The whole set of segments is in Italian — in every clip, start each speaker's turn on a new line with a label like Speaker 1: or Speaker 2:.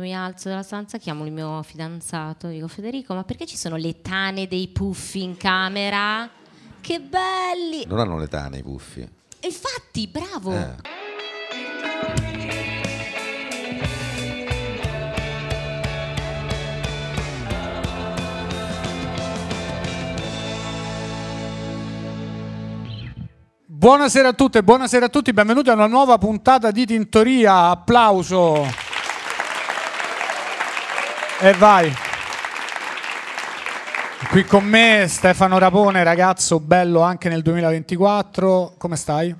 Speaker 1: Mi alzo dalla stanza, chiamo il mio fidanzato, dico Federico, ma perché ci sono le tane dei puffi in camera? Che belli!
Speaker 2: Non hanno le tane i puffi.
Speaker 1: E Infatti, bravo!
Speaker 2: Eh.
Speaker 3: Buonasera a tutte, buonasera a tutti, benvenuti a una nuova puntata di Tintoria. Applauso. E vai. Qui con me Stefano Rapone, ragazzo bello anche nel 2024. Come stai?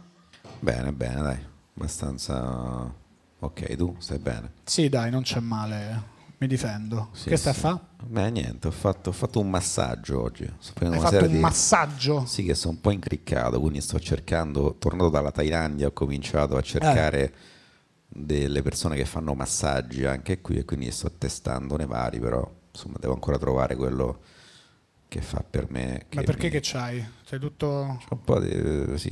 Speaker 2: Bene, bene, dai. Abbastanza. Ok, tu stai bene.
Speaker 3: Sì, dai, non c'è male. Mi difendo.
Speaker 2: Sì,
Speaker 3: che stai
Speaker 2: sì.
Speaker 3: a fa?
Speaker 2: Beh, niente, ho fatto, ho fatto un massaggio oggi. Sto prendendo una
Speaker 3: Hai fatto
Speaker 2: serie
Speaker 3: un
Speaker 2: di-
Speaker 3: massaggio.
Speaker 2: Sì, che sono un po' incriccato, quindi sto cercando, tornato dalla Thailandia, ho cominciato a cercare delle persone che fanno massaggi anche qui e quindi sto testandone vari, però insomma devo ancora trovare quello che fa per me.
Speaker 3: Ma perché
Speaker 2: mi-
Speaker 3: che c'hai? Sei tutto
Speaker 2: C'ho un po' di eh, sì,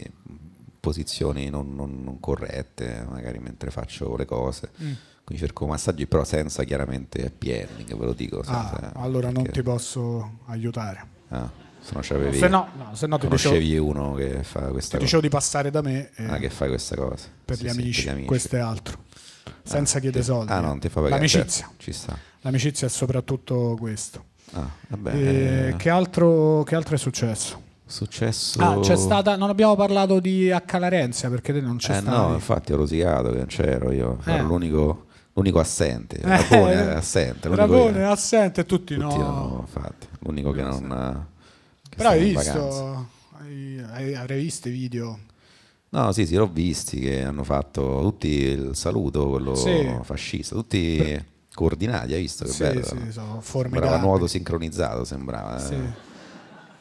Speaker 2: posizioni non, non- non corrette, magari mentre faccio le cose.
Speaker 3: Mm.
Speaker 2: Quindi cerco massaggi, però senza chiaramente peeling, ve lo dico.
Speaker 3: Ah,
Speaker 2: senza-
Speaker 3: allora non
Speaker 2: perché-
Speaker 3: ti posso aiutare.
Speaker 2: ah, se no c'avevi...
Speaker 3: Se no, no, se no ti dicevo,
Speaker 2: conoscevi uno che fa
Speaker 3: ti
Speaker 2: questa cosa.
Speaker 3: dicevo di passare da me e
Speaker 2: Ah, che fa questa cosa.
Speaker 3: per
Speaker 2: Sì,
Speaker 3: gli
Speaker 2: sì,
Speaker 3: amici,
Speaker 2: per gli amici.
Speaker 3: questo è altro. Senza chiedere soldi.
Speaker 2: Ah, no, non ti fa pagare.
Speaker 3: L'amicizia.
Speaker 2: certo, ci sta.
Speaker 3: L'amicizia è soprattutto questo.
Speaker 2: Ah, vabbè.
Speaker 3: Eh,
Speaker 2: eh,
Speaker 3: che, altro, che altro è successo?
Speaker 2: Successo.
Speaker 3: Ah, c'è stata. Non abbiamo parlato di Accalarenzia perché te non c'è
Speaker 2: Eh,
Speaker 3: stato.
Speaker 2: no, infatti ho rosicato che non c'ero io.
Speaker 3: Eh.
Speaker 2: Ero l'unico, l'unico assente. Rapone era assente. l'unico
Speaker 3: Dragone
Speaker 2: che-
Speaker 3: assente, tutti,
Speaker 2: tutti
Speaker 3: no.
Speaker 2: erano, infatti. L'unico che non. Che
Speaker 3: Però
Speaker 2: stava
Speaker 3: hai
Speaker 2: in vacanza.
Speaker 3: visto. hai- hai- Avrei visto i video.
Speaker 2: No, sì, sì, l'ho visti che hanno fatto tutti il saluto, quello
Speaker 3: Sì.
Speaker 2: fascista, tutti coordinati, hai visto che
Speaker 3: Sì,
Speaker 2: bello?
Speaker 3: sì, sono
Speaker 2: sembrava
Speaker 3: formidabili.
Speaker 2: nuoto sincronizzato, sembrava.
Speaker 3: Sì.
Speaker 2: eh.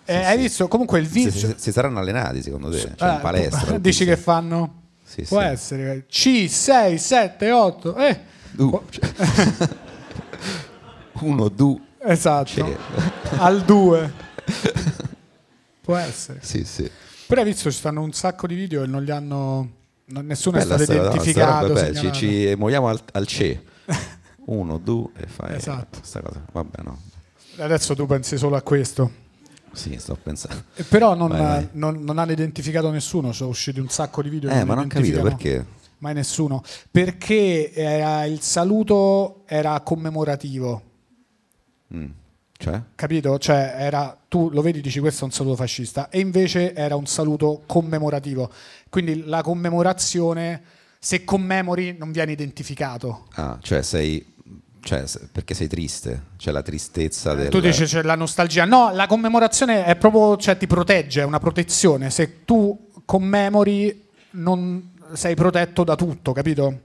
Speaker 3: Eh, hai visto comunque il
Speaker 2: Si,
Speaker 3: video.
Speaker 2: si- si saranno allenati secondo te? Cioè,
Speaker 3: Eh,
Speaker 2: in palestra?
Speaker 3: Dici che fanno?
Speaker 2: Sì,
Speaker 3: Può
Speaker 2: sì.
Speaker 3: essere C, 6, 7, 8. Eh,
Speaker 2: Du. Cioè- Uno, du.
Speaker 3: esatto.
Speaker 2: Cioè,
Speaker 3: Al 2. Può essere.
Speaker 2: Sì, sì.
Speaker 3: Però hai visto ci stanno un sacco di video e non li hanno... non- nessuno
Speaker 2: Bella
Speaker 3: è
Speaker 2: sta
Speaker 3: stato
Speaker 2: roba,
Speaker 3: identificato.
Speaker 2: sta roba, beh, ci,
Speaker 3: segnalato.
Speaker 2: ci muoviamo al, al C. Uno, du e fai
Speaker 3: Esatto.
Speaker 2: questa cosa. Vabbè, no.
Speaker 3: Adesso tu pensi solo a questo.
Speaker 2: Sì, sto pensando.
Speaker 3: Eh, Però non,
Speaker 2: Vai, vai.
Speaker 3: non- non hanno identificato nessuno, sono usciti un sacco di video. e
Speaker 2: Eh, ma non ho capito
Speaker 3: identificano
Speaker 2: perché.
Speaker 3: Mai nessuno. Perché era- il saluto era commemorativo.
Speaker 2: Mm. Cioè?
Speaker 3: Capito? Cioè, era, tu lo vedi, dici questo è un saluto fascista, e invece era un saluto commemorativo. Quindi la commemorazione, se commemori, non viene identificato.
Speaker 2: Ah, cioè sei... Cioè, se- perché sei triste? C'è la tristezza del...
Speaker 3: Eh, Tu dici c'è la nostalgia. No, la commemorazione è proprio, cioè ti protegge, è una protezione. Se tu commemori, non sei protetto da tutto, capito?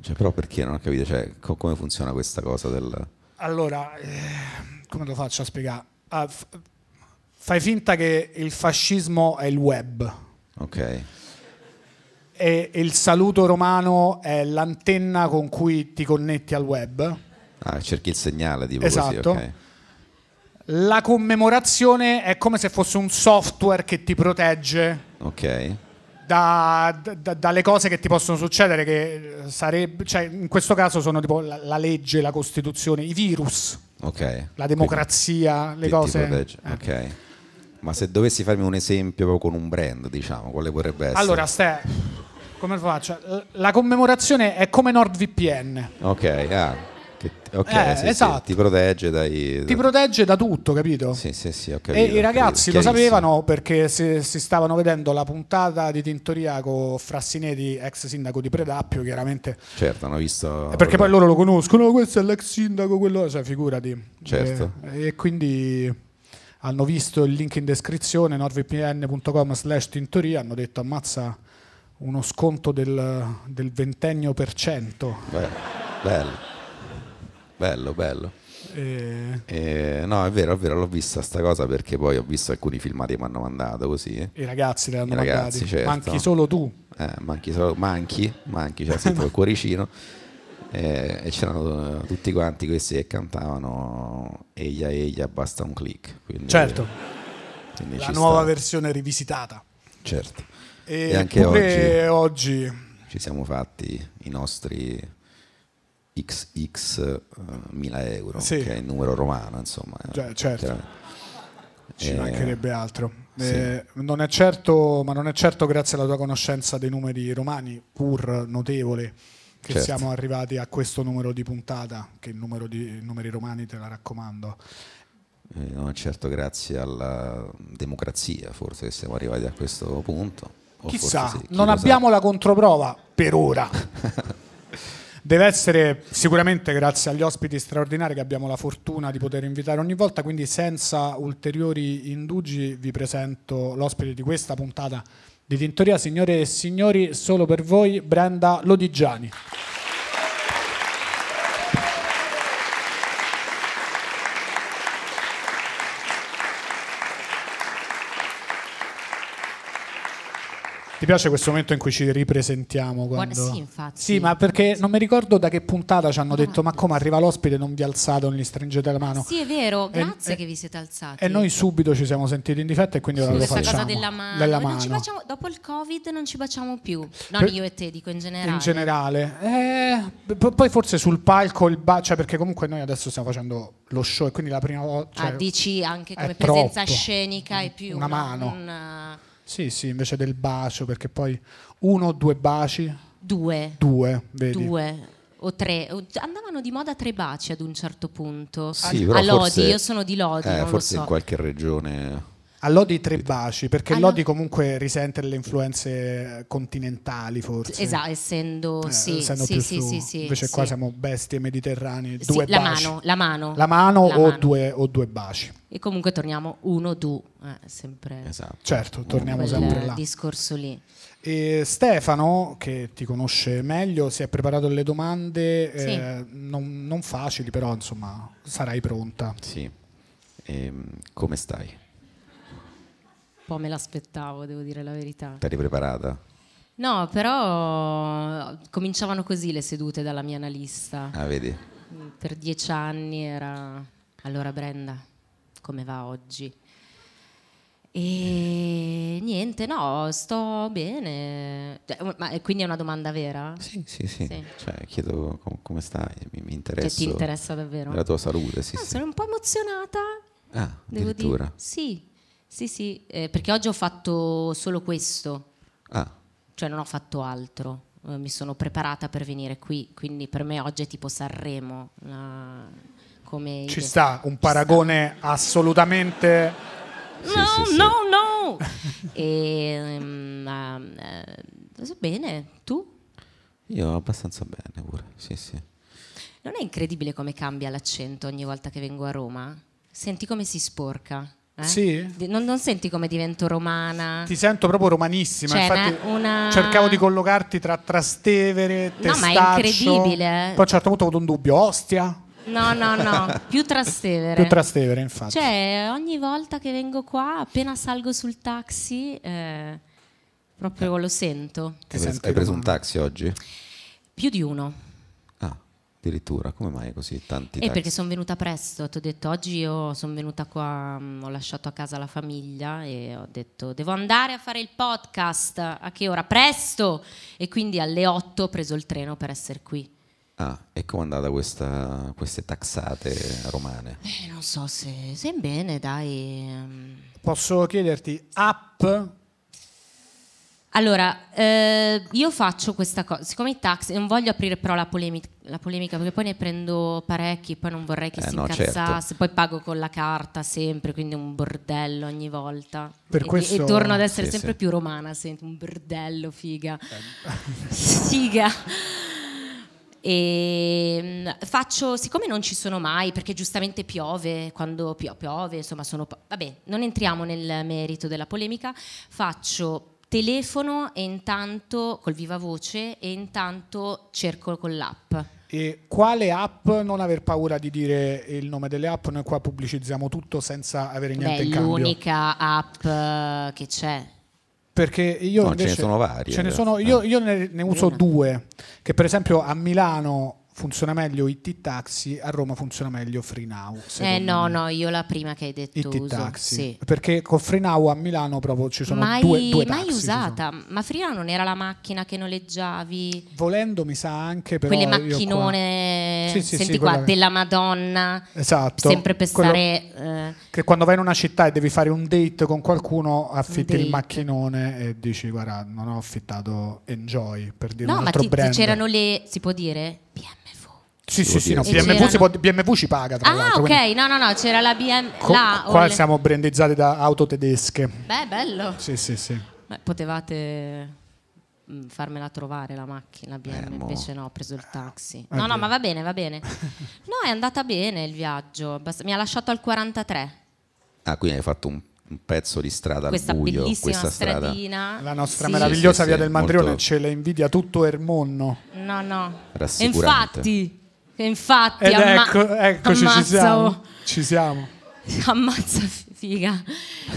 Speaker 2: Cioè, però perché non ho capito? Cioè, co- come funziona questa cosa del...
Speaker 3: Allora, eh, come lo faccio a spiegare? Ah, f- fai finta che il fascismo è il web.
Speaker 2: Ok.
Speaker 3: E il saluto romano è l'antenna con cui ti connetti al web.
Speaker 2: Ah, cerchi il segnale, tipo così,
Speaker 3: Esatto.
Speaker 2: ok.
Speaker 3: La commemorazione è come se fosse un software che ti protegge
Speaker 2: Ok.
Speaker 3: da- da- dalle cose che ti possono succedere, che sarebbe, cioè, in questo caso sono tipo la, la legge, la Costituzione, i virus,
Speaker 2: Ok.
Speaker 3: la democrazia,
Speaker 2: Quindi
Speaker 3: le
Speaker 2: ti- ti
Speaker 3: cose.
Speaker 2: protegge,
Speaker 3: Eh.
Speaker 2: Ok. Ma se dovessi farmi un esempio proprio con un brand, diciamo, quale potrebbe essere?
Speaker 3: Allora, Ste, come faccio? La commemorazione è come NordVPN.
Speaker 2: Ok, ah, che ti- ok,
Speaker 3: Eh,
Speaker 2: sì, sì,
Speaker 3: esatto.
Speaker 2: ti protegge dai...
Speaker 3: Ti protegge da tutto, capito?
Speaker 2: Esatto. Sì, sì, sì, ho
Speaker 3: E
Speaker 2: capito,
Speaker 3: i
Speaker 2: ho
Speaker 3: ragazzi
Speaker 2: capito,
Speaker 3: lo
Speaker 2: chiarissimo.
Speaker 3: sapevano perché si, si stavano vedendo la puntata di Tintoria con Frassinetti, ex sindaco di Predappio, chiaramente.
Speaker 2: Certo, hanno visto...
Speaker 3: perché poi loro lo conoscono, "Oh, questo è l'ex sindaco, quello, cioè figurati.
Speaker 2: Certo.
Speaker 3: E, e quindi hanno visto il link in descrizione, nordvpn.com slash Tintoria, hanno detto ammazza uno sconto del, del ventennio per cento.
Speaker 2: Beh, bello, bello, bello.
Speaker 3: E,
Speaker 2: Eh, no, è vero, è vero, l'ho vista sta cosa perché poi ho visto alcuni filmati che mi hanno mandato così. Eh,
Speaker 3: I ragazzi le hanno
Speaker 2: I ragazzi,
Speaker 3: mandati.
Speaker 2: certo.
Speaker 3: Manchi solo tu.
Speaker 2: manchi, solo- manchi, manchi, c'era scritto il cuoricino. eh, e c'erano eh, tutti quanti questi che cantavano Eia Eia, basta un click. Quindi,
Speaker 3: Certo,
Speaker 2: quindi
Speaker 3: la
Speaker 2: Eh, ci
Speaker 3: nuova
Speaker 2: sta.
Speaker 3: versione rivisitata.
Speaker 2: Certo.
Speaker 3: E,
Speaker 2: E anche
Speaker 3: pure oggi.
Speaker 2: Ci siamo fatti i nostri XX eh, mila euro,
Speaker 3: Sì.
Speaker 2: che è il numero romano, insomma. eh,
Speaker 3: Cioè, certo.
Speaker 2: chiaramente.
Speaker 3: Ci
Speaker 2: Eh,
Speaker 3: mancherebbe altro.
Speaker 2: sì.
Speaker 3: Eh, non è certo, ma non è certo grazie alla tua conoscenza dei numeri romani, pur notevole, che
Speaker 2: Certo.
Speaker 3: siamo arrivati a questo numero di puntata, che il numero di numeri romani te la raccomando.
Speaker 2: eh, non certo grazie alla democrazia, forse che siamo arrivati a questo punto. o
Speaker 3: Chissà,
Speaker 2: Boh, forse sì, chi
Speaker 3: non
Speaker 2: lo sa.
Speaker 3: abbiamo la controprova per ora. Deve essere sicuramente grazie agli ospiti straordinari che abbiamo la fortuna di poter invitare ogni volta, quindi senza ulteriori indugi vi presento l'ospite di questa puntata di Tintoria, signore e signori, solo per voi Brenda Lodigiani. Ti piace questo momento in cui ci ripresentiamo?
Speaker 1: Guarda,
Speaker 3: Quando...
Speaker 1: sì, infatti.
Speaker 3: Sì, ma perché non mi ricordo da che puntata ci hanno detto, ma come arriva l'ospite non vi alzate, non gli stringete la mano?
Speaker 1: Sì, è vero,
Speaker 3: E-
Speaker 1: grazie
Speaker 3: e-
Speaker 1: che vi siete alzati.
Speaker 3: E noi subito ci siamo sentiti in difetto e quindi ora
Speaker 2: Sì,
Speaker 3: lo
Speaker 1: questa
Speaker 3: facciamo.
Speaker 1: cosa della mano,
Speaker 3: Della
Speaker 1: Non ci
Speaker 3: mano.
Speaker 1: baciamo- dopo il covid non ci baciamo più non
Speaker 3: Per-
Speaker 1: io e te dico in generale
Speaker 3: In generale, Eh, p- poi forse sul palco il bacio, cioè perché comunque noi adesso stiamo facendo lo show e quindi la prima volta.
Speaker 1: Ah,
Speaker 3: cioè-
Speaker 1: dici anche
Speaker 3: è
Speaker 1: come presenza
Speaker 3: troppo.
Speaker 1: scenica è più
Speaker 3: Una mano.
Speaker 1: un, eh,
Speaker 3: Sì, sì, invece del bacio, perché poi uno o due baci,
Speaker 1: due,
Speaker 3: due, vedi?
Speaker 1: due o tre. O- Andavano di moda tre baci ad un certo punto.
Speaker 2: Sì,
Speaker 1: a
Speaker 2: però
Speaker 1: Lodi,
Speaker 2: forse-
Speaker 1: io sono di Lodi,
Speaker 2: eh,
Speaker 1: non lo
Speaker 2: forse
Speaker 1: so.
Speaker 2: in qualche regione
Speaker 3: A Lodi tre baci, perché
Speaker 1: Ah, no.
Speaker 3: Lodi comunque risente le influenze continentali, forse.
Speaker 1: Esatto, essendo,
Speaker 3: Eh,
Speaker 1: sì,
Speaker 3: essendo
Speaker 1: sì,
Speaker 3: più
Speaker 1: sì,
Speaker 3: su.
Speaker 1: sì, sì,
Speaker 3: Invece
Speaker 1: sì.
Speaker 3: qua siamo bestie mediterranee,
Speaker 1: Sì,
Speaker 3: due
Speaker 1: la
Speaker 3: baci.
Speaker 1: mano, la mano.
Speaker 3: La mano,
Speaker 1: La
Speaker 3: o,
Speaker 1: mano.
Speaker 3: Due, o due baci.
Speaker 1: E comunque torniamo uno, due, eh, sempre
Speaker 2: esatto.
Speaker 3: Certo, torniamo
Speaker 1: quel
Speaker 3: sempre là.
Speaker 1: discorso lì.
Speaker 3: E Stefano, che ti conosce meglio, si è preparato le domande
Speaker 1: Sì.
Speaker 3: eh, non, non facili, però insomma sarai pronta.
Speaker 2: Sì. Ehm, come stai?
Speaker 1: Un po' me l'aspettavo, devo dire la verità.
Speaker 2: T'eri preparata?
Speaker 1: No, però cominciavano così le sedute dalla mia analista.
Speaker 2: Ah, vedi?
Speaker 1: Mm, Per dieci anni era allora Brenda, come va oggi? E niente, no, sto bene. Cioè, Ma eh, quindi è una domanda vera?
Speaker 2: Sì, sì, sì.
Speaker 1: Sì.
Speaker 2: Cioè, chiedo com- come stai, mi, mi
Speaker 1: Cioè,
Speaker 2: interessa.
Speaker 1: ti interessa davvero?
Speaker 2: La tua salute, sì,
Speaker 1: Ah,
Speaker 2: sì.
Speaker 1: Sono un po' emozionata,
Speaker 2: Ah,
Speaker 1: devo
Speaker 2: addirittura.
Speaker 1: dire. Sì, sì, sì, eh, perché oggi ho fatto solo questo.
Speaker 2: Ah,
Speaker 1: cioè non ho fatto altro, eh, mi sono preparata per venire qui, quindi per me oggi è tipo Sanremo. la- come
Speaker 3: Ci
Speaker 1: idea.
Speaker 3: sta un paragone assolutamente...
Speaker 1: No,
Speaker 2: Sì, sì, sì.
Speaker 1: no, no! e, ehm, ah, eh, so bene, tu?
Speaker 2: io abbastanza bene pure, sì, sì.
Speaker 1: Non è incredibile come cambia l'accento ogni volta che vengo a Roma? Senti come si sporca? eh?
Speaker 3: Sì?
Speaker 1: Di- Non, non senti come divento romana?
Speaker 3: Ti sento proprio romanissima,
Speaker 1: C'è
Speaker 3: infatti
Speaker 1: una- Cioè, una-
Speaker 3: cercavo di collocarti tra Trastevere,
Speaker 1: No, ma è
Speaker 3: Testaccio...
Speaker 1: incredibile, eh.
Speaker 3: Poi a un certo punto ho avuto un dubbio, Ostia?
Speaker 1: No, no, no, più trastevere.
Speaker 3: Più Trastevere, infatti.
Speaker 1: eh. Cioè, ogni volta che vengo qua, appena salgo sul taxi, eh, proprio lo sento.
Speaker 3: Ti
Speaker 2: hai, pres-
Speaker 3: senti
Speaker 2: hai preso un
Speaker 3: romana.
Speaker 2: taxi oggi?
Speaker 1: Più di uno.
Speaker 2: Ah, addirittura, come mai così tanti
Speaker 1: E
Speaker 2: taxi?
Speaker 1: perché sono venuta presto, ti ho detto oggi io sono venuta qua, mh, ho lasciato a casa la famiglia e ho detto devo andare a fare il podcast, a che ora? Presto! E quindi alle 8 ho preso il treno per essere qui.
Speaker 2: Ah, e com'è andata questa, queste taxate romane?
Speaker 1: Eh, non so se, se è bene, dai. ehm.
Speaker 3: Posso chiederti, app?
Speaker 1: Allora, eh, io faccio questa cosa, siccome i taxi, non voglio aprire però la, polemi- la polemica perché poi ne prendo parecchi, poi non vorrei che
Speaker 2: Eh,
Speaker 1: si
Speaker 2: no, certo.
Speaker 1: incazzasse, poi pago con la carta sempre, quindi un bordello ogni volta.
Speaker 3: Per
Speaker 1: e,
Speaker 3: questo-
Speaker 1: e torno ad essere
Speaker 2: Sì,
Speaker 1: sempre
Speaker 2: sì.
Speaker 1: più romana, sento un bordello, figa.
Speaker 3: Eh.
Speaker 1: figa. E mm, faccio, siccome non ci sono mai, perché giustamente piove, quando pio- piove, insomma, sono. po- Vabbè, non entriamo nel merito della polemica, faccio telefono e intanto col viva voce e intanto cerco con l'app.
Speaker 3: E quale app? Non aver paura di dire il nome delle app, noi qua pubblicizziamo tutto senza avere
Speaker 1: Beh,
Speaker 3: niente
Speaker 1: è
Speaker 3: in cambio.
Speaker 1: l'unica app eh, che c'è.
Speaker 3: Perché io
Speaker 2: No, ce
Speaker 3: invece
Speaker 2: ne sono varie, eh.
Speaker 3: ce ne
Speaker 2: in
Speaker 3: sono-
Speaker 2: realtà.
Speaker 3: io, io ne, ne uso
Speaker 1: Una.
Speaker 3: due, che per esempio a Milano funziona meglio IT Taxi, a Roma funziona meglio Free Now.
Speaker 1: Eh
Speaker 3: secondo
Speaker 1: no,
Speaker 3: me.
Speaker 1: no, io la prima che hai detto
Speaker 3: IT
Speaker 1: uso.
Speaker 3: Taxi.
Speaker 1: Sì.
Speaker 3: Perché con Free Now a Milano proprio ci sono
Speaker 1: mai,
Speaker 3: due, due taxi.
Speaker 1: mai
Speaker 3: ci sono.
Speaker 1: usata, ma Frina non era la macchina che noleggiavi,
Speaker 3: Volendo mi sa anche però
Speaker 1: quelle
Speaker 3: io qua-
Speaker 1: macchinone,
Speaker 3: Sì, sì,
Speaker 1: senti
Speaker 3: sì,
Speaker 1: qua,
Speaker 3: quella-
Speaker 1: della Madonna,
Speaker 3: Esatto.
Speaker 1: sempre per
Speaker 3: Quello-
Speaker 1: stare... eh,
Speaker 3: che quando vai in una città e devi fare un date con qualcuno, affitti il
Speaker 1: date.
Speaker 3: macchinone e dici guarda, non ho affittato Enjoy per dire
Speaker 1: No,
Speaker 3: un
Speaker 1: ma
Speaker 3: altro
Speaker 1: ti- ti
Speaker 3: brand.
Speaker 1: c'erano le, si può dire? BMW.
Speaker 3: Sì, sì, sì, no,
Speaker 2: E
Speaker 3: BMW,
Speaker 1: c'erano-
Speaker 3: si può- BMW ci paga tra
Speaker 1: Ah,
Speaker 3: l'altro.
Speaker 1: ok,
Speaker 3: quindi
Speaker 1: no, no, no, c'era la BMW.
Speaker 3: co-
Speaker 1: là,
Speaker 3: qua
Speaker 1: o le-
Speaker 3: siamo brandizzati da auto tedesche.
Speaker 1: Beh, bello.
Speaker 3: Sì, sì, sì.
Speaker 1: Beh, potevate mm, farmela trovare la macchina BM,
Speaker 2: mo.
Speaker 1: invece no, ho preso il taxi.
Speaker 3: Eh,
Speaker 1: No,
Speaker 3: beh.
Speaker 1: no, ma va bene, va bene. No, è andata bene il viaggio, basta- mi ha lasciato al 43,
Speaker 2: Ah, quindi hai fatto un, un pezzo di strada
Speaker 1: questa
Speaker 2: al buio,
Speaker 1: bellissima
Speaker 2: questa strada.
Speaker 1: stradina.
Speaker 3: La nostra
Speaker 1: Ah, Sì.
Speaker 3: meravigliosa
Speaker 2: Sì, sì,
Speaker 3: via
Speaker 2: sì,
Speaker 3: del Mandrione
Speaker 2: molto-
Speaker 3: ce la invidia tutto Ermonno.
Speaker 1: No, no. E
Speaker 2: Rassicurante.
Speaker 1: Infatti, e infatti,
Speaker 3: Ed
Speaker 1: amma-
Speaker 3: ecco, eccoci, ci
Speaker 1: ammazza,
Speaker 3: siamo.
Speaker 1: oh.
Speaker 3: Ci siamo.
Speaker 1: Ammazza f- figa.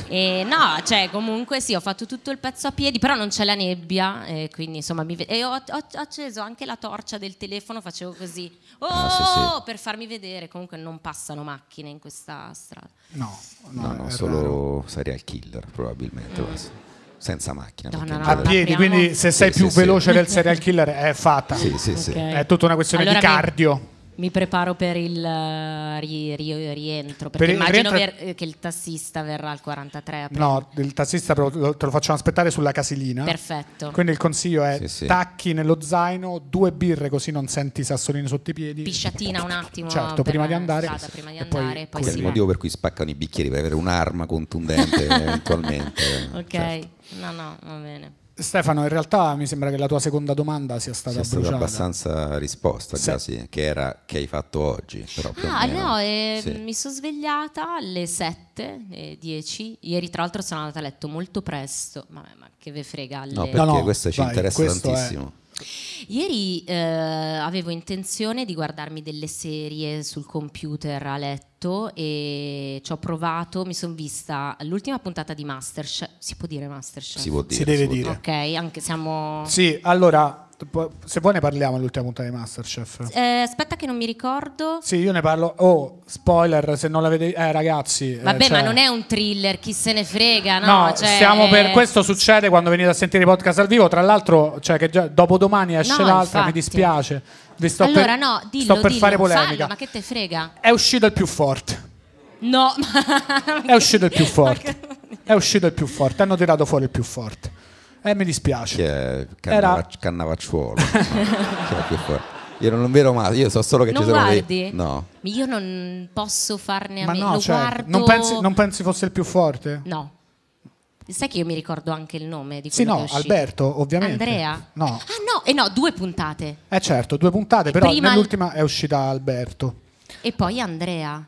Speaker 1: E no, cioè comunque sì, ho fatto tutto il pezzo a piedi, però non c'è la nebbia, e quindi insomma mi ve- e ho, ho acceso anche la torcia del telefono, facevo così, oh,
Speaker 2: Ah, sì, sì.
Speaker 1: per farmi vedere, comunque non passano macchine in questa strada.
Speaker 3: No, no,
Speaker 2: No, no,
Speaker 3: è raro.
Speaker 2: solo serial killer probabilmente. basta. Senza macchina. perché
Speaker 1: Donna,
Speaker 2: in
Speaker 1: Eh. no,
Speaker 3: a
Speaker 1: Allora,
Speaker 3: piedi,
Speaker 1: apriamo.
Speaker 3: quindi se sei
Speaker 2: Sì,
Speaker 3: più
Speaker 2: sì, sì.
Speaker 3: veloce del serial killer è fatta.
Speaker 2: Sì, sì, sì.
Speaker 1: Ok.
Speaker 3: È tutta una questione
Speaker 1: Allora
Speaker 3: di
Speaker 1: mi-
Speaker 3: cardio.
Speaker 1: Mi preparo per il eh, ri- ri- rientro, perché
Speaker 3: il
Speaker 1: immagino
Speaker 3: rientro-
Speaker 1: ver- eh, che il tassista verrà al 43 aprile.
Speaker 3: No, il tassista però lo- te lo facciamo aspettare sulla casilina.
Speaker 1: Perfetto.
Speaker 3: Quindi il consiglio è
Speaker 2: Sì, sì.
Speaker 3: tacchi nello zaino, due birre così non senti i sassolini sotto i piedi.
Speaker 1: Pisciatina un attimo per
Speaker 3: Certo, prima di
Speaker 1: la
Speaker 3: andare.
Speaker 1: strada, prima di
Speaker 3: E poi-
Speaker 1: andare, poi,
Speaker 2: Quello è
Speaker 1: si
Speaker 2: il
Speaker 1: va.
Speaker 2: motivo per cui spaccano i bicchieri, per avere un'arma contundente eventualmente.
Speaker 1: Ok,
Speaker 2: certo.
Speaker 1: no, no, va bene.
Speaker 3: Stefano, in realtà mi sembra che la tua seconda domanda sia stata
Speaker 2: C'è stata
Speaker 3: bruciata.
Speaker 2: abbastanza risposta, già
Speaker 3: Sì.
Speaker 2: sì, che era che hai fatto oggi. Però più o
Speaker 1: Ah,
Speaker 2: meno.
Speaker 1: no, eh,
Speaker 2: Sì.
Speaker 1: mi sono svegliata alle 7, eh, 10. Ieri, tra l'altro, sono andata a letto molto presto. Ma, ma che ve frega. alle-
Speaker 2: No, perché
Speaker 3: No, no,
Speaker 2: questo ci
Speaker 3: vai,
Speaker 2: interessa
Speaker 3: questo è-
Speaker 2: tantissimo.
Speaker 1: Ieri eh, avevo intenzione di guardarmi delle serie sul computer a letto e ci ho provato. Mi sono vista l'ultima puntata di Masterchef. Si può dire Masterchef?
Speaker 2: Si può
Speaker 3: Si
Speaker 2: dire.
Speaker 3: deve
Speaker 2: può
Speaker 3: dire.
Speaker 1: Ok, anche siamo.
Speaker 3: Sì, allora, po- se vuoi ne parliamo all'ultima puntata di Masterchef.
Speaker 1: Eh, aspetta, che non mi ricordo.
Speaker 3: Sì, io ne parlo. Oh, spoiler, se non l'avete. Eh, ragazzi. eh,
Speaker 1: Vabbè,
Speaker 3: cioè-
Speaker 1: ma non è un thriller, chi se ne frega, no?
Speaker 3: No,
Speaker 1: Cioè-
Speaker 3: stiamo per questo succede quando venite a sentire i podcast al vivo. Tra l'altro, cioè, che già dopodomani esce
Speaker 1: No,
Speaker 3: l'altra, mi
Speaker 1: infatti.
Speaker 3: dispiace. Vi sto
Speaker 1: allora,
Speaker 3: per,
Speaker 1: no, dillo,
Speaker 3: sto per
Speaker 1: dillo,
Speaker 3: fare polemica.
Speaker 1: fallo, ma che te frega?
Speaker 3: È uscito il più forte.
Speaker 1: No,
Speaker 3: È uscito il più forte. È uscito il più forte. Hanno tirato fuori il più forte. E mi dispiace.
Speaker 2: Che è Cannava-
Speaker 3: Era-
Speaker 2: Cannavacciuolo. no, che è più forte. Io non vedo male, io so solo che
Speaker 1: non
Speaker 2: ci sono dei-
Speaker 1: guardi?
Speaker 2: No.
Speaker 1: Io non posso farne a
Speaker 3: Ma
Speaker 1: me-
Speaker 3: no,
Speaker 1: lo
Speaker 3: cioè,
Speaker 1: guardo...
Speaker 3: non, pensi, non pensi fosse il più forte?
Speaker 1: No. Sai che io mi ricordo anche il nome di
Speaker 3: Sì,
Speaker 1: quello che è
Speaker 3: no,
Speaker 1: uscito.
Speaker 3: Alberto, ovviamente.
Speaker 1: Andrea?
Speaker 3: No.
Speaker 1: Ah no, e no, due puntate.
Speaker 3: Eh certo, due puntate, però
Speaker 1: prima-
Speaker 3: nell'ultima è uscita Alberto.
Speaker 1: E poi Andrea.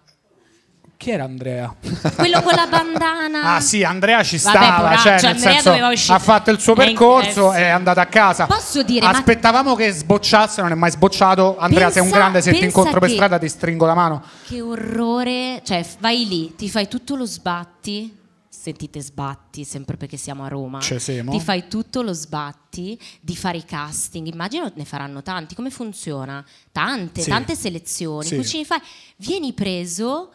Speaker 3: Chi era Andrea?
Speaker 1: Quello con la bandana.
Speaker 3: Ah sì, Andrea ci
Speaker 1: Vabbè,
Speaker 3: stava,
Speaker 1: poraccio,
Speaker 3: cioè, nel
Speaker 1: Andrea
Speaker 3: senso,
Speaker 1: doveva uscire.
Speaker 3: ha fatto il suo
Speaker 1: Eh,
Speaker 3: percorso,
Speaker 1: eh, sì.
Speaker 3: è andato a casa.
Speaker 1: Posso dire, ma-
Speaker 3: Aspettavamo che sbocciasse, non è mai sbocciato. Andrea, sei un
Speaker 1: Pensa-
Speaker 3: grande, se ti
Speaker 1: pensa
Speaker 3: incontro per
Speaker 1: che-
Speaker 3: strada ti stringo la mano.
Speaker 1: Che orrore, cioè f- vai lì, ti fai tutto lo sbatti, sentite sbatti sempre perché siamo a Roma,
Speaker 3: Ci siamo.
Speaker 1: ti fai tutto lo sbatti di fare i casting, immagino ne faranno tanti, come funziona? Tante,
Speaker 3: Sì.
Speaker 1: tante selezioni,
Speaker 3: Sì.
Speaker 1: cucini, fai, vieni preso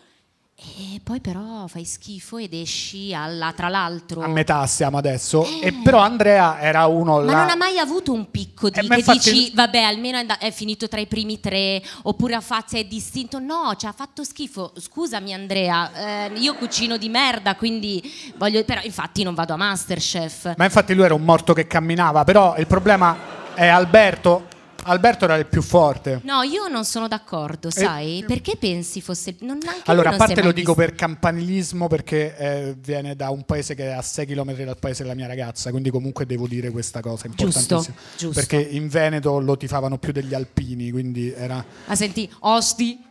Speaker 1: e poi però fai schifo ed esci alla, tra l'altro...
Speaker 3: A metà siamo adesso. E però Andrea era uno
Speaker 1: Boh. Eh. Ma
Speaker 3: là-
Speaker 1: non ha mai avuto un picco di
Speaker 3: Eh, ma
Speaker 1: che
Speaker 3: infatti-
Speaker 1: dici, vabbè, almeno è, and- è finito tra i primi tre, oppure a fazia è distinto. No, ci ha fatto schifo. Scusami, Andrea, eh, io cucino di merda, quindi voglio. Però, infatti, non vado a Masterchef.
Speaker 3: Ma infatti lui era un morto che camminava, però il problema è Alberto. Alberto era il più forte.
Speaker 1: No, io non sono d'accordo, sai? Perché pensi fosse. Non, anche lui
Speaker 3: Eh, Allora, a
Speaker 1: non si
Speaker 3: parte
Speaker 1: è
Speaker 3: lo
Speaker 1: mai
Speaker 3: dico
Speaker 1: visto.
Speaker 3: per campanilismo perché eh, viene da un paese che è a 6 km dal paese della mia ragazza, quindi comunque devo dire questa cosa importantissima.
Speaker 1: giusto.
Speaker 3: Perché in Veneto lo tifavano più degli alpini, quindi era...
Speaker 1: Ah, senti, Osti.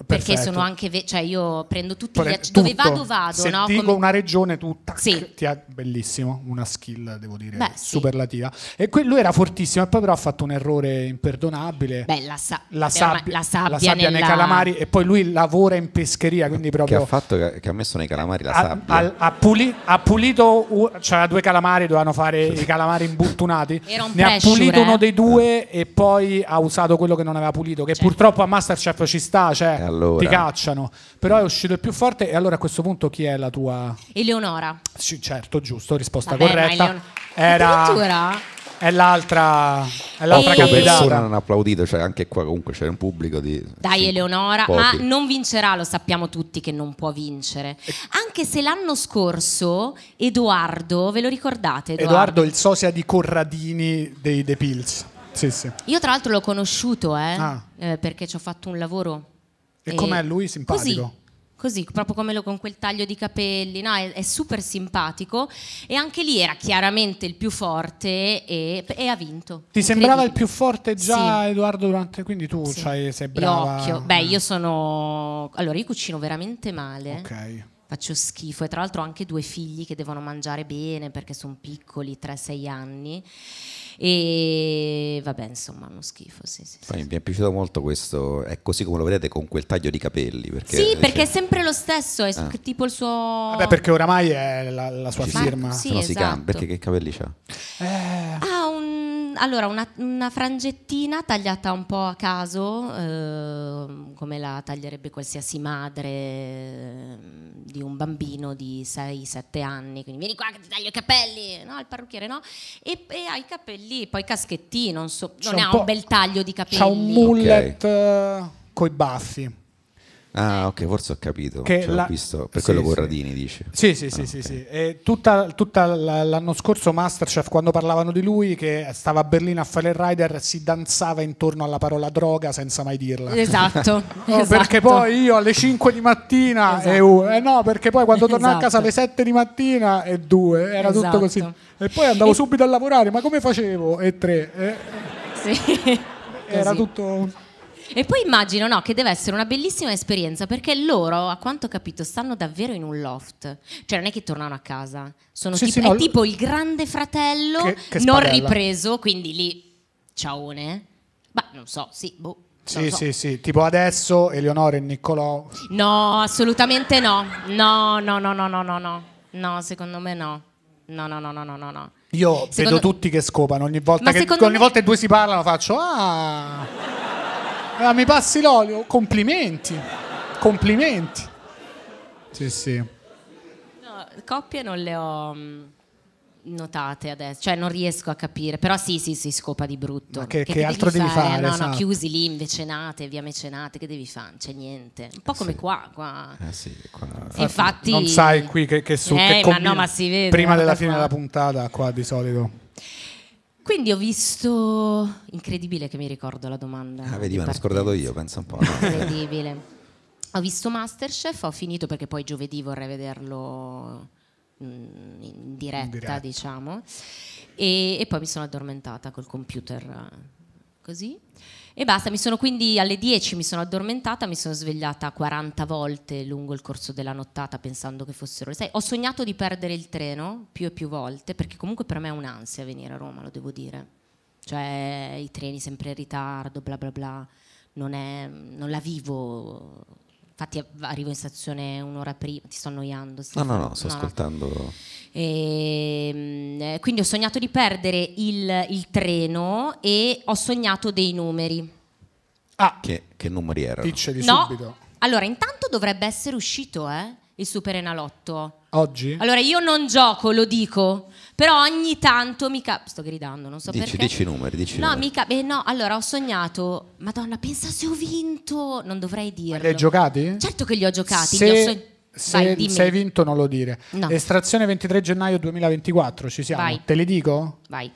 Speaker 1: Perché
Speaker 3: Perfetto.
Speaker 1: sono anche, ve- cioè io prendo tutti gli
Speaker 3: Pre-
Speaker 1: ac- dove
Speaker 3: tutto.
Speaker 1: vado vado,
Speaker 3: Se
Speaker 1: no?
Speaker 3: dico
Speaker 1: Come-
Speaker 3: una regione tu tac,
Speaker 1: Sì.
Speaker 3: ti ha- bellissimo, una skill devo dire
Speaker 1: Beh, sì.
Speaker 3: superlativa. E que- lui era fortissimo e poi però ha fatto un errore imperdonabile.
Speaker 1: Beh, la, sa-
Speaker 3: la,
Speaker 1: beh, ormai-
Speaker 3: sabbia,
Speaker 1: la sabbia,
Speaker 3: la sabbia nei
Speaker 1: nella-
Speaker 3: calamari e poi lui lavora in pescheria, quindi
Speaker 2: Che
Speaker 3: proprio
Speaker 2: ha fatto che, che ha messo nei calamari la
Speaker 3: ha-
Speaker 2: sabbia.
Speaker 3: ha- ha puli- ha pulito, u- c'era due calamari, dovevano fare i calamari imbuttunati.
Speaker 1: Era un
Speaker 3: ne ha
Speaker 1: pressure,
Speaker 3: pulito
Speaker 1: eh.
Speaker 3: uno dei due e poi ha usato quello che non aveva pulito. Che
Speaker 1: Certo.
Speaker 3: purtroppo a Masterchef ci sta, cioè
Speaker 2: E allora?
Speaker 3: ti cacciano. Però è uscito il più forte. E allora a questo punto chi è la tua?
Speaker 1: Eleonora.
Speaker 3: Sì, certo, giusto, risposta
Speaker 1: Vabbè, ma
Speaker 3: corretta.
Speaker 1: Eleon-
Speaker 3: Era.
Speaker 1: Addirittura?
Speaker 3: È l'altra, è
Speaker 2: Otto
Speaker 3: l'altra
Speaker 1: E-
Speaker 2: persone
Speaker 3: candidata.
Speaker 2: hanno applaudito, cioè anche qua comunque c'era un pubblico di...
Speaker 1: Dai
Speaker 2: sì,
Speaker 1: Eleonora, ma
Speaker 2: pochi.
Speaker 1: non vincerà, lo sappiamo tutti che non può vincere. Anche se l'anno scorso Edoardo, ve lo ricordate?
Speaker 3: Edoardo, il sosia di Corradini dei The Pills. Sì, sì.
Speaker 1: Io tra l'altro l'ho conosciuto, eh,
Speaker 3: Ah.
Speaker 1: eh, perché ci ho fatto un lavoro. Eh,
Speaker 3: E com'è lui? Simpatico?
Speaker 1: Così, così, proprio come lo con quel taglio di capelli, no, è, è super simpatico e anche lì era chiaramente il più forte e, e ha vinto.
Speaker 3: Ti sembrava il
Speaker 1: Incredibile.
Speaker 3: più forte già
Speaker 1: Sì.
Speaker 3: Edoardo Durante, quindi tu
Speaker 1: Sì.
Speaker 3: c'hai, sei
Speaker 1: Io
Speaker 3: brava. Mm.
Speaker 1: occhio. Beh, io eh. sono. Allora, io cucino veramente male.
Speaker 3: Ok.
Speaker 1: Faccio schifo e tra l'altro ho anche due figli che devono mangiare bene perché sono piccoli, 3-6 anni. E vabbè, insomma, uno schifo. Sì, sì, sì.
Speaker 2: Poi mi è piaciuto molto questo, è così come lo vedete con quel taglio di capelli. Perché,
Speaker 1: Sì,
Speaker 2: cioè,
Speaker 1: perché è sempre lo stesso, è su-
Speaker 2: Ah.
Speaker 1: che tipo il suo...
Speaker 3: Vabbè, perché oramai è la, la sua
Speaker 2: Sì, sì.
Speaker 3: firma.
Speaker 1: Sì,
Speaker 2: Ah, se no si
Speaker 1: esatto.
Speaker 2: cambia, perché che capelli c'ha?
Speaker 3: Eh,
Speaker 1: Ha Ah, un... Allora, una, una frangettina tagliata un po' a caso, ehm, come la taglierebbe qualsiasi madre ehm, di un bambino di 6-7 anni, quindi vieni qua che ti taglio i capelli, no, il parrucchiere no, e, e ha i capelli, poi caschettino, non so,
Speaker 3: C'è
Speaker 1: non
Speaker 3: un
Speaker 1: ha
Speaker 3: po'-
Speaker 1: un bel taglio di capelli.
Speaker 3: c'ha un mullet eh, coi baffi.
Speaker 2: Ah, ok, forse ho capito.
Speaker 3: Che
Speaker 2: cioè,
Speaker 3: la-
Speaker 2: ho visto, per
Speaker 3: Sì,
Speaker 2: quello
Speaker 3: sì.
Speaker 2: Corradini dice.
Speaker 3: Sì, sì, sì,
Speaker 2: Ah,
Speaker 3: sì,
Speaker 2: ok.
Speaker 3: sì. E tutta, tutta l- l'anno scorso Masterchef, quando parlavano di lui, che stava a Berlino a fare il rider, si danzava intorno alla parola droga senza mai dirla.
Speaker 1: Esatto,
Speaker 3: No,
Speaker 1: esatto.
Speaker 3: perché poi io alle 5 di mattina
Speaker 1: Esatto.
Speaker 3: e u- eh no, perché poi quando tornavo a
Speaker 1: Esatto.
Speaker 3: casa alle 7 di mattina e 2, era tutto
Speaker 1: Esatto.
Speaker 3: così. E poi andavo
Speaker 1: E-
Speaker 3: subito a lavorare, ma come facevo? E 3,
Speaker 1: Sì.
Speaker 3: era
Speaker 1: Così.
Speaker 3: tutto
Speaker 1: E poi immagino no, che deve essere una bellissima esperienza perché loro, a quanto ho capito, stanno davvero in un loft. Cioè non è che tornano a casa. Sono
Speaker 3: Sì,
Speaker 1: tipo,
Speaker 3: sì, no,
Speaker 1: è
Speaker 3: l-
Speaker 1: tipo il grande fratello
Speaker 3: Che- che
Speaker 1: non
Speaker 3: spadella.
Speaker 1: ripreso, quindi lì ciaone. Ma non so, sì, boh. non
Speaker 3: Sì,
Speaker 1: lo so.
Speaker 3: sì, sì, tipo adesso Eleonora e Niccolò
Speaker 1: No, assolutamente no. No, no, no, no, no, no, no. No, secondo me no. No, no, no, no, no, no, no.
Speaker 3: Io
Speaker 1: Secondo-
Speaker 3: vedo tutti che scopano ogni volta
Speaker 1: Ma
Speaker 3: che
Speaker 1: secondo
Speaker 3: ogni
Speaker 1: me-
Speaker 3: volta che due si parlano faccio ah, ah, mi passi l'olio, complimenti. Complimenti. Sì, sì.
Speaker 1: No, coppie non le ho mm, notate adesso, cioè non riesco a capire, però sì, sì, si scopa di brutto.
Speaker 3: Ma che- che
Speaker 1: devi
Speaker 3: altro devi fare,
Speaker 1: No,
Speaker 3: esatto.
Speaker 1: no, chiusi lì, invecenate, via mecenate, che devi fare? Non c'è niente. Un po' come qua, qua.
Speaker 2: Eh sì, qua...
Speaker 1: Infatti...
Speaker 3: Non sai qui che, che su
Speaker 1: Eh,
Speaker 3: che
Speaker 1: ma
Speaker 3: combina.
Speaker 1: no, ma si vede, eh,
Speaker 3: Prima
Speaker 1: guarda
Speaker 3: della fine
Speaker 1: qua.
Speaker 3: della puntata, qua di solito.
Speaker 1: Quindi ho visto... Incredibile che mi ricordo la domanda.
Speaker 2: Ah,
Speaker 1: di
Speaker 2: vedi, me l'ho
Speaker 1: partenza.
Speaker 2: scordato io, pensa un po'. no?
Speaker 1: Incredibile. Ho visto Masterchef, ho finito perché poi giovedì vorrei vederlo mm, in diretta,
Speaker 3: In diretta.
Speaker 1: diciamo. E, e poi mi sono addormentata col computer eh, così. E basta, mi sono quindi alle 10 mi sono addormentata, mi sono svegliata 40 volte lungo il corso della nottata pensando che fossero le 6. Ho sognato di perdere il treno più e più volte, perché comunque per me è un'ansia venire a Roma, lo devo dire. Cioè i treni sempre in ritardo, bla bla bla, non, è- non la vivo. Infatti arrivo in stazione un'ora prima, ti sto annoiando.
Speaker 2: No, no,
Speaker 1: Stefano?
Speaker 2: no, sto ascoltando.
Speaker 1: E, mm, eh, quindi ho sognato di perdere il, il treno e ho sognato dei numeri.
Speaker 3: Ah,
Speaker 2: Che, che numeri erano?
Speaker 3: dicceli
Speaker 1: No.
Speaker 3: subito.
Speaker 1: Allora, intanto dovrebbe essere uscito eh, il Super Enalotto.
Speaker 3: Oggi?
Speaker 1: Allora, io non gioco, lo dico, però ogni tanto mi cap- Sto gridando, non so
Speaker 2: Dici,
Speaker 1: perché.
Speaker 2: dici i numeri, dici i
Speaker 1: No,
Speaker 2: numeri.
Speaker 1: mica. Eh, no, allora ho sognato. Madonna, pensa se ho vinto. Non dovrei
Speaker 3: Ma
Speaker 1: dirlo.
Speaker 3: Li hai giocati?
Speaker 1: Certo che li ho giocati.
Speaker 3: Se,
Speaker 1: li ho sog-
Speaker 3: se
Speaker 1: Vai, dimmi.
Speaker 3: sei vinto non lo dire.
Speaker 1: No.
Speaker 3: Estrazione 23 gennaio 2024, ci siamo.
Speaker 1: Vai.
Speaker 3: Te li dico?
Speaker 1: Vai.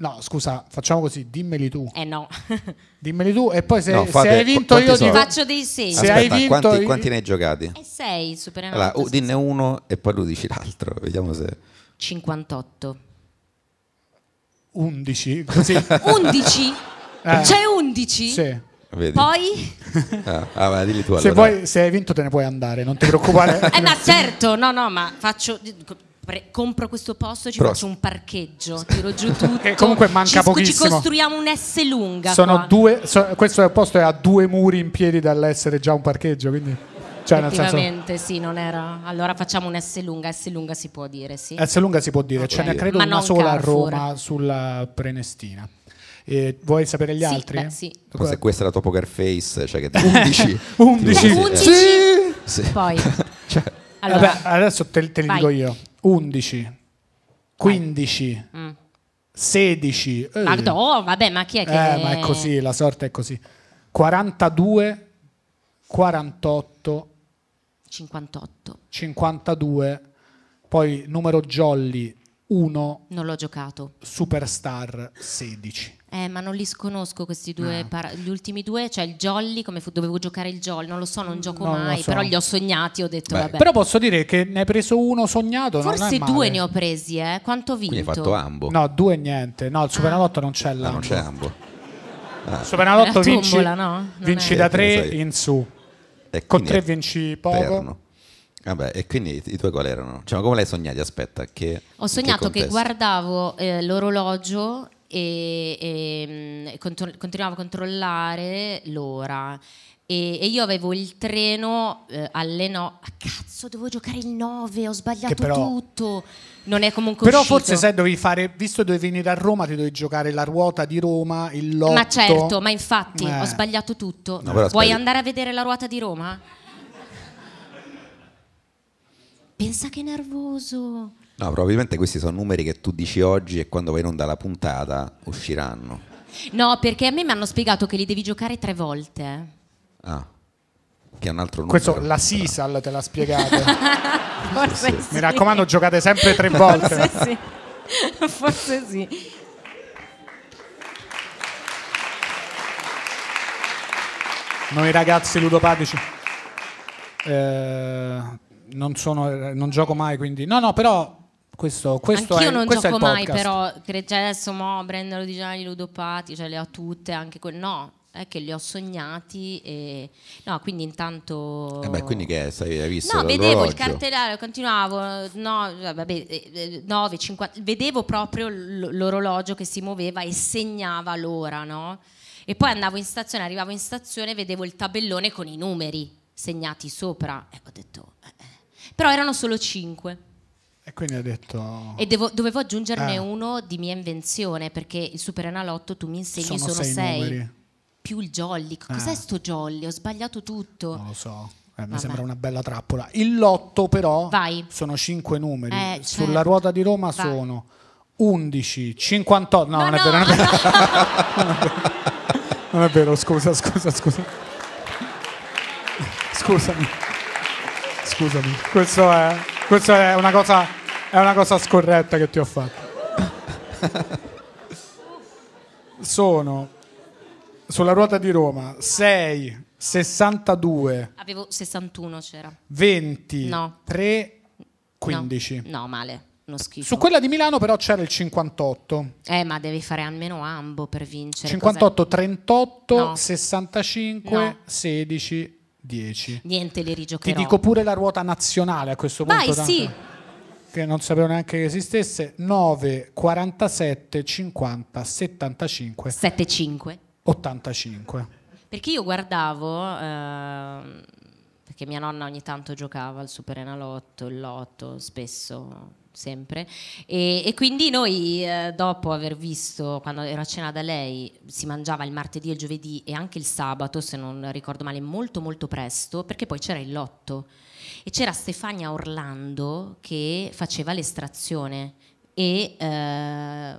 Speaker 3: No, scusa, facciamo così, dimmeli tu.
Speaker 1: Eh no.
Speaker 3: Dimmeli tu e poi se,
Speaker 2: No,
Speaker 3: se
Speaker 2: fate-
Speaker 3: hai vinto
Speaker 2: qu-
Speaker 3: io
Speaker 2: quanti
Speaker 3: dico...
Speaker 2: sono?
Speaker 1: Faccio dei segni.
Speaker 3: Se hai
Speaker 2: Aspetta,
Speaker 3: vinto
Speaker 2: quanti,
Speaker 3: i-
Speaker 2: quanti ne hai giocati?
Speaker 1: E sei, Super
Speaker 2: Allora,
Speaker 1: Enalotto,
Speaker 2: u- dinne uno e poi lui dici l'altro, vediamo se...
Speaker 1: 58.
Speaker 3: 11, così.
Speaker 1: 11?
Speaker 3: Eh.
Speaker 1: C'è 11?
Speaker 3: sì.
Speaker 2: Vedi?
Speaker 1: Poi,
Speaker 2: Ah, ah, vai, dilli tu allora.
Speaker 3: Se, vuoi- se hai vinto te ne puoi andare, non ti preoccupare.
Speaker 1: eh, ma certo, no, no, ma faccio. pre- compro questo posto, ci
Speaker 2: Però-
Speaker 1: faccio un parcheggio, tiro giù tutto.
Speaker 3: Che comunque manca
Speaker 1: ci, scu-
Speaker 3: pochissimo.
Speaker 1: Ci costruiamo un S lunga.
Speaker 3: Sono
Speaker 1: qua.
Speaker 3: due, so- questo posto è a due muri in piedi dall'essere già un parcheggio, quindi... Cioè, nel senso...
Speaker 1: Effettivamente, sì, non era. Allora facciamo un S lunga, S lunga si può dire, sì.
Speaker 3: S eh, lunga si può dire,
Speaker 1: Ok.
Speaker 3: ce n'è credo
Speaker 1: Ma
Speaker 3: una
Speaker 1: non
Speaker 3: sola a
Speaker 1: Carrefour.
Speaker 3: Roma sulla Prenestina. E vuoi sapere gli
Speaker 1: Sì,
Speaker 3: altri?
Speaker 1: beh, sì.
Speaker 2: Poi se questa è la topocar face, cioè che 11 Sì,
Speaker 3: 11.
Speaker 2: sì,
Speaker 1: Undici.
Speaker 2: eh,
Speaker 3: Sì. eh,
Speaker 2: sì.
Speaker 1: Poi,
Speaker 2: Cioè,
Speaker 1: allora,
Speaker 3: Vabbè, adesso te, te li
Speaker 1: Vai.
Speaker 3: dico io. 11, 15,
Speaker 1: mm.
Speaker 3: 16. eh.
Speaker 1: Ma no, oh, vabbè, ma chi è
Speaker 3: Eh,
Speaker 1: che
Speaker 3: ma è così, la sorte è così. 42, 48,
Speaker 1: 58.
Speaker 3: 52, poi numero jolly 1,
Speaker 1: Non l'ho giocato.
Speaker 3: superstar 16.
Speaker 1: Eh, ma non li sconosco questi
Speaker 3: Ah.
Speaker 1: due, para- gli ultimi due, cioè il Jolly, come fu- dovevo giocare il Jolly, non lo so, non gioco
Speaker 3: Mm, Non lo
Speaker 1: mai,
Speaker 3: so.
Speaker 1: però li ho sognati, ho detto
Speaker 2: Beh,
Speaker 1: vabbè.
Speaker 3: Però posso dire che ne hai preso uno sognato. non è
Speaker 1: Forse
Speaker 3: male.
Speaker 1: due ne ho presi, eh. Quanto ho vinto?
Speaker 2: quindi hai fatto ambo.
Speaker 3: No, due niente.
Speaker 1: Ah.
Speaker 3: No, il Superanalotto non c'è là.
Speaker 2: Boh. Ah, non c'è ambo.
Speaker 3: Superanalotto
Speaker 1: È la
Speaker 3: vinci,
Speaker 1: tombola, no? Non
Speaker 3: vinci
Speaker 1: è.
Speaker 3: da
Speaker 2: Eh, che ne
Speaker 3: tre
Speaker 2: sai.
Speaker 3: in su.
Speaker 2: E
Speaker 3: Con
Speaker 2: quindi
Speaker 3: tre
Speaker 2: è
Speaker 3: vinci poco.
Speaker 2: perno. Vabbè, e quindi i- i tuoi quali erano? Cioè, ma come l'hai sognati? Aspetta, che
Speaker 1: Ho sognato che,
Speaker 2: contesto?
Speaker 1: guardavo eh, l'orologio e, e, mm, contro- continuavo a controllare l'ora. E, e io avevo il treno eh, alle 9. Ah, cazzo, dovevo giocare il 9, ho sbagliato
Speaker 3: Che però-
Speaker 1: tutto. Non è comunque
Speaker 3: Però
Speaker 1: uscito.
Speaker 3: forse sai dovevi fare, visto dovevi venire a Roma, ti dovevi giocare la ruota di Roma, il lotto.
Speaker 1: Ma certo, ma infatti
Speaker 3: Eh.
Speaker 1: ho sbagliato tutto.
Speaker 2: No, però
Speaker 1: Vuoi
Speaker 2: sbagli-
Speaker 1: andare a vedere la ruota di Roma? Pensa che nervoso.
Speaker 2: No, probabilmente questi sono numeri che tu dici oggi e quando vai in onda la puntata usciranno.
Speaker 1: No, perché a me mi hanno spiegato che li devi giocare tre volte.
Speaker 2: Ah, che è un altro numero.
Speaker 3: Questo la Sisal te l'ha spiegato.
Speaker 1: Forse sì.
Speaker 3: Mi raccomando, giocate sempre tre volte.
Speaker 1: Forse sì. Forse sì.
Speaker 3: Noi ragazzi ludopatici. eh, non, sono, non gioco mai, quindi... No, no, però questo, questo
Speaker 1: Anch'io
Speaker 3: è,
Speaker 1: non
Speaker 3: questo è il
Speaker 1: gioco mai,
Speaker 3: podcast.
Speaker 1: però cre- cioè, adesso mo prendere di già i ludopati, cioè le ho tutte, anche quel no, è che li ho sognati e no, quindi intanto
Speaker 2: Eh beh, quindi che è? Sai, hai visto
Speaker 1: No, vedevo il
Speaker 2: l'orologio?
Speaker 1: cartellario, continuavo, no, vabbè, eh, eh, 9, 50, vedevo proprio l- l'orologio che si muoveva e segnava l'ora, no? E poi andavo in stazione, arrivavo in stazione e vedevo il tabellone con i numeri segnati sopra e ho detto... eh, eh. Però erano solo 5
Speaker 3: E quindi ho detto...
Speaker 1: e devo- dovevo aggiungerne
Speaker 3: Ah.
Speaker 1: uno di mia invenzione perché il superenalotto tu mi insegni
Speaker 3: sono,
Speaker 1: sono
Speaker 3: sei
Speaker 1: 6
Speaker 3: numeri.
Speaker 1: più il jolly.
Speaker 3: Ah.
Speaker 1: Cos'è sto jolly? Ho sbagliato tutto.
Speaker 3: Non lo so. Eh, mi
Speaker 1: Vabbè.
Speaker 3: sembra una bella trappola. Il lotto, però,
Speaker 1: Vai.
Speaker 3: sono cinque numeri.
Speaker 1: Eh,
Speaker 3: Sulla
Speaker 1: certo.
Speaker 3: ruota di Roma
Speaker 1: Vai.
Speaker 3: sono 11, 58. No,
Speaker 1: Ma
Speaker 3: non, È
Speaker 1: no!
Speaker 3: vero, non è vero. Non è vero, scusa, scusa, scusa. Scusami. Scusami. Questo è, questo è una cosa è una cosa scorretta che ti ho fatto. Sono sulla ruota di Roma 6 62
Speaker 1: Avevo 61 c'era.
Speaker 3: 20
Speaker 1: No.
Speaker 3: 3 15.
Speaker 1: No, no, male, uno schifo.
Speaker 3: Su quella di Milano però c'era il 58.
Speaker 1: Eh, ma devi fare almeno ambo per vincere.
Speaker 3: 58 38
Speaker 1: No.
Speaker 3: 65
Speaker 1: No.
Speaker 3: 16 10.
Speaker 1: cos'è? Niente, li
Speaker 3: Ti
Speaker 1: rigiocherò.
Speaker 3: dico pure la ruota nazionale a questo punto.
Speaker 1: Vai,
Speaker 3: tanto
Speaker 1: sì.
Speaker 3: Che non sapevo neanche che esistesse. 9, 47, 50, 75,
Speaker 1: 7-5.
Speaker 3: 85.
Speaker 1: Perché io guardavo, ehm, perché mia nonna ogni tanto giocava al superenalotto, il lotto, spesso, sempre, e, e quindi noi eh, dopo aver visto, quando ero a cena da lei, si mangiava il martedì e il giovedì e anche il sabato, se non ricordo male, molto molto presto, perché poi c'era il lotto. E c'era Stefania Orlando che faceva l'estrazione e eh,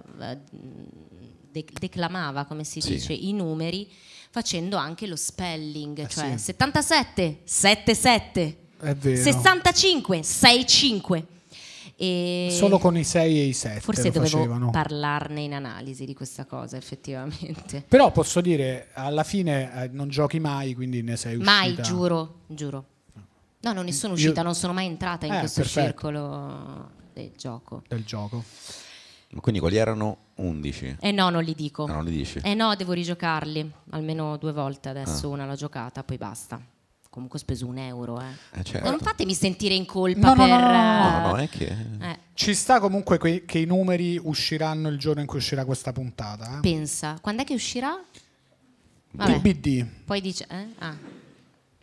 Speaker 1: de- declamava, come si
Speaker 2: Sì.
Speaker 1: dice, i numeri facendo anche lo spelling,
Speaker 3: Eh,
Speaker 1: cioè
Speaker 3: sì.
Speaker 1: 77, 77,
Speaker 3: È vero.
Speaker 1: 65, 65. E
Speaker 3: Solo con i 6 e i 7
Speaker 1: Forse
Speaker 3: lo
Speaker 1: dovevo
Speaker 3: facevano.
Speaker 1: parlarne in analisi di questa cosa, effettivamente.
Speaker 3: Però posso dire, alla fine eh, non giochi mai, quindi ne sei uscita.
Speaker 1: Mai, giuro, giuro. No, non ne sono uscita,
Speaker 3: Io-
Speaker 1: non sono mai entrata in
Speaker 3: Eh,
Speaker 1: questo
Speaker 3: perfetto.
Speaker 1: circolo del gioco.
Speaker 3: Del gioco.
Speaker 2: Quindi quali erano 11?
Speaker 1: Eh no, non li dico.
Speaker 2: Ah, non li dici?
Speaker 1: Eh no, devo rigiocarli almeno due volte adesso, una l'ho giocata, poi basta. Comunque ho speso un euro, eh.
Speaker 2: Eh, certo.
Speaker 1: Ma Non fatemi sentire in colpa
Speaker 3: No, no,
Speaker 1: per...
Speaker 3: no, no, no,
Speaker 2: No, no,
Speaker 1: eh,
Speaker 2: è che...
Speaker 1: eh,
Speaker 3: Ci sta comunque que- che i numeri usciranno il giorno in cui uscirà questa puntata. Eh?
Speaker 1: pensa, quando è che uscirà? Vabbè,
Speaker 3: TBD.
Speaker 1: poi dice... eh? Ah,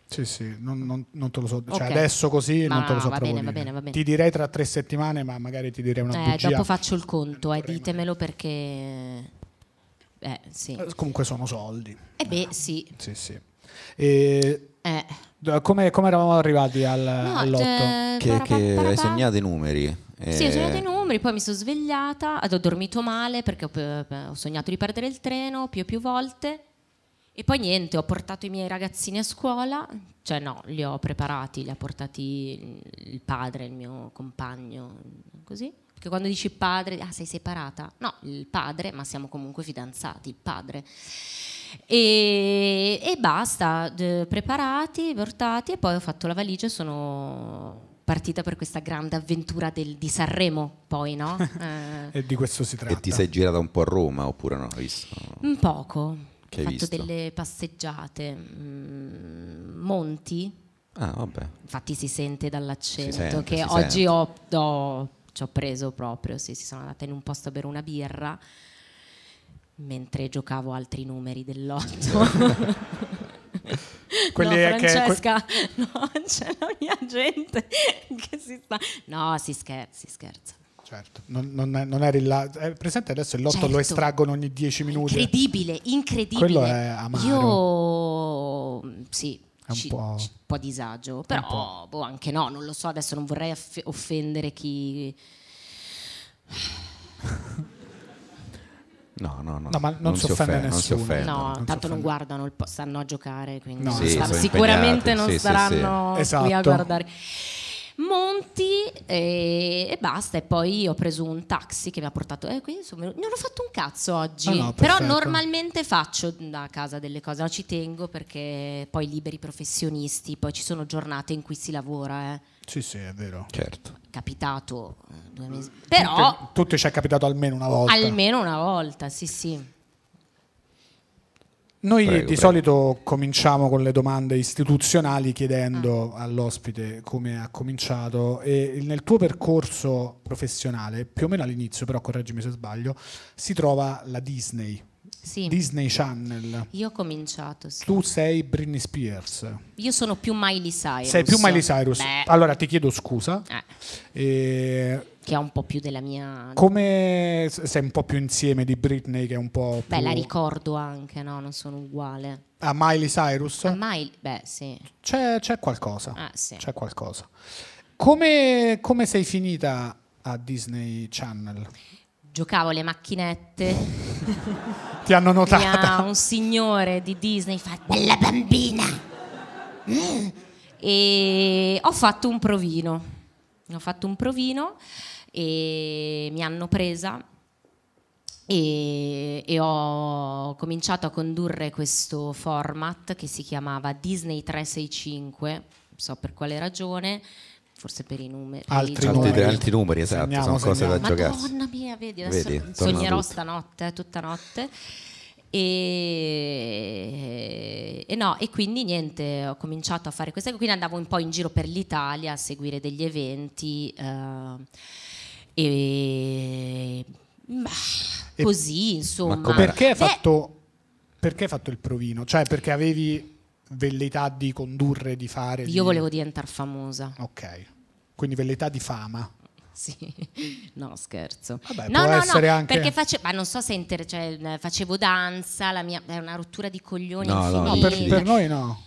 Speaker 3: Sì, sì, non, non- non te lo so. Cioè,
Speaker 1: Ok.
Speaker 3: adesso così
Speaker 1: Ma
Speaker 3: non te lo so
Speaker 1: va
Speaker 3: proprio
Speaker 1: bene, va
Speaker 3: dire.
Speaker 1: bene, va bene.
Speaker 3: Ti direi tra tre settimane, ma magari ti direi una
Speaker 1: eh,
Speaker 3: bugia.
Speaker 1: dopo faccio il conto, eh, ditemelo perché... Eh, sì.
Speaker 3: Eh, Comunque sono soldi.
Speaker 1: Eh beh, sì.
Speaker 3: Sì, sì. E,
Speaker 1: Eh.
Speaker 3: d- come, come eravamo arrivati al,
Speaker 1: No,
Speaker 3: all'otto?
Speaker 1: eh,
Speaker 2: Che,
Speaker 1: para-
Speaker 2: che
Speaker 1: para-
Speaker 2: hai sognato i numeri.
Speaker 1: Sì,
Speaker 2: eh,
Speaker 1: ho sognato i numeri, poi mi sono svegliata, ad- ho dormito male perché ho, pe- ho sognato di perdere il treno più e più volte. E poi niente, ho portato i miei ragazzini a scuola, cioè no, li ho preparati, li ha portati il padre, il mio compagno, così. Perché quando dici padre, ah sei separata? No, il padre, ma siamo comunque fidanzati, il padre. E, e basta, d- preparati, portati e poi ho fatto la valigia e sono partita per questa grande avventura del- di Sanremo, poi no? Eh,
Speaker 3: E di questo si tratta.
Speaker 2: E ti sei girata un po' a Roma oppure no? Hai visto?
Speaker 1: un poco,
Speaker 2: Che hai
Speaker 1: ho fatto
Speaker 2: visto?
Speaker 1: delle passeggiate, mm, monti,
Speaker 2: Ah, vabbè.
Speaker 1: infatti si sente dall'accento
Speaker 2: Si sente, si
Speaker 1: che oggi
Speaker 2: sente.
Speaker 1: ho, ho- ci ho preso proprio, sì, si sono andata in un posto a bere una birra mentre giocavo altri numeri dell'otto.
Speaker 3: Quelli
Speaker 1: no,
Speaker 3: che-
Speaker 1: Francesca, no, c'è la mia gente che si sta... No, si scherza, si scherza.
Speaker 3: Certo, non, non, non eri là. Eh, presente adesso il lotto lo
Speaker 1: Certo.
Speaker 3: estraggono ogni 10 minuti.
Speaker 1: Incredibile, incredibile.
Speaker 3: Quello è amaro.
Speaker 1: Io mm, sì,
Speaker 3: È un
Speaker 1: ci- ci-
Speaker 3: po'-
Speaker 1: un, po'... disagio, però boh, anche no, non lo so, adesso non vorrei aff- offendere chi...
Speaker 2: No, no, no.
Speaker 3: No, ma non si offende
Speaker 2: Non si
Speaker 3: nessuno.
Speaker 2: offende.
Speaker 1: no,
Speaker 3: non
Speaker 1: tanto non
Speaker 3: offendo.
Speaker 1: guardano, il po- stanno a giocare, quindi
Speaker 3: No,
Speaker 1: non
Speaker 3: Sì,
Speaker 1: stanno-
Speaker 3: sono
Speaker 2: impegnati,
Speaker 1: sicuramente non
Speaker 2: sì, sì,
Speaker 1: staranno
Speaker 3: sì.
Speaker 1: qui a
Speaker 3: Esatto.
Speaker 1: guardare. Monti e, e basta, e poi ho preso un taxi che mi ha portato. eh, quindi sono venuta- non ho fatto un cazzo oggi,
Speaker 3: Ah, no,
Speaker 1: però
Speaker 3: perfetto.
Speaker 1: normalmente faccio da casa delle cose, no, ci tengo perché poi liberi professionisti, poi ci sono giornate in cui si lavora, eh.
Speaker 3: Sì, sì, è vero.
Speaker 2: Certo.
Speaker 1: capitato eh, due mesi. Però
Speaker 3: Tutti- tutti ci è capitato almeno una volta.
Speaker 1: almeno una volta, sì sì.
Speaker 3: Noi
Speaker 2: Prego,
Speaker 3: di
Speaker 2: prego.
Speaker 3: solito cominciamo con le domande istituzionali chiedendo
Speaker 1: Ah.
Speaker 3: all'ospite come ha cominciato e nel tuo percorso professionale, più o meno all'inizio, però correggimi se sbaglio, si trova la Disney,
Speaker 1: sì.
Speaker 3: Disney Channel.
Speaker 1: Io ho cominciato, sì.
Speaker 3: Tu sei Britney Spears,
Speaker 1: Io sono più Miley Cyrus.
Speaker 3: sei più Miley Cyrus.
Speaker 1: Beh,
Speaker 3: Allora ti chiedo scusa.
Speaker 1: eh,
Speaker 3: E
Speaker 1: che ha un po' più della mia...
Speaker 3: come s- sei un po' più insieme di Britney che è un po' più
Speaker 1: Beh, la ricordo anche, no? Non sono uguale.
Speaker 3: a Miley Cyrus?
Speaker 1: A Miley... Beh, sì.
Speaker 3: C'è, c'è qualcosa.
Speaker 1: Ah, sì.
Speaker 3: C'è qualcosa. Come, come sei finita a Disney Channel?
Speaker 1: Giocavo alle macchinette.
Speaker 3: Ti hanno
Speaker 1: Mi
Speaker 3: notata?
Speaker 1: ha un signore di Disney fa... Bella bambina! Mm. E ho fatto un provino. Ho fatto un provino e mi hanno presa e, e ho cominciato a condurre questo format che si chiamava Disney 365, non so per quale ragione, forse per i numeri.
Speaker 3: Altri
Speaker 1: i
Speaker 2: Altri,
Speaker 3: numeri.
Speaker 2: altri numeri, esatto,
Speaker 3: Segniamo,
Speaker 2: sono cose da
Speaker 3: segniamo.
Speaker 2: giocarsi.
Speaker 1: Madonna mia, vedi, adesso
Speaker 2: Vedi, torna
Speaker 1: sognerò
Speaker 2: tutto.
Speaker 1: stanotte, eh, tutta notte. E, e no, e quindi niente, ho cominciato a fare queste cose, quindi andavo un po' in giro per l'Italia a seguire degli eventi eh, e bah,
Speaker 3: E-
Speaker 1: così, insomma.
Speaker 2: Ma com'era?
Speaker 3: Perché hai,
Speaker 1: Beh,
Speaker 3: fatto, perché hai fatto il provino? Cioè, perché avevi velleità di condurre, di fare? di-
Speaker 1: Io volevo diventare famosa.
Speaker 3: Ok, quindi velleità di fama.
Speaker 1: Sì, no scherzo.
Speaker 3: Vabbè,
Speaker 1: no,
Speaker 3: Eh, può
Speaker 1: no,
Speaker 3: essere
Speaker 1: no,
Speaker 3: anche-
Speaker 1: perché face- ma non so se inter- cioè, eh, facevo danza, la mia è una rottura di coglioni
Speaker 2: No,
Speaker 1: infinita.
Speaker 2: no,
Speaker 3: No,
Speaker 2: Sì.
Speaker 3: per, per noi no.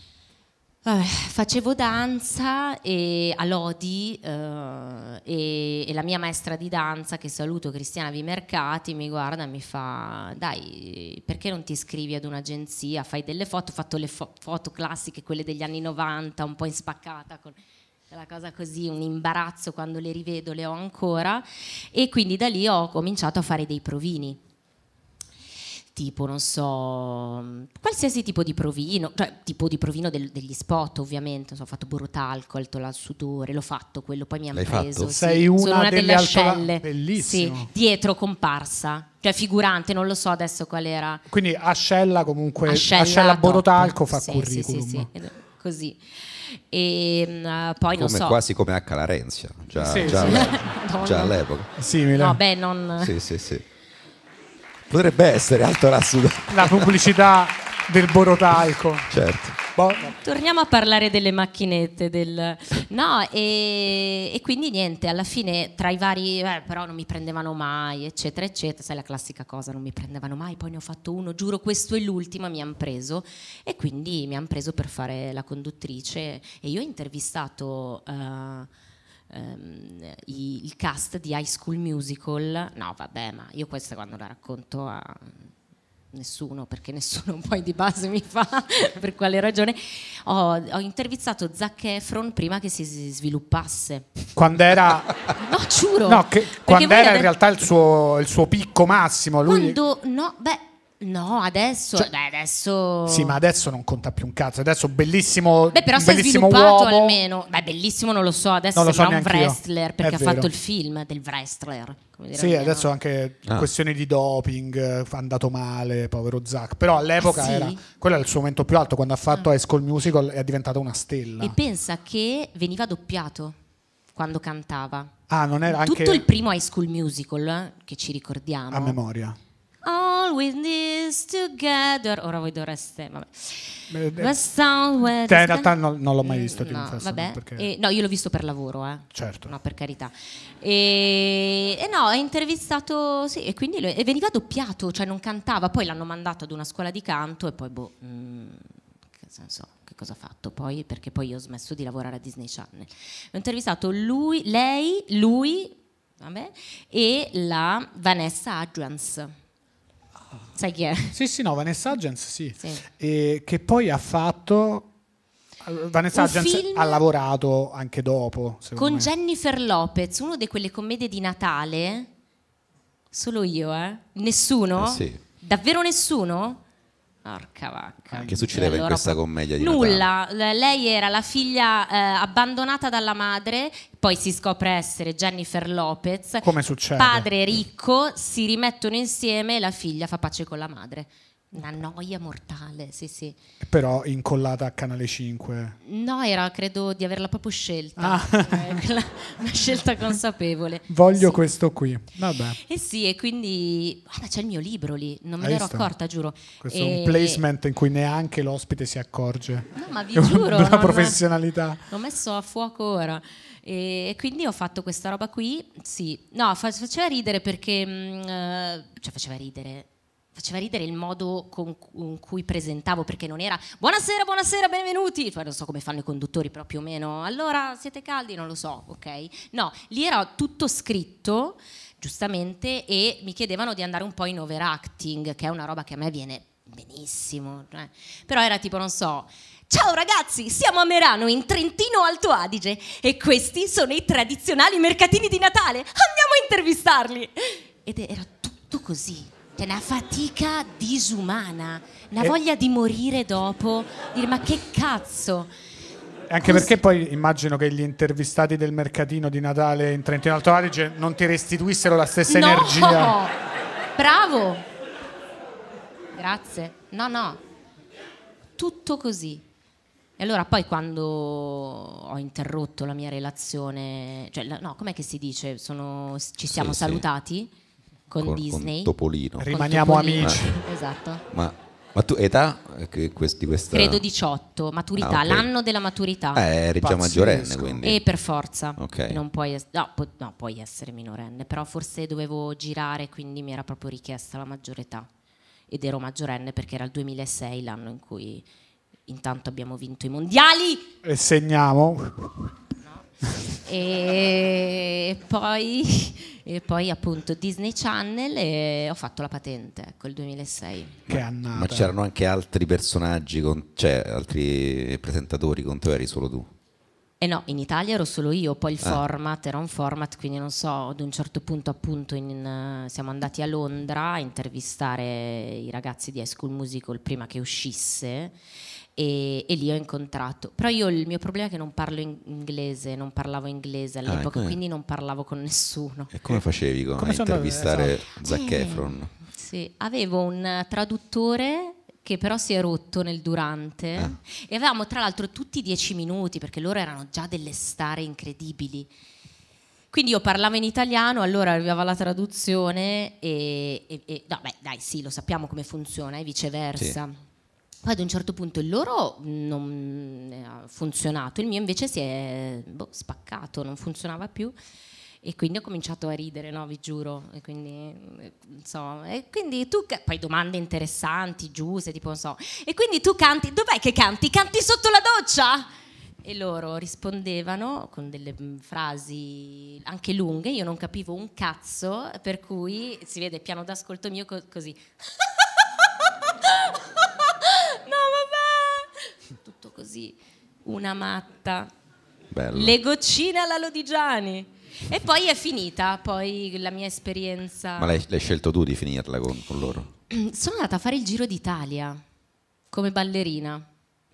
Speaker 1: Vabbè, facevo danza e a Lodi eh, e, e la mia maestra di danza, che saluto Cristiana Vimercati, mi guarda e mi fa: Dai, perché non ti iscrivi ad un'agenzia? Fai delle foto. Ho fatto le fo- foto classiche, quelle degli anni 90, un po' in spaccata con la cosa così, un imbarazzo quando le rivedo, le ho ancora. E quindi da lì ho cominciato a fare dei provini. tipo, non so, qualsiasi tipo di provino, cioè tipo di provino del- degli spot ovviamente, so, ho fatto borotalco, alto al sudore, l'ho fatto quello, poi mi hanno
Speaker 2: L'hai fatto?
Speaker 1: preso. sì.
Speaker 3: Sei una
Speaker 1: Sono una
Speaker 3: delle
Speaker 1: delle
Speaker 3: altola-
Speaker 1: ascelle.
Speaker 3: Bellissimo.
Speaker 1: Sì, dietro comparsa, cioè figurante, non lo so adesso qual era.
Speaker 3: Quindi ascella comunque, ascella,
Speaker 1: Ascella, top.
Speaker 3: borotalco fa
Speaker 1: Sì, sì,
Speaker 3: curriculum.
Speaker 1: sì, sì, ed- Così. E mm, poi non
Speaker 2: Come-
Speaker 1: so...
Speaker 2: Quasi come H. Larenzia, già,
Speaker 3: Sì,
Speaker 2: già-
Speaker 3: sì.
Speaker 1: Madonna.
Speaker 2: già all'epoca.
Speaker 3: Simile.
Speaker 1: No, beh, non...
Speaker 2: Cioè, Sì, sì, sì. Potrebbe essere alto rassudo,
Speaker 3: La pubblicità del borotalco.
Speaker 2: certo.
Speaker 3: Bo-
Speaker 1: Torniamo a parlare delle macchinette. Del... No, e, e quindi niente, alla fine tra i vari, eh, però non mi prendevano mai, eccetera, eccetera, sai la classica cosa, non mi prendevano mai, poi ne ho fatto uno, giuro questo è l'ultimo, mi hanno preso e quindi mi hanno preso per fare la conduttrice e io ho intervistato... eh, ehm, i- il cast di High School Musical. No, vabbè, ma io questa quando la racconto a nessuno, perché nessuno poi di base mi fa per quale ragione. Ho, ho intervistato Zac Efron prima che si si sviluppasse.
Speaker 3: Quando era,
Speaker 1: No, giuro.
Speaker 3: no, che-
Speaker 1: Perché
Speaker 3: quando
Speaker 1: voi
Speaker 3: era in
Speaker 1: adesso-
Speaker 3: realtà il suo, il suo picco massimo, lui...
Speaker 1: Quando... No, beh... No, adesso,
Speaker 3: Cioè-
Speaker 1: beh, adesso...
Speaker 3: Sì, ma adesso non conta più un cazzo. Adesso bellissimo,
Speaker 1: Beh, però si è
Speaker 3: bellissimo
Speaker 1: sviluppato
Speaker 3: uomo.
Speaker 1: almeno. Beh, bellissimo, non lo so. Adesso
Speaker 3: Non lo so
Speaker 1: sembra un
Speaker 3: neanche io.
Speaker 1: wrestler
Speaker 3: È
Speaker 1: perché ha
Speaker 3: vero.
Speaker 1: fatto il film del wrestler. come dire
Speaker 3: Sì,
Speaker 1: almeno.
Speaker 3: adesso anche
Speaker 2: Ah.
Speaker 3: questioni di doping, eh, fa andato male, povero Zach. Però all'epoca
Speaker 1: Ah, sì? Ah.
Speaker 3: era quello era il suo momento più alto quando ha fatto High School Musical è diventata una stella.
Speaker 1: E pensa che veniva doppiato quando cantava.
Speaker 3: ah, non era anche
Speaker 1: Tutto il primo High School Musical eh, che ci ricordiamo.
Speaker 3: a memoria.
Speaker 1: All with this together. Ora voi dovreste. Vabbè.
Speaker 3: Eh, eh,
Speaker 1: The sound where
Speaker 3: Cioè, in
Speaker 1: the-
Speaker 3: realtà non- non l'ho mai visto, ti
Speaker 1: No,
Speaker 3: confesso,
Speaker 1: vabbè.
Speaker 3: perché-
Speaker 1: Eh, no, io l'ho visto per lavoro, eh.
Speaker 3: Certo.
Speaker 1: No, per carità. E, e no, ha intervistato, sì, e quindi lo- e veniva doppiato, cioè non cantava, poi l'hanno mandato ad una scuola di canto e poi, boh, mm, che senso, che cosa ha fatto poi? Perché poi io ho smesso di lavorare a Disney Channel. Ho intervistato lui, lei, lui, vabbè, e la Vanessa Adjuans. Sai chi è?
Speaker 3: Sì, sì, no, Vanessa Hudgens, sì.
Speaker 1: Sì.
Speaker 3: E che poi ha fatto eh, Vanessa
Speaker 1: Un
Speaker 3: Hudgens
Speaker 1: film-
Speaker 3: ha lavorato anche dopo, secondo
Speaker 1: Con
Speaker 3: me.
Speaker 1: Jennifer Lopez, una di quelle commedie di Natale. Solo io, eh? Nessuno?
Speaker 2: Eh sì.
Speaker 1: Davvero nessuno? Porca vacca.
Speaker 2: Che succedeva in
Speaker 1: Allora,
Speaker 2: questa commedia di Natale?
Speaker 1: Nulla, L- lei era la figlia eh, abbandonata dalla madre, poi si scopre essere Jennifer Lopez.
Speaker 3: Come succede?
Speaker 1: Padre ricco, si rimettono insieme e la figlia fa pace con la madre. Una noia mortale, sì sì.
Speaker 3: Però incollata a Canale 5.
Speaker 1: No, era credo di averla proprio scelta, Eh, quella- una scelta consapevole.
Speaker 3: Ah. Voglio
Speaker 1: Sì.
Speaker 3: questo qui. Vabbè.
Speaker 1: Eh sì, e quindi guarda, c'è il mio libro lì, non me
Speaker 3: Hai
Speaker 1: ne ero
Speaker 3: visto?
Speaker 1: accorta, giuro.
Speaker 3: Questo
Speaker 1: E-
Speaker 3: è un placement in cui neanche l'ospite si accorge.
Speaker 1: No, ma vi
Speaker 3: È una
Speaker 1: giuro,
Speaker 3: brava
Speaker 1: non-
Speaker 3: professionalità.
Speaker 1: L'ho messo a fuoco ora. E quindi ho fatto questa roba qui. Sì, no, fa- faceva ridere perché. mh, eh, cioè, faceva ridere. Faceva ridere il modo con, cu- con cui presentavo, perché non era buonasera, buonasera, benvenuti. Poi non so come fanno i conduttori, però più o meno. Allora siete caldi? Non lo so, ok? No, lì era tutto scritto, giustamente, e mi chiedevano di andare un po' in overacting, che è una roba che a me viene benissimo. cioè. Però era tipo, non so, Ciao ragazzi, siamo a Merano in Trentino Alto Adige e questi sono i tradizionali mercatini di Natale. Andiamo a intervistarli. Ed era tutto così. C'è una fatica disumana, una
Speaker 3: E-
Speaker 1: voglia di morire dopo, dire ma che cazzo.
Speaker 3: Anche
Speaker 1: Così.
Speaker 3: perché poi immagino che gli intervistati del mercatino di Natale in Trentino Alto Adige non ti restituissero la stessa
Speaker 1: no!
Speaker 3: energia.
Speaker 1: Bravo. Grazie. No, no. Tutto così. E allora poi quando ho interrotto la mia relazione, cioè la- no, com'è che si dice? Sono- ci siamo
Speaker 2: sì.
Speaker 1: salutati con, Disney. con
Speaker 2: Topolino.
Speaker 3: Ri- Rimaniamo
Speaker 1: Topolino.
Speaker 3: amici.
Speaker 1: Esatto.
Speaker 2: Ma, ma tu, età eh, che quest- di questa...
Speaker 1: Credo 18, maturità,
Speaker 2: Ah, ok.
Speaker 1: l'anno della maturità.
Speaker 2: Eh, eri già
Speaker 3: Pazzesco.
Speaker 2: maggiorenne, quindi.
Speaker 1: E per forza,
Speaker 2: Ok.
Speaker 1: non puoi, es- no, pu- no, puoi essere minorenne, però forse dovevo girare, quindi mi era proprio richiesta la maggiore età. Ed ero maggiorenne perché era il 2006 l'anno in cui intanto abbiamo vinto i mondiali
Speaker 3: E segniamo.
Speaker 1: e poi, e poi appunto Disney Channel e ho fatto la patente, ecco il 2006.
Speaker 3: Che annata.
Speaker 2: Ma c'erano anche altri personaggi, con- cioè altri presentatori con te, o eri solo tu?
Speaker 1: Eh no, in Italia ero solo io, poi il
Speaker 2: Eh.
Speaker 1: format era un format, quindi non so, ad un certo punto appunto in- eh, siamo andati a Londra a intervistare i ragazzi di High School Musical prima che uscisse e, e lì ho incontrato. Però io il mio problema è che non parlo in- inglese, non parlavo inglese all'epoca,
Speaker 2: ecco.
Speaker 1: quindi non parlavo con nessuno.
Speaker 2: E come facevi con-
Speaker 3: Come
Speaker 2: a
Speaker 3: sono- esatto.
Speaker 2: intervistare Zac
Speaker 1: Eh,
Speaker 2: Efron?
Speaker 1: Sì, avevo un eh, traduttore che però si è rotto nel durante
Speaker 2: Ah.
Speaker 1: e avevamo tra l'altro tutti dieci minuti perché loro erano già delle stare incredibili. Quindi io parlavo in italiano, allora arrivava la traduzione e, e- e- no, beh, dai, sì, lo sappiamo come funziona e viceversa. Poi ad un certo punto il loro non eh, ha funzionato, il mio invece si è boh, spaccato, non funzionava più. E quindi ho cominciato a ridere, no, vi giuro. E quindi, eh, non so, e quindi tu, ca- poi domande interessanti, giuse, tipo, non so. E quindi tu canti, dov'è che canti? Canti sotto la doccia? E loro rispondevano con delle mm, frasi anche lunghe, io non capivo un cazzo, per cui si vede il piano d'ascolto mio co- così. no, vabbè! Tutto così, una matta.
Speaker 2: Bello.
Speaker 1: Le goccine alla Lodigiani. E poi è finita, poi la mia esperienza.
Speaker 2: Ma l'hai, l'hai scelto tu di finirla con, con loro?
Speaker 1: Sono andata a fare il giro d'Italia come ballerina.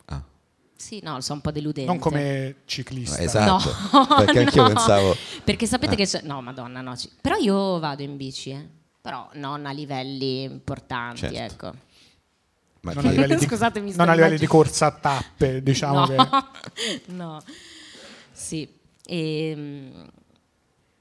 Speaker 2: Ah,
Speaker 1: Sì, no, sono un po' deludente.
Speaker 3: Non come ciclista.
Speaker 1: No,
Speaker 2: esatto. Perché anch'io
Speaker 1: no.
Speaker 2: pensavo... Ah.
Speaker 1: Perché sapete che c'è... No, madonna, no. ci- Però io vado in bici, eh. Però non a livelli importanti,
Speaker 2: Certo.
Speaker 1: ecco.
Speaker 2: Ma
Speaker 3: Non
Speaker 2: chi-
Speaker 3: a livelli di,
Speaker 1: Scusatemi, sto
Speaker 3: non a livelli di
Speaker 1: immagin-
Speaker 3: corsa a tappe,
Speaker 1: no.
Speaker 3: diciamo che...
Speaker 1: no. Sì. Ehm,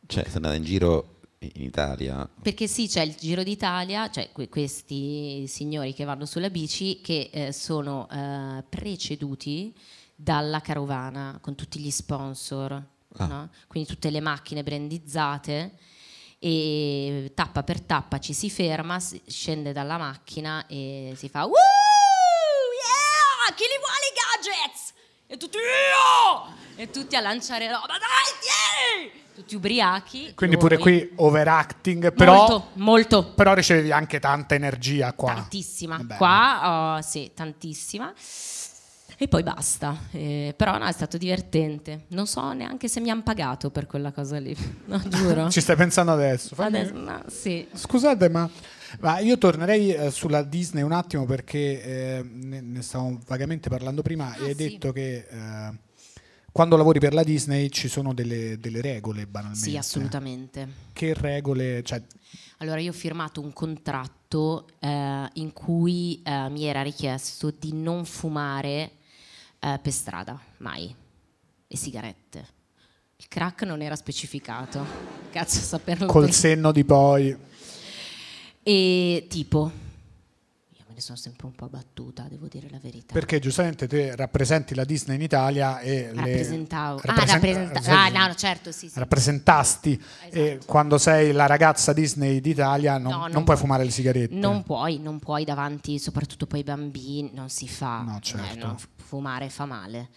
Speaker 2: Cioè, sei andata in giro in Italia.
Speaker 1: Perché sì, c'è il Giro d'Italia, cioè que- questi signori che vanno sulla bici che eh, sono eh, preceduti dalla carovana con tutti gli sponsor,
Speaker 2: Ah.
Speaker 1: no? quindi tutte le macchine brandizzate e tappa per tappa ci si ferma, si- scende dalla macchina e si fa "Woo! Yeah! Chi li vuole i gadgets?" E tutti "Io!" e tutti a lanciare roba, dai, tieni! Tutti ubriachi.
Speaker 3: Quindi pure
Speaker 1: loro-
Speaker 3: qui overacting, però,
Speaker 1: Molto, molto.
Speaker 3: però ricevi anche tanta energia qua. Eh
Speaker 1: Tantissima.
Speaker 3: Vabbè.
Speaker 1: Qua, oh, sì, tantissima. E poi basta. Eh, però no, è stato divertente. Non so neanche se mi hanno pagato per quella cosa lì. No, giuro.
Speaker 3: Ci stai pensando adesso? Fammi-
Speaker 1: Adesso, no, sì.
Speaker 3: Scusate, ma, ma io tornerei eh, sulla Disney un attimo perché eh, ne, ne stavamo vagamente parlando prima e hai
Speaker 1: Ah, sì.
Speaker 3: detto che eh, quando lavori per la Disney ci sono delle, delle regole banalmente.
Speaker 1: Sì, assolutamente.
Speaker 3: Che regole? Cioè,
Speaker 1: Allora, io ho firmato un contratto eh, in cui eh, mi era richiesto di non fumare eh, per strada, mai, e sigarette. Il crack non era specificato. Cazzo, a saperlo.
Speaker 3: col
Speaker 1: bene.
Speaker 3: senno di poi.
Speaker 1: E tipo, io me ne sono sempre un po' battuta, devo dire la verità.
Speaker 3: Perché giustamente te rappresenti la Disney in Italia e
Speaker 1: Ah,
Speaker 3: le- cioè,
Speaker 1: Rappresentavo.
Speaker 3: rappresen-
Speaker 1: ah, rappresentavo. Ah, no, no, certo, sì, sì.
Speaker 3: rappresentasti e quando sei la ragazza Disney d'Italia non,
Speaker 1: No,
Speaker 3: non
Speaker 1: non
Speaker 3: puoi
Speaker 1: pu-
Speaker 3: fumare le sigarette.
Speaker 1: Non puoi, non puoi davanti, soprattutto poi ai bambini, non si fa.
Speaker 3: No, certo.
Speaker 1: no, f- fumare fa male.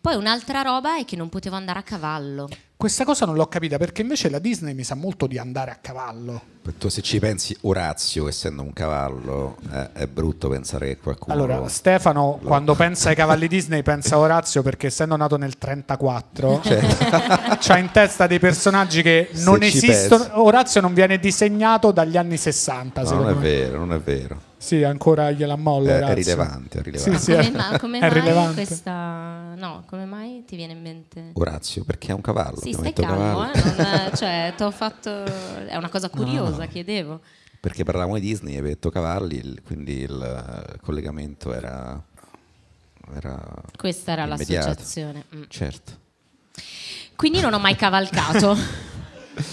Speaker 1: Poi un'altra roba è che non potevo andare a cavallo.
Speaker 3: Questa cosa non l'ho capita perché invece la Disney mi sa molto di andare a cavallo.
Speaker 2: Tu se ci pensi, Orazio, essendo un cavallo, eh, è brutto pensare che qualcuno...
Speaker 3: Allora, Stefano, quando pensa ai cavalli Disney, pensa a Orazio perché essendo nato nel 34, c'ha in testa dei personaggi che
Speaker 2: Certo. Se
Speaker 3: non
Speaker 2: ci
Speaker 3: esistono.
Speaker 2: pensi.
Speaker 3: Orazio non viene disegnato dagli anni 60,
Speaker 2: No,
Speaker 3: secondo
Speaker 2: non è
Speaker 3: me.
Speaker 2: vero, non è vero.
Speaker 3: Sì, ancora gliela mollo.
Speaker 2: È- è
Speaker 3: Orazio.
Speaker 2: rilevante, è rilevante.
Speaker 3: Sì, sì,
Speaker 1: Come, ma- come
Speaker 3: è
Speaker 1: mai
Speaker 3: rilevante.
Speaker 1: questa. No, come mai ti viene in mente?
Speaker 2: Orazio, perché è un cavallo.
Speaker 1: Sì,
Speaker 2: abbiamo
Speaker 1: stai
Speaker 2: detto
Speaker 1: calmo,
Speaker 2: cavallo.
Speaker 1: eh, non- cioè, t'ho fatto. È una cosa curiosa, chiedevo.
Speaker 2: Perché parlavamo di Disney, avevi detto cavalli, il- quindi il eh, collegamento era... era
Speaker 1: Questa era
Speaker 2: immediato.
Speaker 1: l'associazione. mm.
Speaker 2: Certo.
Speaker 1: Quindi non ho mai cavalcato.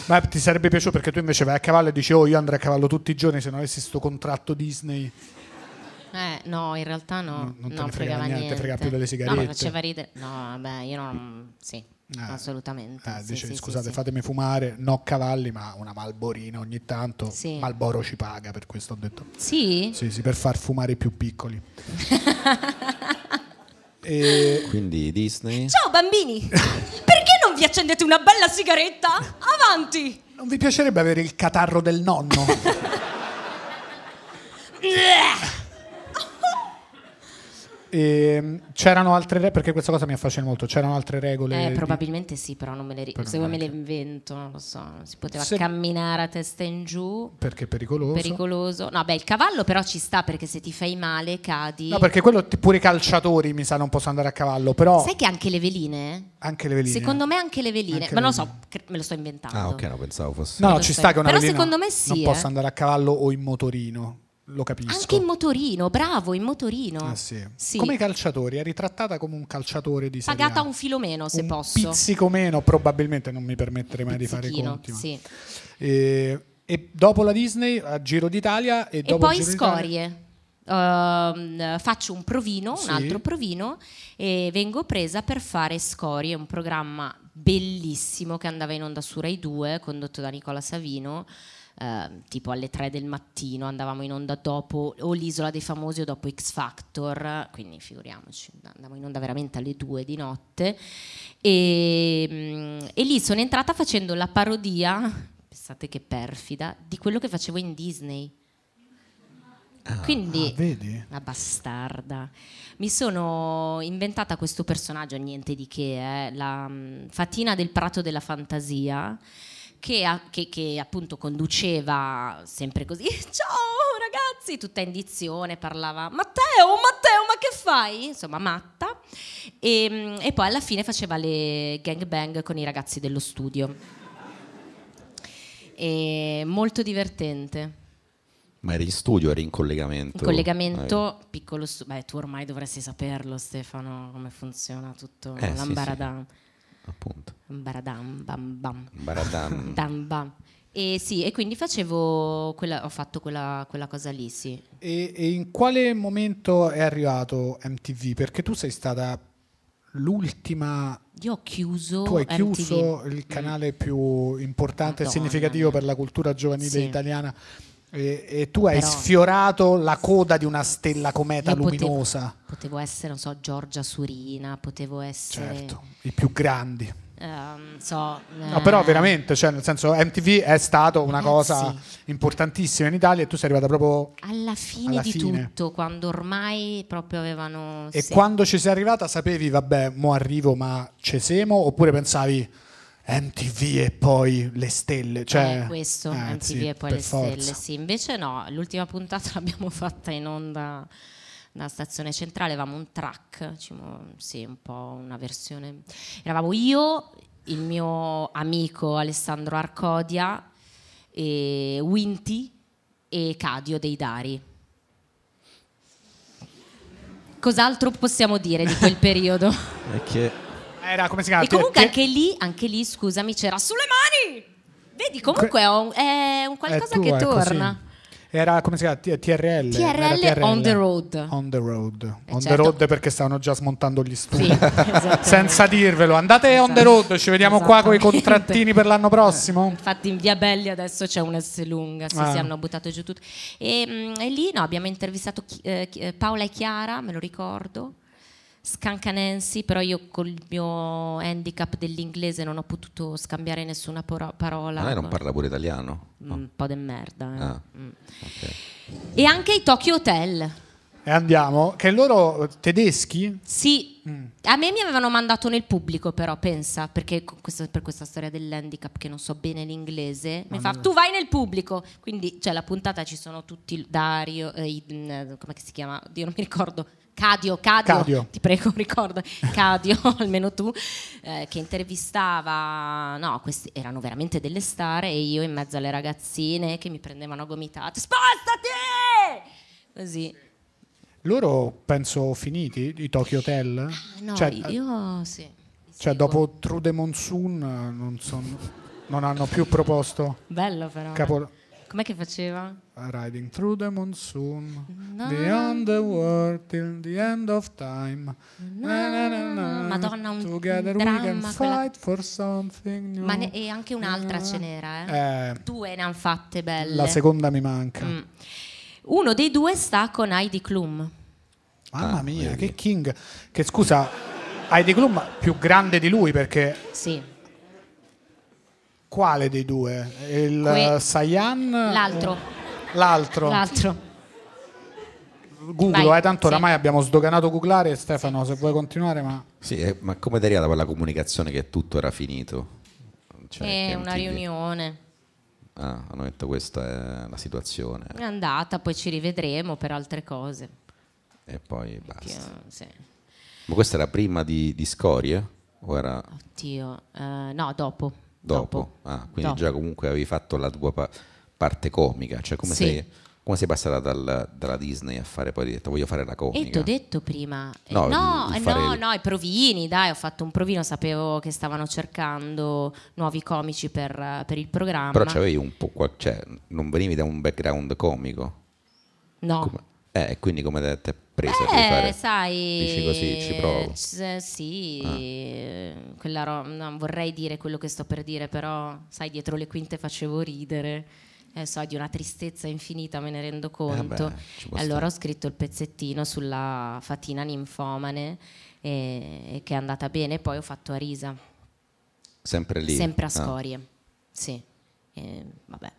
Speaker 3: Ma ti sarebbe piaciuto perché tu invece vai a cavallo e dici, oh, io andrei a cavallo tutti i giorni se non avessi sto contratto Disney.
Speaker 1: eh, no, in realtà no.
Speaker 3: No, non te
Speaker 1: no,
Speaker 3: ne frega
Speaker 1: fregava
Speaker 3: niente,
Speaker 1: niente.
Speaker 3: frega più delle
Speaker 1: No,
Speaker 3: sigarette.
Speaker 1: ma faceva ridere. No, vabbè, io non. Sì,
Speaker 3: Ah.
Speaker 1: assolutamente.
Speaker 3: Eh,
Speaker 1: sì,
Speaker 3: dice,
Speaker 1: sì, sì,
Speaker 3: scusate,
Speaker 1: sì.
Speaker 3: fatemi fumare, no cavalli, ma una Malborina ogni tanto.
Speaker 1: Sì.
Speaker 3: Malboro ci paga, per questo ho detto.
Speaker 1: Sì?
Speaker 3: Sì, sì, per far fumare i più piccoli. E-
Speaker 2: Quindi Disney...
Speaker 1: Ciao bambini! Perché non vi accendete una bella sigaretta? Avanti!
Speaker 3: non vi piacerebbe avere il catarro del nonno?
Speaker 1: Eh,
Speaker 3: E c'erano altre regole, perché questa cosa mi affascina molto, c'erano altre regole.
Speaker 1: Eh,
Speaker 3: di-
Speaker 1: probabilmente sì, però non me le ricordo. Secondo me le invento, non lo so. Non si poteva
Speaker 3: Se-
Speaker 1: camminare a testa in giù.
Speaker 3: Perché è pericoloso.
Speaker 1: Pericoloso. No, beh, il cavallo però ci sta perché se ti fai male cadi.
Speaker 3: No, perché quello ti- pure i calciatori mi sa non possono andare a cavallo, però
Speaker 1: Sai che anche le veline?
Speaker 3: anche le veline.
Speaker 1: Secondo me anche le veline,
Speaker 3: Anche
Speaker 1: ma
Speaker 3: le
Speaker 1: non lo so, cre- me lo sto inventando.
Speaker 2: Ah, ok, no, pensavo fosse.
Speaker 3: No, no,
Speaker 1: lo
Speaker 3: ci
Speaker 1: so.
Speaker 3: sta che una
Speaker 1: Però
Speaker 3: velina
Speaker 1: secondo me sì,
Speaker 3: non
Speaker 1: eh.
Speaker 3: possa andare a cavallo o in motorino, lo capisco.
Speaker 1: Anche in motorino, bravo, in motorino.
Speaker 3: Ah, sì.
Speaker 1: Sì.
Speaker 3: Come i calciatori, è ritrattata come un calciatore di serie
Speaker 1: Pagata
Speaker 3: A.
Speaker 1: un filo meno se
Speaker 3: Un
Speaker 1: posso.
Speaker 3: pizzico meno, probabilmente non mi permetterei mai di fare i
Speaker 1: Pizzichino,
Speaker 3: conti. ma-
Speaker 1: sì.
Speaker 3: E, e dopo la Disney, a Giro d'Italia e,
Speaker 1: E
Speaker 3: dopo il
Speaker 1: poi
Speaker 3: Giro d'Italia-
Speaker 1: scorie. Ehm, faccio un provino,
Speaker 3: Sì.
Speaker 1: un altro provino e vengo presa per fare Scorie, un programma bellissimo che andava in onda su Rai 2 condotto da Nicola Savino. ehm, tipo alle 3 del mattino andavamo in onda dopo o l'isola dei famosi o dopo X Factor, quindi figuriamoci, andavamo in onda veramente alle 2 di notte e, mm, e lì sono entrata facendo la parodia, pensate che perfida, di quello che facevo in Disney. Quindi
Speaker 3: Ah, vedi?
Speaker 1: una bastarda. Mi sono inventata questo personaggio, niente di che, eh, la mm, Fatina del Prato della Fantasia, che, a- che- che appunto conduceva sempre così, ciao ragazzi, tutta in dizione, parlava, Matteo, Matteo, ma che fai? Insomma, matta. E, mm, e poi alla fine faceva le gangbang con i ragazzi dello studio. E molto divertente.
Speaker 2: Ma eri in studio, eri in collegamento.
Speaker 1: In collegamento, piccolo stu- Beh, tu ormai dovresti saperlo, Stefano, come funziona tutto.
Speaker 2: Eh, sì,
Speaker 1: L'ambaradam.
Speaker 2: Eh, appunto.
Speaker 1: Ambaradam, bam bam.
Speaker 2: Baradam.
Speaker 1: Dam bam. E sì, e quindi facevo quella, ho fatto quella, quella cosa lì, sì.
Speaker 3: E, e in quale momento è arrivato MTV? Perché tu sei stata l'ultima,
Speaker 1: Io ho chiuso eh,
Speaker 3: tu hai
Speaker 1: MTV.
Speaker 3: chiuso il canale più importante e
Speaker 1: Madonna
Speaker 3: significativo
Speaker 1: mia.
Speaker 3: per la cultura giovanile
Speaker 1: Sì.
Speaker 3: italiana e, e tu hai
Speaker 1: Però-
Speaker 3: sfiorato la coda di una stella cometa
Speaker 1: Io potevo-
Speaker 3: luminosa.
Speaker 1: Potevo essere, non so, Giorgia Surina, potevo essere...
Speaker 3: Certo, i più grandi.
Speaker 1: ehm, non so...
Speaker 3: No, però
Speaker 1: eh,
Speaker 3: veramente, cioè, nel senso, MTV è stato una
Speaker 1: Ragazzi.
Speaker 3: cosa importantissima in Italia e tu sei arrivata proprio...
Speaker 1: Alla fine
Speaker 3: Alla
Speaker 1: di
Speaker 3: fine.
Speaker 1: tutto, quando ormai proprio avevano...
Speaker 3: E
Speaker 1: Oh, sì.
Speaker 3: quando ci sei arrivata sapevi, vabbè, mo arrivo ma ci siamo? Oppure pensavi MTV e poi le stelle? Cioè,
Speaker 1: Eh, questo,
Speaker 3: eh,
Speaker 1: MTV
Speaker 3: sì,
Speaker 1: e poi
Speaker 3: per
Speaker 1: le
Speaker 3: forza.
Speaker 1: stelle. Sì, invece no, l'ultima puntata l'abbiamo fatta in onda da stazione centrale, avevamo un track, ci mo- sì, un po' una versione. Eravamo io, il mio amico Alessandro Arcodia, e Winti e Cadio dei Dari. Cos'altro possiamo dire di quel periodo?
Speaker 2: È che
Speaker 3: Era, come si chiama?
Speaker 1: E comunque
Speaker 3: Che-
Speaker 1: anche lì, anche lì, scusami, c'era sulle mani. Vedi, comunque è un, è un
Speaker 3: eh,
Speaker 1: qualcosa
Speaker 3: tu,
Speaker 1: che
Speaker 3: è così.
Speaker 1: torna.
Speaker 3: Era, come si chiama? T- TRL.
Speaker 1: TRL
Speaker 3: era
Speaker 1: on the road.
Speaker 3: On the road. on the
Speaker 1: certo.
Speaker 3: road perché stavano già smontando gli studi.
Speaker 1: Sì, esatto. esattamente.
Speaker 3: Senza dirvelo, andate on the road, ci vediamo qua con i
Speaker 1: Esattamente.
Speaker 3: contrattini per l'anno prossimo.
Speaker 1: Infatti in Via Belli adesso c'è un S lunga, sì,
Speaker 3: Ah.
Speaker 1: si hanno buttato giù tutto. E, mm, e lì no, abbiamo intervistato chi- eh, chi- eh, Paola e Chiara, me lo ricordo, Scanca Nancy, però io col mio handicap dell'inglese non ho potuto scambiare nessuna poro- parola.
Speaker 2: Ma lei non parla pure italiano?
Speaker 1: Mm, Un po' di merda. eh.
Speaker 2: Ah.
Speaker 1: Mm. E anche i Tokyo Hotel.
Speaker 3: E andiamo, che loro eh, tedeschi?
Speaker 1: Sì,
Speaker 3: Mm.
Speaker 1: a me mi avevano mandato nel pubblico però, pensa, perché con questo- per questa storia dell'handicap che non so bene l'inglese, mi fa tu vai nel pubblico, quindi c'è la puntata ci sono tutti il Dario, eh, i- mm, eh, come che si chiama? Dio non mi ricordo. Cadio, Cadio,
Speaker 3: Cadio.
Speaker 1: ti prego ricorda, Cadio, almeno tu, eh, che intervistava, no, questi erano veramente delle star e io in mezzo alle ragazzine che mi prendevano a gomitate, spostati! Così.
Speaker 3: Loro penso finiti i Tokyo Hotel?
Speaker 1: No,
Speaker 3: cioè,
Speaker 1: io sì. li seguo.
Speaker 3: cioè, dopo True the Monsoon eh, non, son- non hanno più proposto
Speaker 1: Bello però. eh.
Speaker 3: capo
Speaker 1: Com'è che faceva?
Speaker 3: Riding Through the Monsoon,
Speaker 1: Na-
Speaker 3: Beyond the World till the End of Time.
Speaker 1: Na- Madonna, un
Speaker 3: Together we
Speaker 1: dramma,
Speaker 3: can fight
Speaker 1: quella-
Speaker 3: for something new.
Speaker 1: Ma ne- e anche un'altra ce n'era, eh.
Speaker 3: Eh,
Speaker 1: Due ne hanno fatte belle.
Speaker 3: la seconda mi manca.
Speaker 1: Mm. Uno dei due sta con Heidi Klum.
Speaker 3: Mamma
Speaker 2: Ah,
Speaker 3: mia,
Speaker 2: vedi.
Speaker 3: che King. Che scusa, Heidi Klum più grande di lui perché
Speaker 1: Sì.
Speaker 3: Quale dei due? Il
Speaker 1: Que-
Speaker 3: eh, Sayan?
Speaker 1: L'altro.
Speaker 3: L'altro.
Speaker 1: L'altro.
Speaker 3: Googlo,
Speaker 1: Vai,
Speaker 3: eh, tanto
Speaker 1: sì.
Speaker 3: oramai abbiamo sdoganato Googlare, Stefano, se vuoi continuare, ma...
Speaker 2: Sì, eh, ma come ti è arrivata quella comunicazione che tutto era finito? Cioè,
Speaker 1: Eh,
Speaker 2: che
Speaker 1: una
Speaker 2: MTV
Speaker 1: riunione.
Speaker 2: Ah, hanno detto questa è la situazione
Speaker 1: È andata, poi ci rivedremo per altre cose. Eh.
Speaker 2: e poi
Speaker 1: Che, eh,
Speaker 2: basta.
Speaker 1: sì.
Speaker 2: Ma questa era prima di, di Scorie? O era
Speaker 1: Oddio, eh, no, dopo.
Speaker 2: dopo? Ah, quindi
Speaker 1: Dopo.
Speaker 2: già comunque avevi fatto la tua pa- parte comica, cioè come,
Speaker 1: Sì.
Speaker 2: sei, come sei passata dal- dalla Disney a fare poi hai detto voglio fare la
Speaker 1: E ti ho
Speaker 2: comica?
Speaker 1: detto prima, eh,
Speaker 2: oh, No,
Speaker 1: no,
Speaker 2: il-
Speaker 1: eh,
Speaker 2: il fare
Speaker 1: no,
Speaker 2: il-
Speaker 1: no, i provini, dai, ho fatto un provino, sapevo che stavano cercando nuovi comici per, eh, per il programma.
Speaker 2: Però c'avevi un po' qual- cioè, non venivi da un background comico.
Speaker 1: no.
Speaker 2: Come- eh, e quindi come te- ti è presa per
Speaker 1: Oh. Eh,
Speaker 2: fare?
Speaker 1: sai,
Speaker 2: Dici così, ci provo. Ah.
Speaker 1: c- sì, quella ro- non vorrei dire quello che sto per dire, però, sai, dietro le quinte facevo ridere, eh, so, di una tristezza infinita me ne rendo conto.
Speaker 2: Eh, beh, ci può
Speaker 1: allora
Speaker 2: stare.
Speaker 1: ho scritto il pezzettino sulla fatina ninfomane, eh, e che è andata bene, poi ho fatto Arisa,
Speaker 2: Sempre lì?
Speaker 1: sempre a
Speaker 2: Ah.
Speaker 1: scorie, sì, Eh, vabbè,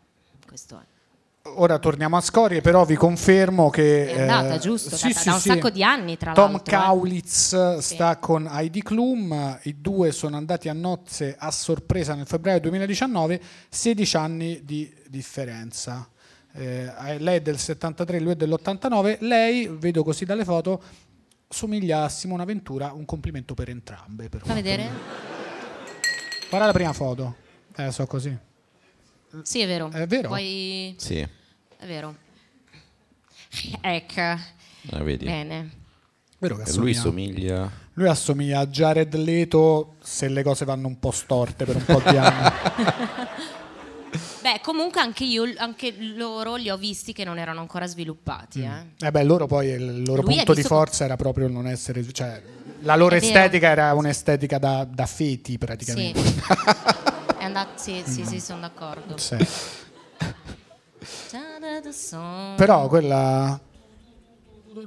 Speaker 1: questo è.
Speaker 3: Ora torniamo a Scorie, però vi confermo che...
Speaker 1: È andata,
Speaker 3: eh,
Speaker 1: giusto?
Speaker 3: sì,
Speaker 1: Da-
Speaker 3: sì,
Speaker 1: da un
Speaker 3: sì.
Speaker 1: sacco di anni, tra
Speaker 3: Tom
Speaker 1: l'altro, eh.
Speaker 3: Kaulitz sta con Heidi Klum, i due sono andati a nozze a sorpresa nel febbraio 2019, 16 anni di differenza. Eh, lei è del 73, lui è dell'89, lei, vedo così dalle foto, somiglia a Simona Ventura, un complimento per entrambe. Per
Speaker 1: Fa
Speaker 3: quanto-
Speaker 1: vedere?
Speaker 3: Guarda la prima foto, eh, so così.
Speaker 1: Sì, è vero.
Speaker 3: Eh, È vero?
Speaker 1: Poi-
Speaker 2: Sì, eh,
Speaker 1: È vero. Ecco,
Speaker 2: ah, vedi.
Speaker 1: bene.
Speaker 3: Vero che
Speaker 2: E lui
Speaker 3: assomiglia?
Speaker 2: somiglia...
Speaker 3: Lui assomiglia a Jared Leto se le cose vanno un po' storte per un po' di anni.
Speaker 1: Beh, comunque anche io, anche loro li ho visti che non erano ancora sviluppati. eh.
Speaker 3: Eh beh, loro poi il loro
Speaker 1: Lui è
Speaker 3: punto di
Speaker 1: visto
Speaker 3: forza era proprio il non essere. Cioè, la loro
Speaker 1: È vero.
Speaker 3: estetica era un'estetica da, da feti
Speaker 1: Sì.
Speaker 3: praticamente. Mm.
Speaker 1: È andat- sì, sì, sì, sono d'accordo.
Speaker 3: Sì.
Speaker 1: Però
Speaker 3: Però quella.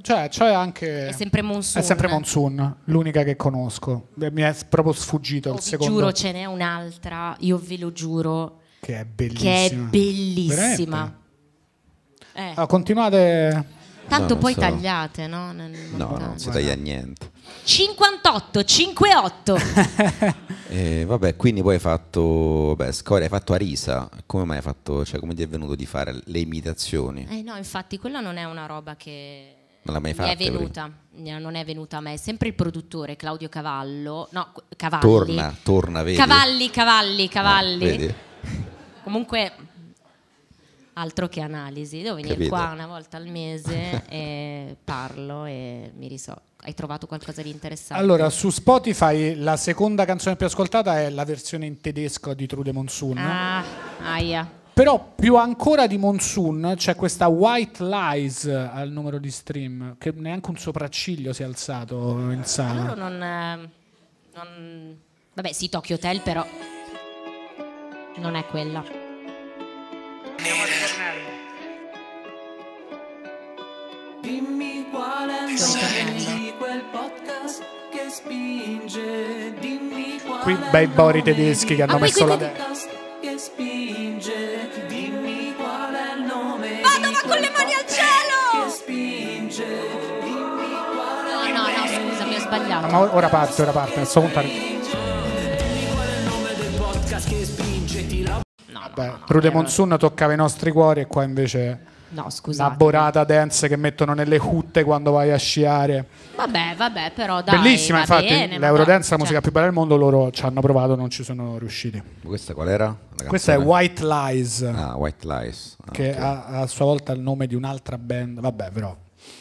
Speaker 3: Cioè, c'è anche.
Speaker 1: è sempre eh. Monsoon.
Speaker 3: è sempre Monsoon, l'unica che conosco. Beh, Mi è proprio sfuggito
Speaker 1: Oh,
Speaker 3: il
Speaker 1: vi
Speaker 3: secondo.
Speaker 1: giuro, ce n'è un'altra, io ve lo giuro,
Speaker 3: che è bellissima.
Speaker 1: che è bellissima.
Speaker 3: Veramente?
Speaker 1: Eh,
Speaker 3: Ah, continuate.
Speaker 1: tanto
Speaker 2: No,
Speaker 1: poi
Speaker 2: so.
Speaker 1: tagliate, no? Nel
Speaker 2: No,
Speaker 1: montaggio.
Speaker 2: non si taglia niente.
Speaker 1: 58, 58.
Speaker 2: E vabbè, quindi poi hai fatto... Beh, Scoria, hai fatto Arisa. Come mai hai fatto... Cioè, come ti è venuto di fare le imitazioni?
Speaker 1: Eh no, infatti quella non è una roba che
Speaker 2: Non l'ha
Speaker 1: mi
Speaker 2: mai
Speaker 1: è
Speaker 2: fatta prima?
Speaker 1: venuta, mi- non è venuta a me, è sempre il produttore Claudio Cavallo, no, qu- Cavalli.
Speaker 2: Torna, torna, vedi?
Speaker 1: Cavalli, Cavalli,
Speaker 2: Ah,
Speaker 1: Cavalli.
Speaker 2: vedi?
Speaker 1: Comunque altro che analisi, devo venire
Speaker 2: Capito.
Speaker 1: qua una volta al mese e parlo e mi riso. Hai trovato qualcosa di interessante?
Speaker 3: Allora, su Spotify la seconda canzone più ascoltata è la versione in tedesco di Trude Monsoon.
Speaker 1: ah, aia.
Speaker 3: Però più ancora di Monsoon c'è questa White Lies al numero di stream, che neanche un sopracciglio si è alzato in
Speaker 1: Loro
Speaker 3: sala.
Speaker 1: non, eh, non- Vabbè, sì, Tokyo Hotel, però. Non è quella.
Speaker 4: Dimmi qual è il
Speaker 1: Sto
Speaker 4: nome
Speaker 1: ritornando.
Speaker 4: di quel podcast che spinge. Dimmi qual
Speaker 3: Qui
Speaker 4: è il
Speaker 3: bei bori
Speaker 4: nome
Speaker 3: tedeschi che hanno
Speaker 1: Ah, qui,
Speaker 3: messo
Speaker 1: qui,
Speaker 3: la
Speaker 1: qui.
Speaker 4: di
Speaker 3: de-
Speaker 4: podcast che spinge. Dimmi qual è il nome
Speaker 1: Vado,
Speaker 4: di
Speaker 1: ma con
Speaker 4: quel
Speaker 1: le mani al
Speaker 4: podcast
Speaker 1: cielo!
Speaker 4: Che spinge. Dimmi qual
Speaker 1: No,
Speaker 4: è
Speaker 1: no, no, scusami, ho sbagliato.
Speaker 3: Ah, Ma ora parte, ora parte. a sto punto arri-
Speaker 1: No, no, no,
Speaker 3: Beh,
Speaker 1: no,
Speaker 3: Trude
Speaker 1: errore.
Speaker 3: Monsoon toccava i nostri cuori e qua invece
Speaker 1: No,
Speaker 3: la
Speaker 1: scusate.
Speaker 3: borata dance che mettono nelle hutte quando vai a sciare.
Speaker 1: Vabbè, vabbè, però dai. va
Speaker 3: Bellissima, infatti,
Speaker 1: bene, ma
Speaker 3: l'Eurodance è la
Speaker 1: dai,
Speaker 3: musica
Speaker 1: cioè,
Speaker 3: più bella del mondo, loro ci hanno provato, non ci sono riusciti.
Speaker 2: Questa qual era? La
Speaker 3: Questa è
Speaker 2: canzone?
Speaker 3: White Lies,
Speaker 2: Ah, White Lies. Ah,
Speaker 3: che
Speaker 2: ok.
Speaker 3: ha a sua volta il nome di un'altra band. Vabbè, però.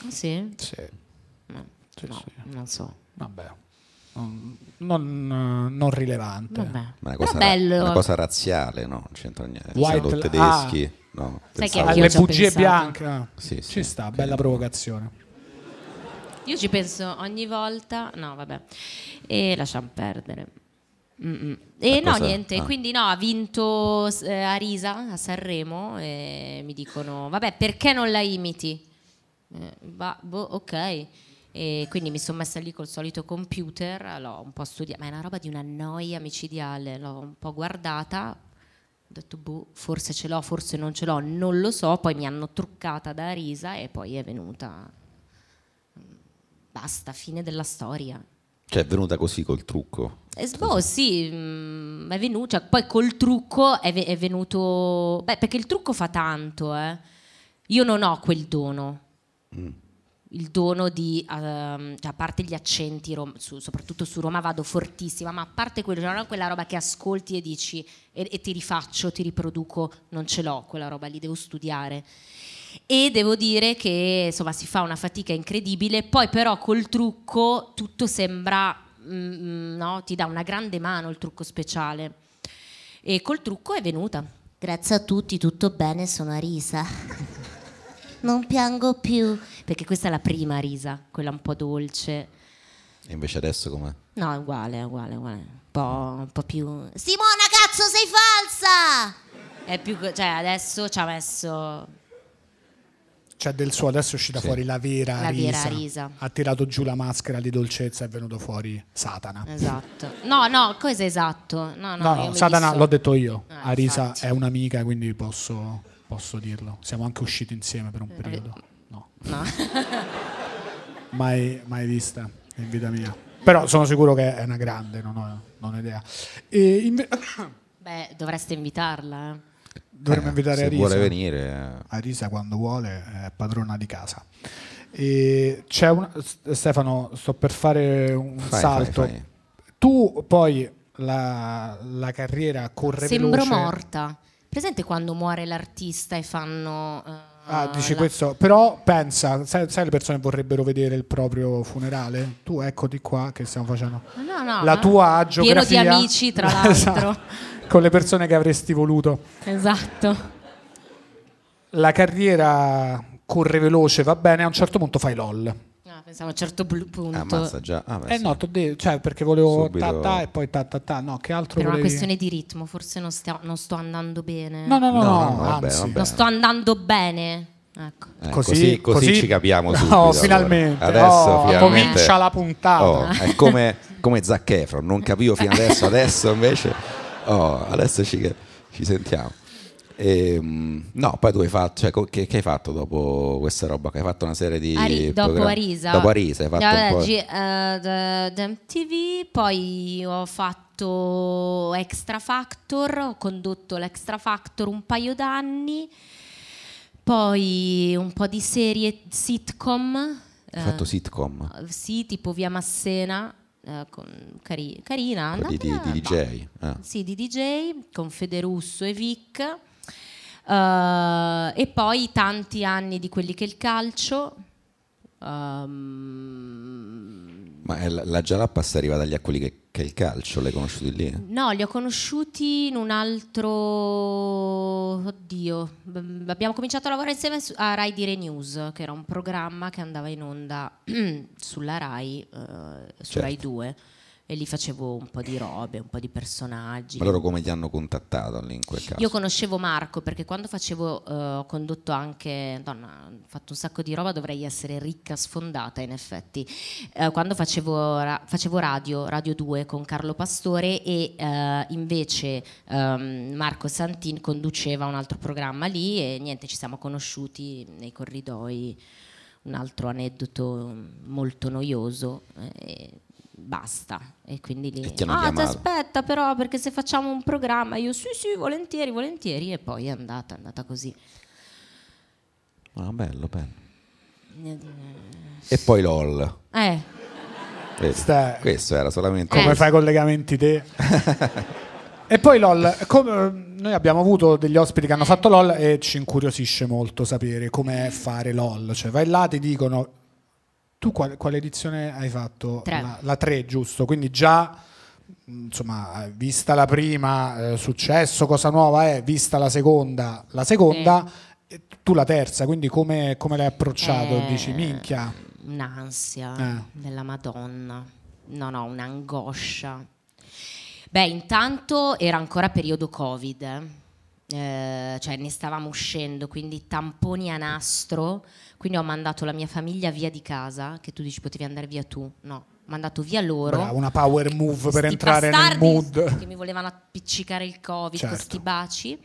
Speaker 1: Sì?
Speaker 3: Sì.
Speaker 1: No, no, non so.
Speaker 3: Vabbè, non, non- non rilevante.
Speaker 1: Vabbè.
Speaker 2: Ma è una
Speaker 1: Però
Speaker 2: cosa,
Speaker 1: bello.
Speaker 2: una cosa razziale, no? Non c'entra niente.
Speaker 3: White
Speaker 2: Essendo
Speaker 3: li-
Speaker 2: tedeschi, no?
Speaker 1: Sai che
Speaker 2: pensavo-
Speaker 1: anch'io
Speaker 3: Ah, Le
Speaker 1: ci ho
Speaker 3: bugie
Speaker 1: pensato.
Speaker 3: bianche. ah,
Speaker 2: Sì, sì,
Speaker 3: Ci sta, bella provocazione.
Speaker 1: Io ci penso ogni volta. No, vabbè. E lasciamo perdere. Mm, mm.
Speaker 2: Ma
Speaker 1: E no,
Speaker 2: cosa-
Speaker 1: niente,
Speaker 2: ah.
Speaker 1: quindi no, ha vinto eh, Arisa a Sanremo e mi dicono, vabbè, perché non la imiti? Eh, va- boh, ok. E quindi mi sono messa lì col solito computer, l'ho un po' studiata, ma è una roba di una noia micidiale, l'ho un po' guardata, ho detto, boh, forse ce l'ho, forse non ce l'ho, non lo so, poi mi hanno truccata da Arisa e poi è venuta basta, fine della storia.
Speaker 2: Cioè, è venuta così col trucco.
Speaker 1: Eh, boh, sì, mm, è venuto, cioè, poi col trucco è, ve- è venuto... Beh, perché il trucco fa tanto, eh. Io non ho quel dono. Il dono di, ehm, cioè, a parte gli accenti, rom- su- soprattutto su Roma vado fortissima, ma a parte quello, cioè, non ho quella roba che ascolti e dici e, e ti rifaccio, ti riproduco, non ce l'ho quella roba lì, devo studiare. E devo dire che insomma si fa una fatica incredibile, poi però col trucco tutto sembra, mm, mm, no? ti dà una grande mano il trucco speciale. E col trucco è venuta. Grazie a tutti, tutto bene, sono a risa. non piango più. Perché questa è la prima risa, quella un po' dolce.
Speaker 2: E invece adesso com'è?
Speaker 1: No, è uguale, è uguale, è uguale. Un po', un po' più... Simona, cazzo, sei falsa! È più... co- Cioè, adesso ci ha messo...
Speaker 3: Cioè del suo adesso è uscita
Speaker 2: Sì.
Speaker 3: fuori la vera,
Speaker 1: La vera
Speaker 3: risa.
Speaker 1: risa.
Speaker 3: Ha tirato giù la maschera di dolcezza è venuto fuori Satana.
Speaker 1: Esatto. No, no, cosa è esatto? No, no,
Speaker 3: No,
Speaker 1: io
Speaker 3: no,
Speaker 1: mi
Speaker 3: Satana
Speaker 1: disso-
Speaker 3: l'ho detto io.
Speaker 1: Ah,
Speaker 3: Arisa
Speaker 1: infatti.
Speaker 3: è un'amica, quindi posso, posso dirlo. Siamo anche usciti insieme per
Speaker 1: Eh.
Speaker 3: un periodo. No. mai, mai vista in vita mia.
Speaker 1: Mm.
Speaker 3: Però sono sicuro che è una grande, non ho, non ho idea. E inve-
Speaker 1: Beh, dovreste invitarla, eh.
Speaker 3: dovremmo
Speaker 2: Eh,
Speaker 3: invitare
Speaker 2: se
Speaker 3: Arisa.
Speaker 2: vuole venire. eh,
Speaker 3: Arisa quando vuole è padrona di casa. E c'è una- S- Stefano, sto per fare un
Speaker 2: Fai,
Speaker 3: salto.
Speaker 2: fai, fai.
Speaker 3: Tu poi la, la carriera corre
Speaker 1: Sembro
Speaker 3: veloce.
Speaker 1: morta. Presente quando muore l'artista e fanno... eh,
Speaker 3: Ah, dici
Speaker 1: la-
Speaker 3: questo, però pensa, sai, sai le persone vorrebbero vedere il proprio funerale? Tu eccoti qua che stiamo facendo.
Speaker 1: Ah, No, no,
Speaker 3: la
Speaker 1: no.
Speaker 3: tua geografia
Speaker 1: Pieno di amici, tra l'altro.
Speaker 3: Esatto. con le persone che avresti voluto.
Speaker 1: esatto.
Speaker 3: La carriera corre veloce, va bene, a un certo punto fai LOL.
Speaker 1: No, pensavo a un certo blu- punto.
Speaker 2: Ammazza già. Ah, beh,
Speaker 3: Eh
Speaker 2: Eh sì.
Speaker 3: no, t'ho detto, cioè perché volevo
Speaker 2: Subito.
Speaker 3: ta ta e poi ta ta ta, no, che altro
Speaker 1: per una
Speaker 3: volevi?
Speaker 1: questione di ritmo, forse non, stia- non sto andando bene.
Speaker 3: No, no, no,
Speaker 2: No,
Speaker 3: no,
Speaker 2: no, vabbè,
Speaker 3: anzi.
Speaker 2: vabbè.
Speaker 1: Non sto andando bene. Ecco.
Speaker 2: Eh,
Speaker 3: Così-
Speaker 2: così, così,
Speaker 3: così-
Speaker 2: ci capiamo
Speaker 3: No,
Speaker 2: subito. allora.
Speaker 3: finalmente.
Speaker 2: Adesso
Speaker 3: Oh,
Speaker 2: finalmente-
Speaker 3: comincia la puntata.
Speaker 2: Oh, è come, come Zac Efron, non capivo fino adesso, adesso invece... oh, adesso ci, ci sentiamo. Ehm, no, poi tu hai fatto... Cioè, co- che, che hai fatto dopo questa roba? Che hai fatto una serie di...
Speaker 1: Ari- dopo
Speaker 2: programmi-
Speaker 1: Arisa.
Speaker 2: Eh, Dopo Arisa hai fatto
Speaker 1: Vabbè,
Speaker 2: un po'...
Speaker 1: G- eh, da- da MTV, poi ho fatto Extra Factor, ho condotto l'Extra Factor un paio d'anni, poi un po' di serie sitcom. eh,
Speaker 2: Hai fatto sitcom
Speaker 1: sì, tipo Via Massena, eh, con- cari- carina.
Speaker 2: quelli di,
Speaker 1: andate-
Speaker 2: di DJ. ah.
Speaker 1: sì, di DJ con Federusso e Vic. Eh, e poi tanti anni di quelli che il calcio. Ehm,
Speaker 2: Ma è la, la Jalappa sta arrivata lì a quelli che, che è il calcio, l'hai conosciuti lì?
Speaker 1: no, li ho conosciuti in un altro. Oddio. mm, Abbiamo cominciato a lavorare insieme su- a Rai Dire News, che era un programma che andava in onda sulla Rai, eh, su
Speaker 2: Certo.
Speaker 1: Rai 2. E lì facevo un po' di robe, un po' di personaggi.
Speaker 2: Ma loro come ti hanno contattato lì in quel caso?
Speaker 1: Io conoscevo Marco perché quando facevo, eh, ho condotto anche, Madonna, ho fatto un sacco di roba, dovrei essere ricca sfondata in effetti. Eh, quando facevo, ra- facevo radio, Radio 2 con Carlo Pastore e eh, invece ehm, Marco Santin conduceva un altro programma lì e niente, ci siamo conosciuti nei corridoi, un altro aneddoto molto noioso. eh, e Basta, e quindi lì.
Speaker 2: E ti hanno
Speaker 1: ah, ti
Speaker 2: chiamato?"
Speaker 1: aspetta, però, perché se facciamo un programma, io sì, sì, volentieri, volentieri, e poi è andata, è andata così.
Speaker 2: Ah, bello, bello. E poi LOL.
Speaker 1: Eh,
Speaker 2: Vedi,
Speaker 3: Ste-
Speaker 2: Questo era solamente...
Speaker 1: Eh.
Speaker 3: Come fai i collegamenti te? e poi LOL, come- noi abbiamo avuto degli ospiti che hanno fatto LOL e ci incuriosisce molto sapere com'è fare LOL. Cioè vai là, ti dicono, tu qual- quale edizione hai fatto?
Speaker 1: Tre.
Speaker 3: La- La 3, giusto? Quindi già, mh, insomma, vista la prima, eh, successo, cosa nuova è, vista la seconda, la seconda, e tu la terza, quindi come, come l'hai approcciato?
Speaker 1: Eh.
Speaker 3: Dici, minchia.
Speaker 1: un'ansia
Speaker 3: Eh.
Speaker 1: della Madonna, no, no, un'angoscia. Beh, intanto era ancora periodo Covid, eh. Eh, cioè ne stavamo uscendo, quindi tamponi a nastro, quindi ho mandato la mia famiglia via di casa, che tu dici potevi andare via tu, no, ho mandato via loro.
Speaker 3: Brava, una power move per
Speaker 1: Sti
Speaker 3: entrare nel
Speaker 1: bastardi
Speaker 3: mood.
Speaker 1: Che mi volevano appiccicare il covid
Speaker 3: Certo.
Speaker 1: con sti baci.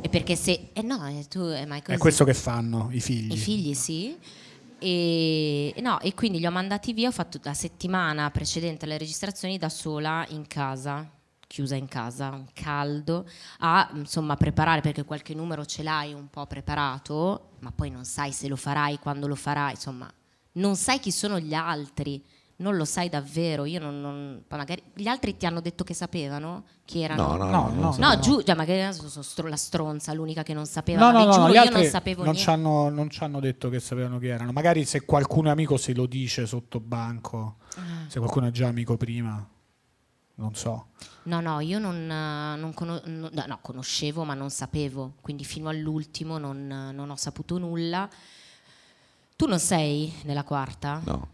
Speaker 1: E perché se... Eh no, eh, tu, eh, ma è
Speaker 3: È
Speaker 1: così.
Speaker 3: questo che fanno i figli.
Speaker 1: I figli sì. E, e no, e quindi li ho mandati via, ho fatto la settimana precedente alle registrazioni da sola in casa, chiusa in casa, un caldo, a insomma preparare perché qualche numero ce l'hai un po' preparato, ma poi non sai se lo farai, quando lo farai, insomma, non sai chi sono gli altri. Non lo sai davvero, io non, non- poi magari gli altri ti hanno detto che sapevano chi erano.
Speaker 2: No, no,
Speaker 3: No,
Speaker 2: non
Speaker 3: no,
Speaker 2: so.
Speaker 1: No, giù, cioè, magari sono stro- la stronza, l'unica che non sapeva.
Speaker 3: No,
Speaker 1: ma
Speaker 3: no,
Speaker 1: vi
Speaker 3: no,
Speaker 1: giuro,
Speaker 3: gli
Speaker 1: io
Speaker 3: altri
Speaker 1: non sapevo
Speaker 3: non ci
Speaker 1: niente.
Speaker 3: hanno, non ci hanno detto che sapevano chi erano. Magari se qualcuno amico se lo dice sotto banco,
Speaker 1: Ah.
Speaker 3: se qualcuno è già amico prima, non so.
Speaker 1: No, no, io non, eh, non cono- no, no, no, conoscevo, ma non sapevo. Quindi fino all'ultimo non, eh, non ho saputo nulla. Tu non sei nella quarta?
Speaker 2: No.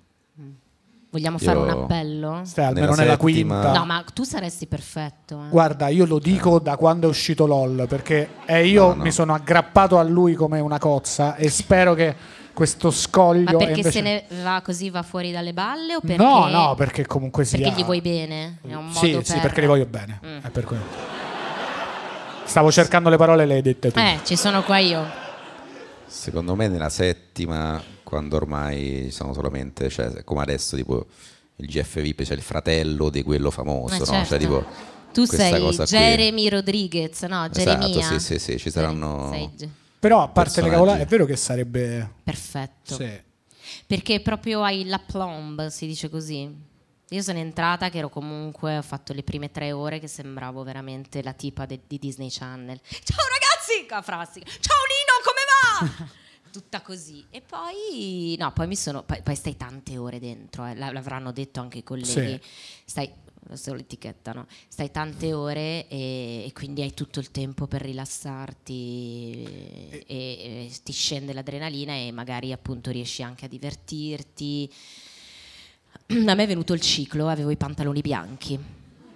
Speaker 1: Vogliamo
Speaker 2: Io-
Speaker 1: fare un appello?
Speaker 3: Stai almeno
Speaker 2: Nella
Speaker 3: nella,
Speaker 2: settima-
Speaker 3: quinta.
Speaker 1: No, ma tu saresti perfetto. eh.
Speaker 3: Guarda, io lo dico da quando è uscito LOL, perché eh, io
Speaker 2: No, no.
Speaker 3: mi sono aggrappato a lui come una cozza e spero che questo scoglio...
Speaker 1: ma
Speaker 3: e
Speaker 1: perché
Speaker 3: invece-
Speaker 1: se ne va così, va fuori dalle balle? O perché,
Speaker 3: No, no, perché comunque sia...
Speaker 1: perché gli vuoi bene? È un
Speaker 3: Sì,
Speaker 1: modo
Speaker 3: sì,
Speaker 1: per- Mm.
Speaker 3: perché li voglio bene. È per quello. Stavo cercando le parole, le hai dette tu.
Speaker 1: Eh, ci sono qua io.
Speaker 2: Secondo me nella settima, quando ormai sono solamente, cioè come adesso tipo il GF VIP, c'è il fratello di quello famoso,
Speaker 1: Ma
Speaker 2: no?
Speaker 1: certo.
Speaker 2: Cioè tipo
Speaker 1: Tu
Speaker 2: questa
Speaker 1: sei
Speaker 2: cosa qui.
Speaker 1: Jeremy Rodriguez, no? Jeremia.
Speaker 2: Esatto, sì, sì, sì, ci saranno...
Speaker 1: Sei Ge-
Speaker 3: Però a parte le
Speaker 2: Personaggi.
Speaker 3: cavolate, è vero che sarebbe...
Speaker 1: Perfetto.
Speaker 3: Sì.
Speaker 1: Perché proprio hai la plomb, si dice così. Io sono entrata che ero comunque, ho fatto le prime tre ore che sembravo veramente la tipa de- di Disney Channel. Ciao ragazzi! a frassi. Ciao Nino, come va? Tutta così. E poi, no, poi mi sono, poi, poi stai tante ore dentro, eh, la- l'avranno detto anche i colleghi. Stai, adesso l'etichetta, no? Stai tante ore e, e quindi hai tutto il tempo per rilassarti e, e ti scende l'adrenalina e magari appunto riesci anche a divertirti. A me è venuto il ciclo, avevo i pantaloni bianchi.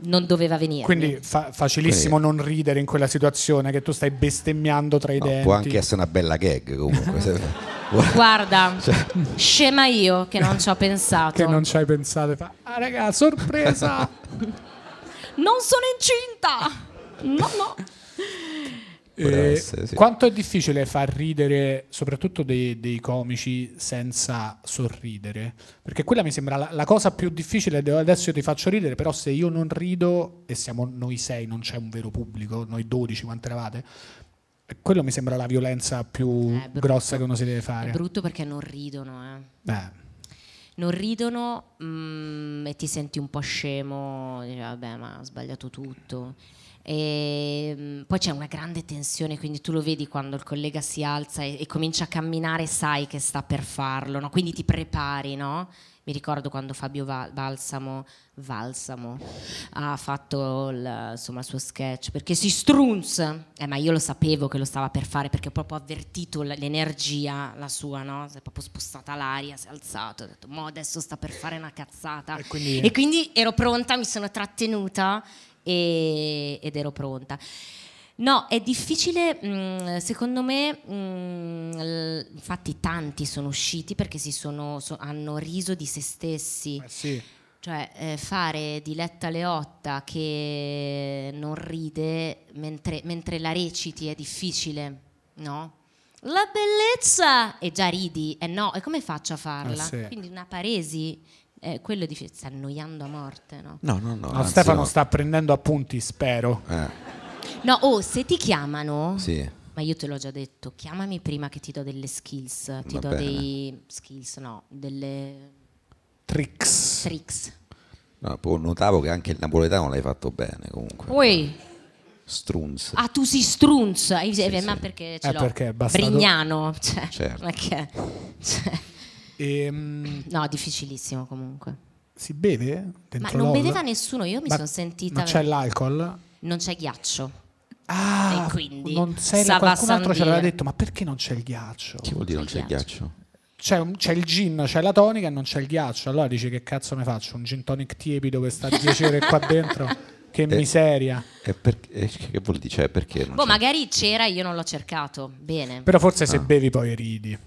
Speaker 1: Non doveva venire.
Speaker 3: Quindi fa- facilissimo non ridere in quella situazione che tu stai bestemmiando tra i
Speaker 2: No,
Speaker 3: denti.
Speaker 2: può anche essere una bella gag comunque. se- Cioè,
Speaker 1: Guarda, scema io che non ci ho pensato.
Speaker 3: Che non
Speaker 1: non...
Speaker 3: ci hai pensato. e Fa, ah raga, sorpresa!
Speaker 1: sono incinta! No, no.
Speaker 2: Poteva
Speaker 3: Eh,
Speaker 2: essere, sì.
Speaker 3: Quanto è difficile far ridere, soprattutto dei, dei comici, senza sorridere? Perché quella mi sembra la, la cosa più difficile. de- Adesso io ti faccio ridere, però se io non rido, e siamo noi sei, non c'è un vero pubblico, noi 12, quante eravate, Eh, quello mi sembra la violenza più
Speaker 1: È Eh, brutto.
Speaker 3: grossa che uno si deve
Speaker 1: È
Speaker 3: fare.
Speaker 1: brutto perché non ridono, eh.
Speaker 3: Eh.
Speaker 1: non ridono mm, e ti senti un po' scemo, dici, vabbè ma ho sbagliato tutto. E, mm, poi c'è una grande tensione, quindi tu lo vedi quando il collega si alza e, e comincia a camminare, sai che sta per farlo, no? quindi ti prepari, no? Mi ricordo quando Fabio Val- Balsamo, Valsamo ha fatto il, insomma, il suo sketch perché si strunse, eh, ma io lo sapevo che lo stava per fare perché ho proprio avvertito l- l'energia, la sua, no? si è proprio spostata l'aria, si è alzato, ho detto, mo adesso sta per fare una cazzata.
Speaker 3: E quindi-
Speaker 1: E Ah, quindi ero pronta, mi sono trattenuta e- ed ero pronta. No, è difficile, mh, secondo me, mh, l- infatti tanti sono usciti perché si sono, so- hanno riso di se stessi,
Speaker 3: Eh sì.
Speaker 1: cioè eh, fare Diletta Leotta che non ride mentre, mentre la reciti è difficile, no? La bellezza! E già ridi, eh no, e come faccio a farla?
Speaker 3: sì.
Speaker 1: Quindi una paresi, eh, quello dice, sta annoiando a morte, no?
Speaker 2: No, no, no.
Speaker 3: No,
Speaker 2: anzi,
Speaker 3: Stefano
Speaker 2: no.
Speaker 3: sta prendendo appunti, spero.
Speaker 2: Eh,
Speaker 1: No, oh, se ti chiamano...
Speaker 2: sì.
Speaker 1: Ma io te l'ho già detto, chiamami prima che ti do delle skills, ti
Speaker 2: Va
Speaker 1: do
Speaker 2: bene.
Speaker 1: dei skills, no, delle
Speaker 3: Tricks.
Speaker 1: tricks.
Speaker 2: No, poi notavo che anche il napoletano l'hai fatto bene comunque.
Speaker 1: Ui,
Speaker 2: Strunz.
Speaker 1: ah tu si strunz, Eh,
Speaker 2: sì.
Speaker 1: ma perché ce
Speaker 3: Certo. Eh,
Speaker 1: l'ho?
Speaker 3: perché è bastato-
Speaker 1: Brignano, cioè,
Speaker 2: Certo.
Speaker 1: ma che- cioè,
Speaker 3: Ehm,
Speaker 1: no, difficilissimo comunque.
Speaker 3: si beve?
Speaker 1: Ma
Speaker 3: Dentro
Speaker 1: non
Speaker 3: LOL?
Speaker 1: vedeva nessuno, io mi
Speaker 3: Ma-
Speaker 1: sono sentita...
Speaker 3: Ma c'è l'alcol?
Speaker 1: Non c'è ghiaccio.
Speaker 3: Ah,
Speaker 1: E quindi
Speaker 3: non sei
Speaker 1: sa
Speaker 3: qualcun altro ce l'aveva
Speaker 1: Vassandir.
Speaker 3: detto, ma perché non c'è il ghiaccio?
Speaker 2: Che vuol dire non c'è il ghiaccio?
Speaker 3: C'è, un- c'è il gin, c'è la tonica e non c'è il ghiaccio. Allora dici che cazzo ne faccio? Un gin tonic tiepido che sta a 10 ore qua dentro?
Speaker 2: Eh.
Speaker 3: Che miseria.
Speaker 2: E perché, e che vuol dire? Cioè, perché non
Speaker 1: Boh,
Speaker 2: c'è?
Speaker 1: magari c'era, io non l'ho cercato, bene.
Speaker 3: Però forse
Speaker 2: Ah.
Speaker 3: se bevi poi
Speaker 2: Eh,
Speaker 3: ridi.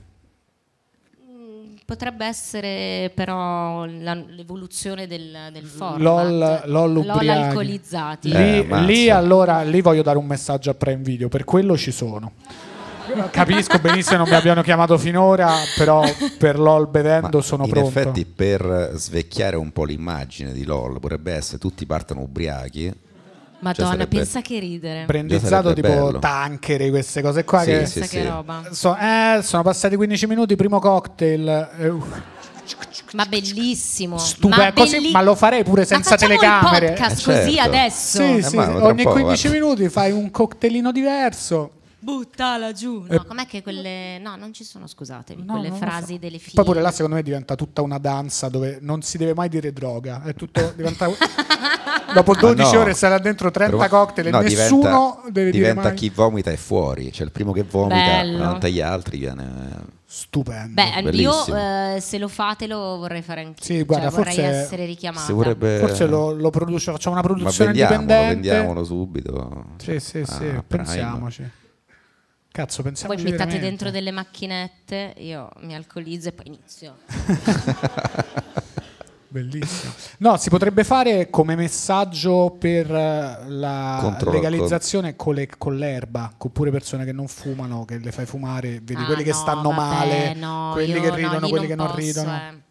Speaker 1: Potrebbe essere però la- l'evoluzione del, del format.
Speaker 3: LOL, LOL ubriachi.
Speaker 1: alcolizzati.
Speaker 2: Eh,
Speaker 3: Lì,
Speaker 2: ammazza.
Speaker 3: lì allora lì voglio dare un messaggio a Prime Video, per quello ci sono. Capisco benissimo non mi abbiano chiamato finora, però per LOL bevendo
Speaker 2: Ma
Speaker 3: sono
Speaker 2: in
Speaker 3: pronto.
Speaker 2: effetti per svecchiare un po' l'immagine di LOL potrebbe essere tutti partano ubriachi.
Speaker 1: Madonna,
Speaker 2: cioè, sarebbe-
Speaker 1: pensa che ridere.
Speaker 3: Brandizzato
Speaker 2: Già sarebbe
Speaker 3: tipo
Speaker 2: bello.
Speaker 3: tankeri, queste cose qua. che
Speaker 1: pensa
Speaker 2: Sì,
Speaker 1: che
Speaker 2: sì.
Speaker 1: roba.
Speaker 3: so- eh, sono passati 15 minuti, primo cocktail. eh, uff.
Speaker 1: Ma bellissimo.
Speaker 3: Stupe-
Speaker 1: ma,
Speaker 3: così-
Speaker 1: belli-
Speaker 3: ma lo farei pure
Speaker 1: Ma
Speaker 3: senza
Speaker 1: facciamo il
Speaker 3: telecamere.
Speaker 2: Eh,
Speaker 1: podcast
Speaker 2: certo.
Speaker 1: così adesso.
Speaker 3: Sì,
Speaker 2: Eh,
Speaker 3: sì,
Speaker 2: ma
Speaker 3: sì,
Speaker 2: tra un
Speaker 3: ogni
Speaker 2: po',
Speaker 3: 15 minuti fai un cocktailino diverso.
Speaker 1: Buttala giù. No, com'è che quelle. No, non ci sono, scusatevi.
Speaker 3: Eh. No,
Speaker 1: quelle
Speaker 3: non lo
Speaker 1: frasi
Speaker 3: so.
Speaker 1: delle figlie.
Speaker 3: Poi pure là secondo me diventa tutta una danza dove non si deve mai dire droga. È tutto diventa... Dopo 12
Speaker 2: Ma no.
Speaker 3: ore sarà dentro 30
Speaker 2: Però-
Speaker 3: cocktail e
Speaker 2: no,
Speaker 3: nessuno
Speaker 2: diventa,
Speaker 3: deve dire
Speaker 2: diventa
Speaker 3: mai...
Speaker 2: chi vomita è fuori, cioè il primo che vomita
Speaker 1: Bello.
Speaker 2: davanti agli altri viene...
Speaker 3: Stupendo.
Speaker 1: Beh,
Speaker 2: Bellissimo.
Speaker 1: io eh, se lo fate lo vorrei fare anch'io.
Speaker 3: Sì, guarda,
Speaker 1: Cioè, vorrei
Speaker 3: forse-
Speaker 1: essere richiamata.
Speaker 2: Si vorrebbe...
Speaker 3: Forse lo, lo produce, facciamo una
Speaker 2: Eh. Ma
Speaker 3: produzione
Speaker 2: vendiamolo,
Speaker 3: indipendente.
Speaker 2: vendiamolo subito.
Speaker 3: Sì, sì, sì,
Speaker 2: Ah, Prime.
Speaker 3: pensiamoci. Cazzo,
Speaker 1: Voi
Speaker 3: pensiamoci
Speaker 1: mi mettate
Speaker 3: veramente.
Speaker 1: dentro delle macchinette, io mi alcolizzo e poi inizio.
Speaker 3: Bellissimo. No, si potrebbe fare come messaggio per eh, la
Speaker 2: Contro-
Speaker 3: legalizzazione con, le- con l'erba, oppure persone che non fumano, che le fai fumare, vedi
Speaker 1: Ah,
Speaker 3: quelli che
Speaker 1: no,
Speaker 3: stanno
Speaker 1: vabbè,
Speaker 3: male,
Speaker 1: no,
Speaker 3: quelli
Speaker 1: io-
Speaker 3: che
Speaker 1: no,
Speaker 3: ridono,
Speaker 1: lì
Speaker 3: quelli che non
Speaker 1: posso,
Speaker 3: ridono.
Speaker 1: eh.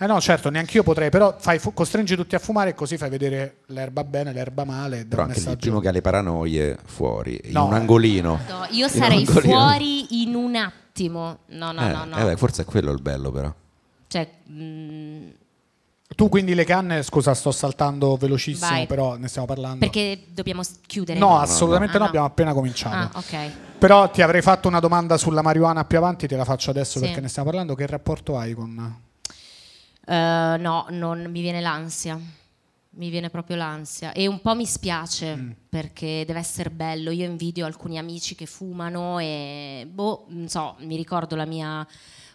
Speaker 3: Eh no, certo, neanche io potrei, però fai fu- costringi tutti a fumare e così fai vedere l'erba bene, l'erba male, dai
Speaker 2: Però
Speaker 3: un
Speaker 2: anche lì, il
Speaker 3: messaggio.
Speaker 2: primo che ha le paranoie fuori, in
Speaker 3: No,
Speaker 2: un
Speaker 3: eh.
Speaker 2: angolino.
Speaker 1: No, io
Speaker 2: In un
Speaker 1: sarei
Speaker 2: angolino.
Speaker 1: fuori in un attimo. No, no,
Speaker 2: Eh,
Speaker 1: no, no.
Speaker 2: eh beh, forse è quello il bello però.
Speaker 1: Cioè, mh,
Speaker 3: Tu quindi le canne, scusa, sto saltando velocissimo,
Speaker 1: Vai.
Speaker 3: però ne stiamo parlando.
Speaker 1: perché dobbiamo s- chiudere?
Speaker 3: No, assolutamente
Speaker 1: Ah,
Speaker 3: no,
Speaker 1: no.
Speaker 3: abbiamo appena cominciato.
Speaker 1: Ah, ok.
Speaker 3: Però ti avrei fatto una domanda sulla marijuana più avanti, te la faccio adesso
Speaker 1: Sì.
Speaker 3: perché ne stiamo parlando. Che rapporto hai con...
Speaker 1: Eh, no, non mi viene l'ansia. Mi viene proprio l'ansia e un po' mi spiace perché deve essere bello. Io invidio alcuni amici che fumano e boh, non so, mi ricordo la mia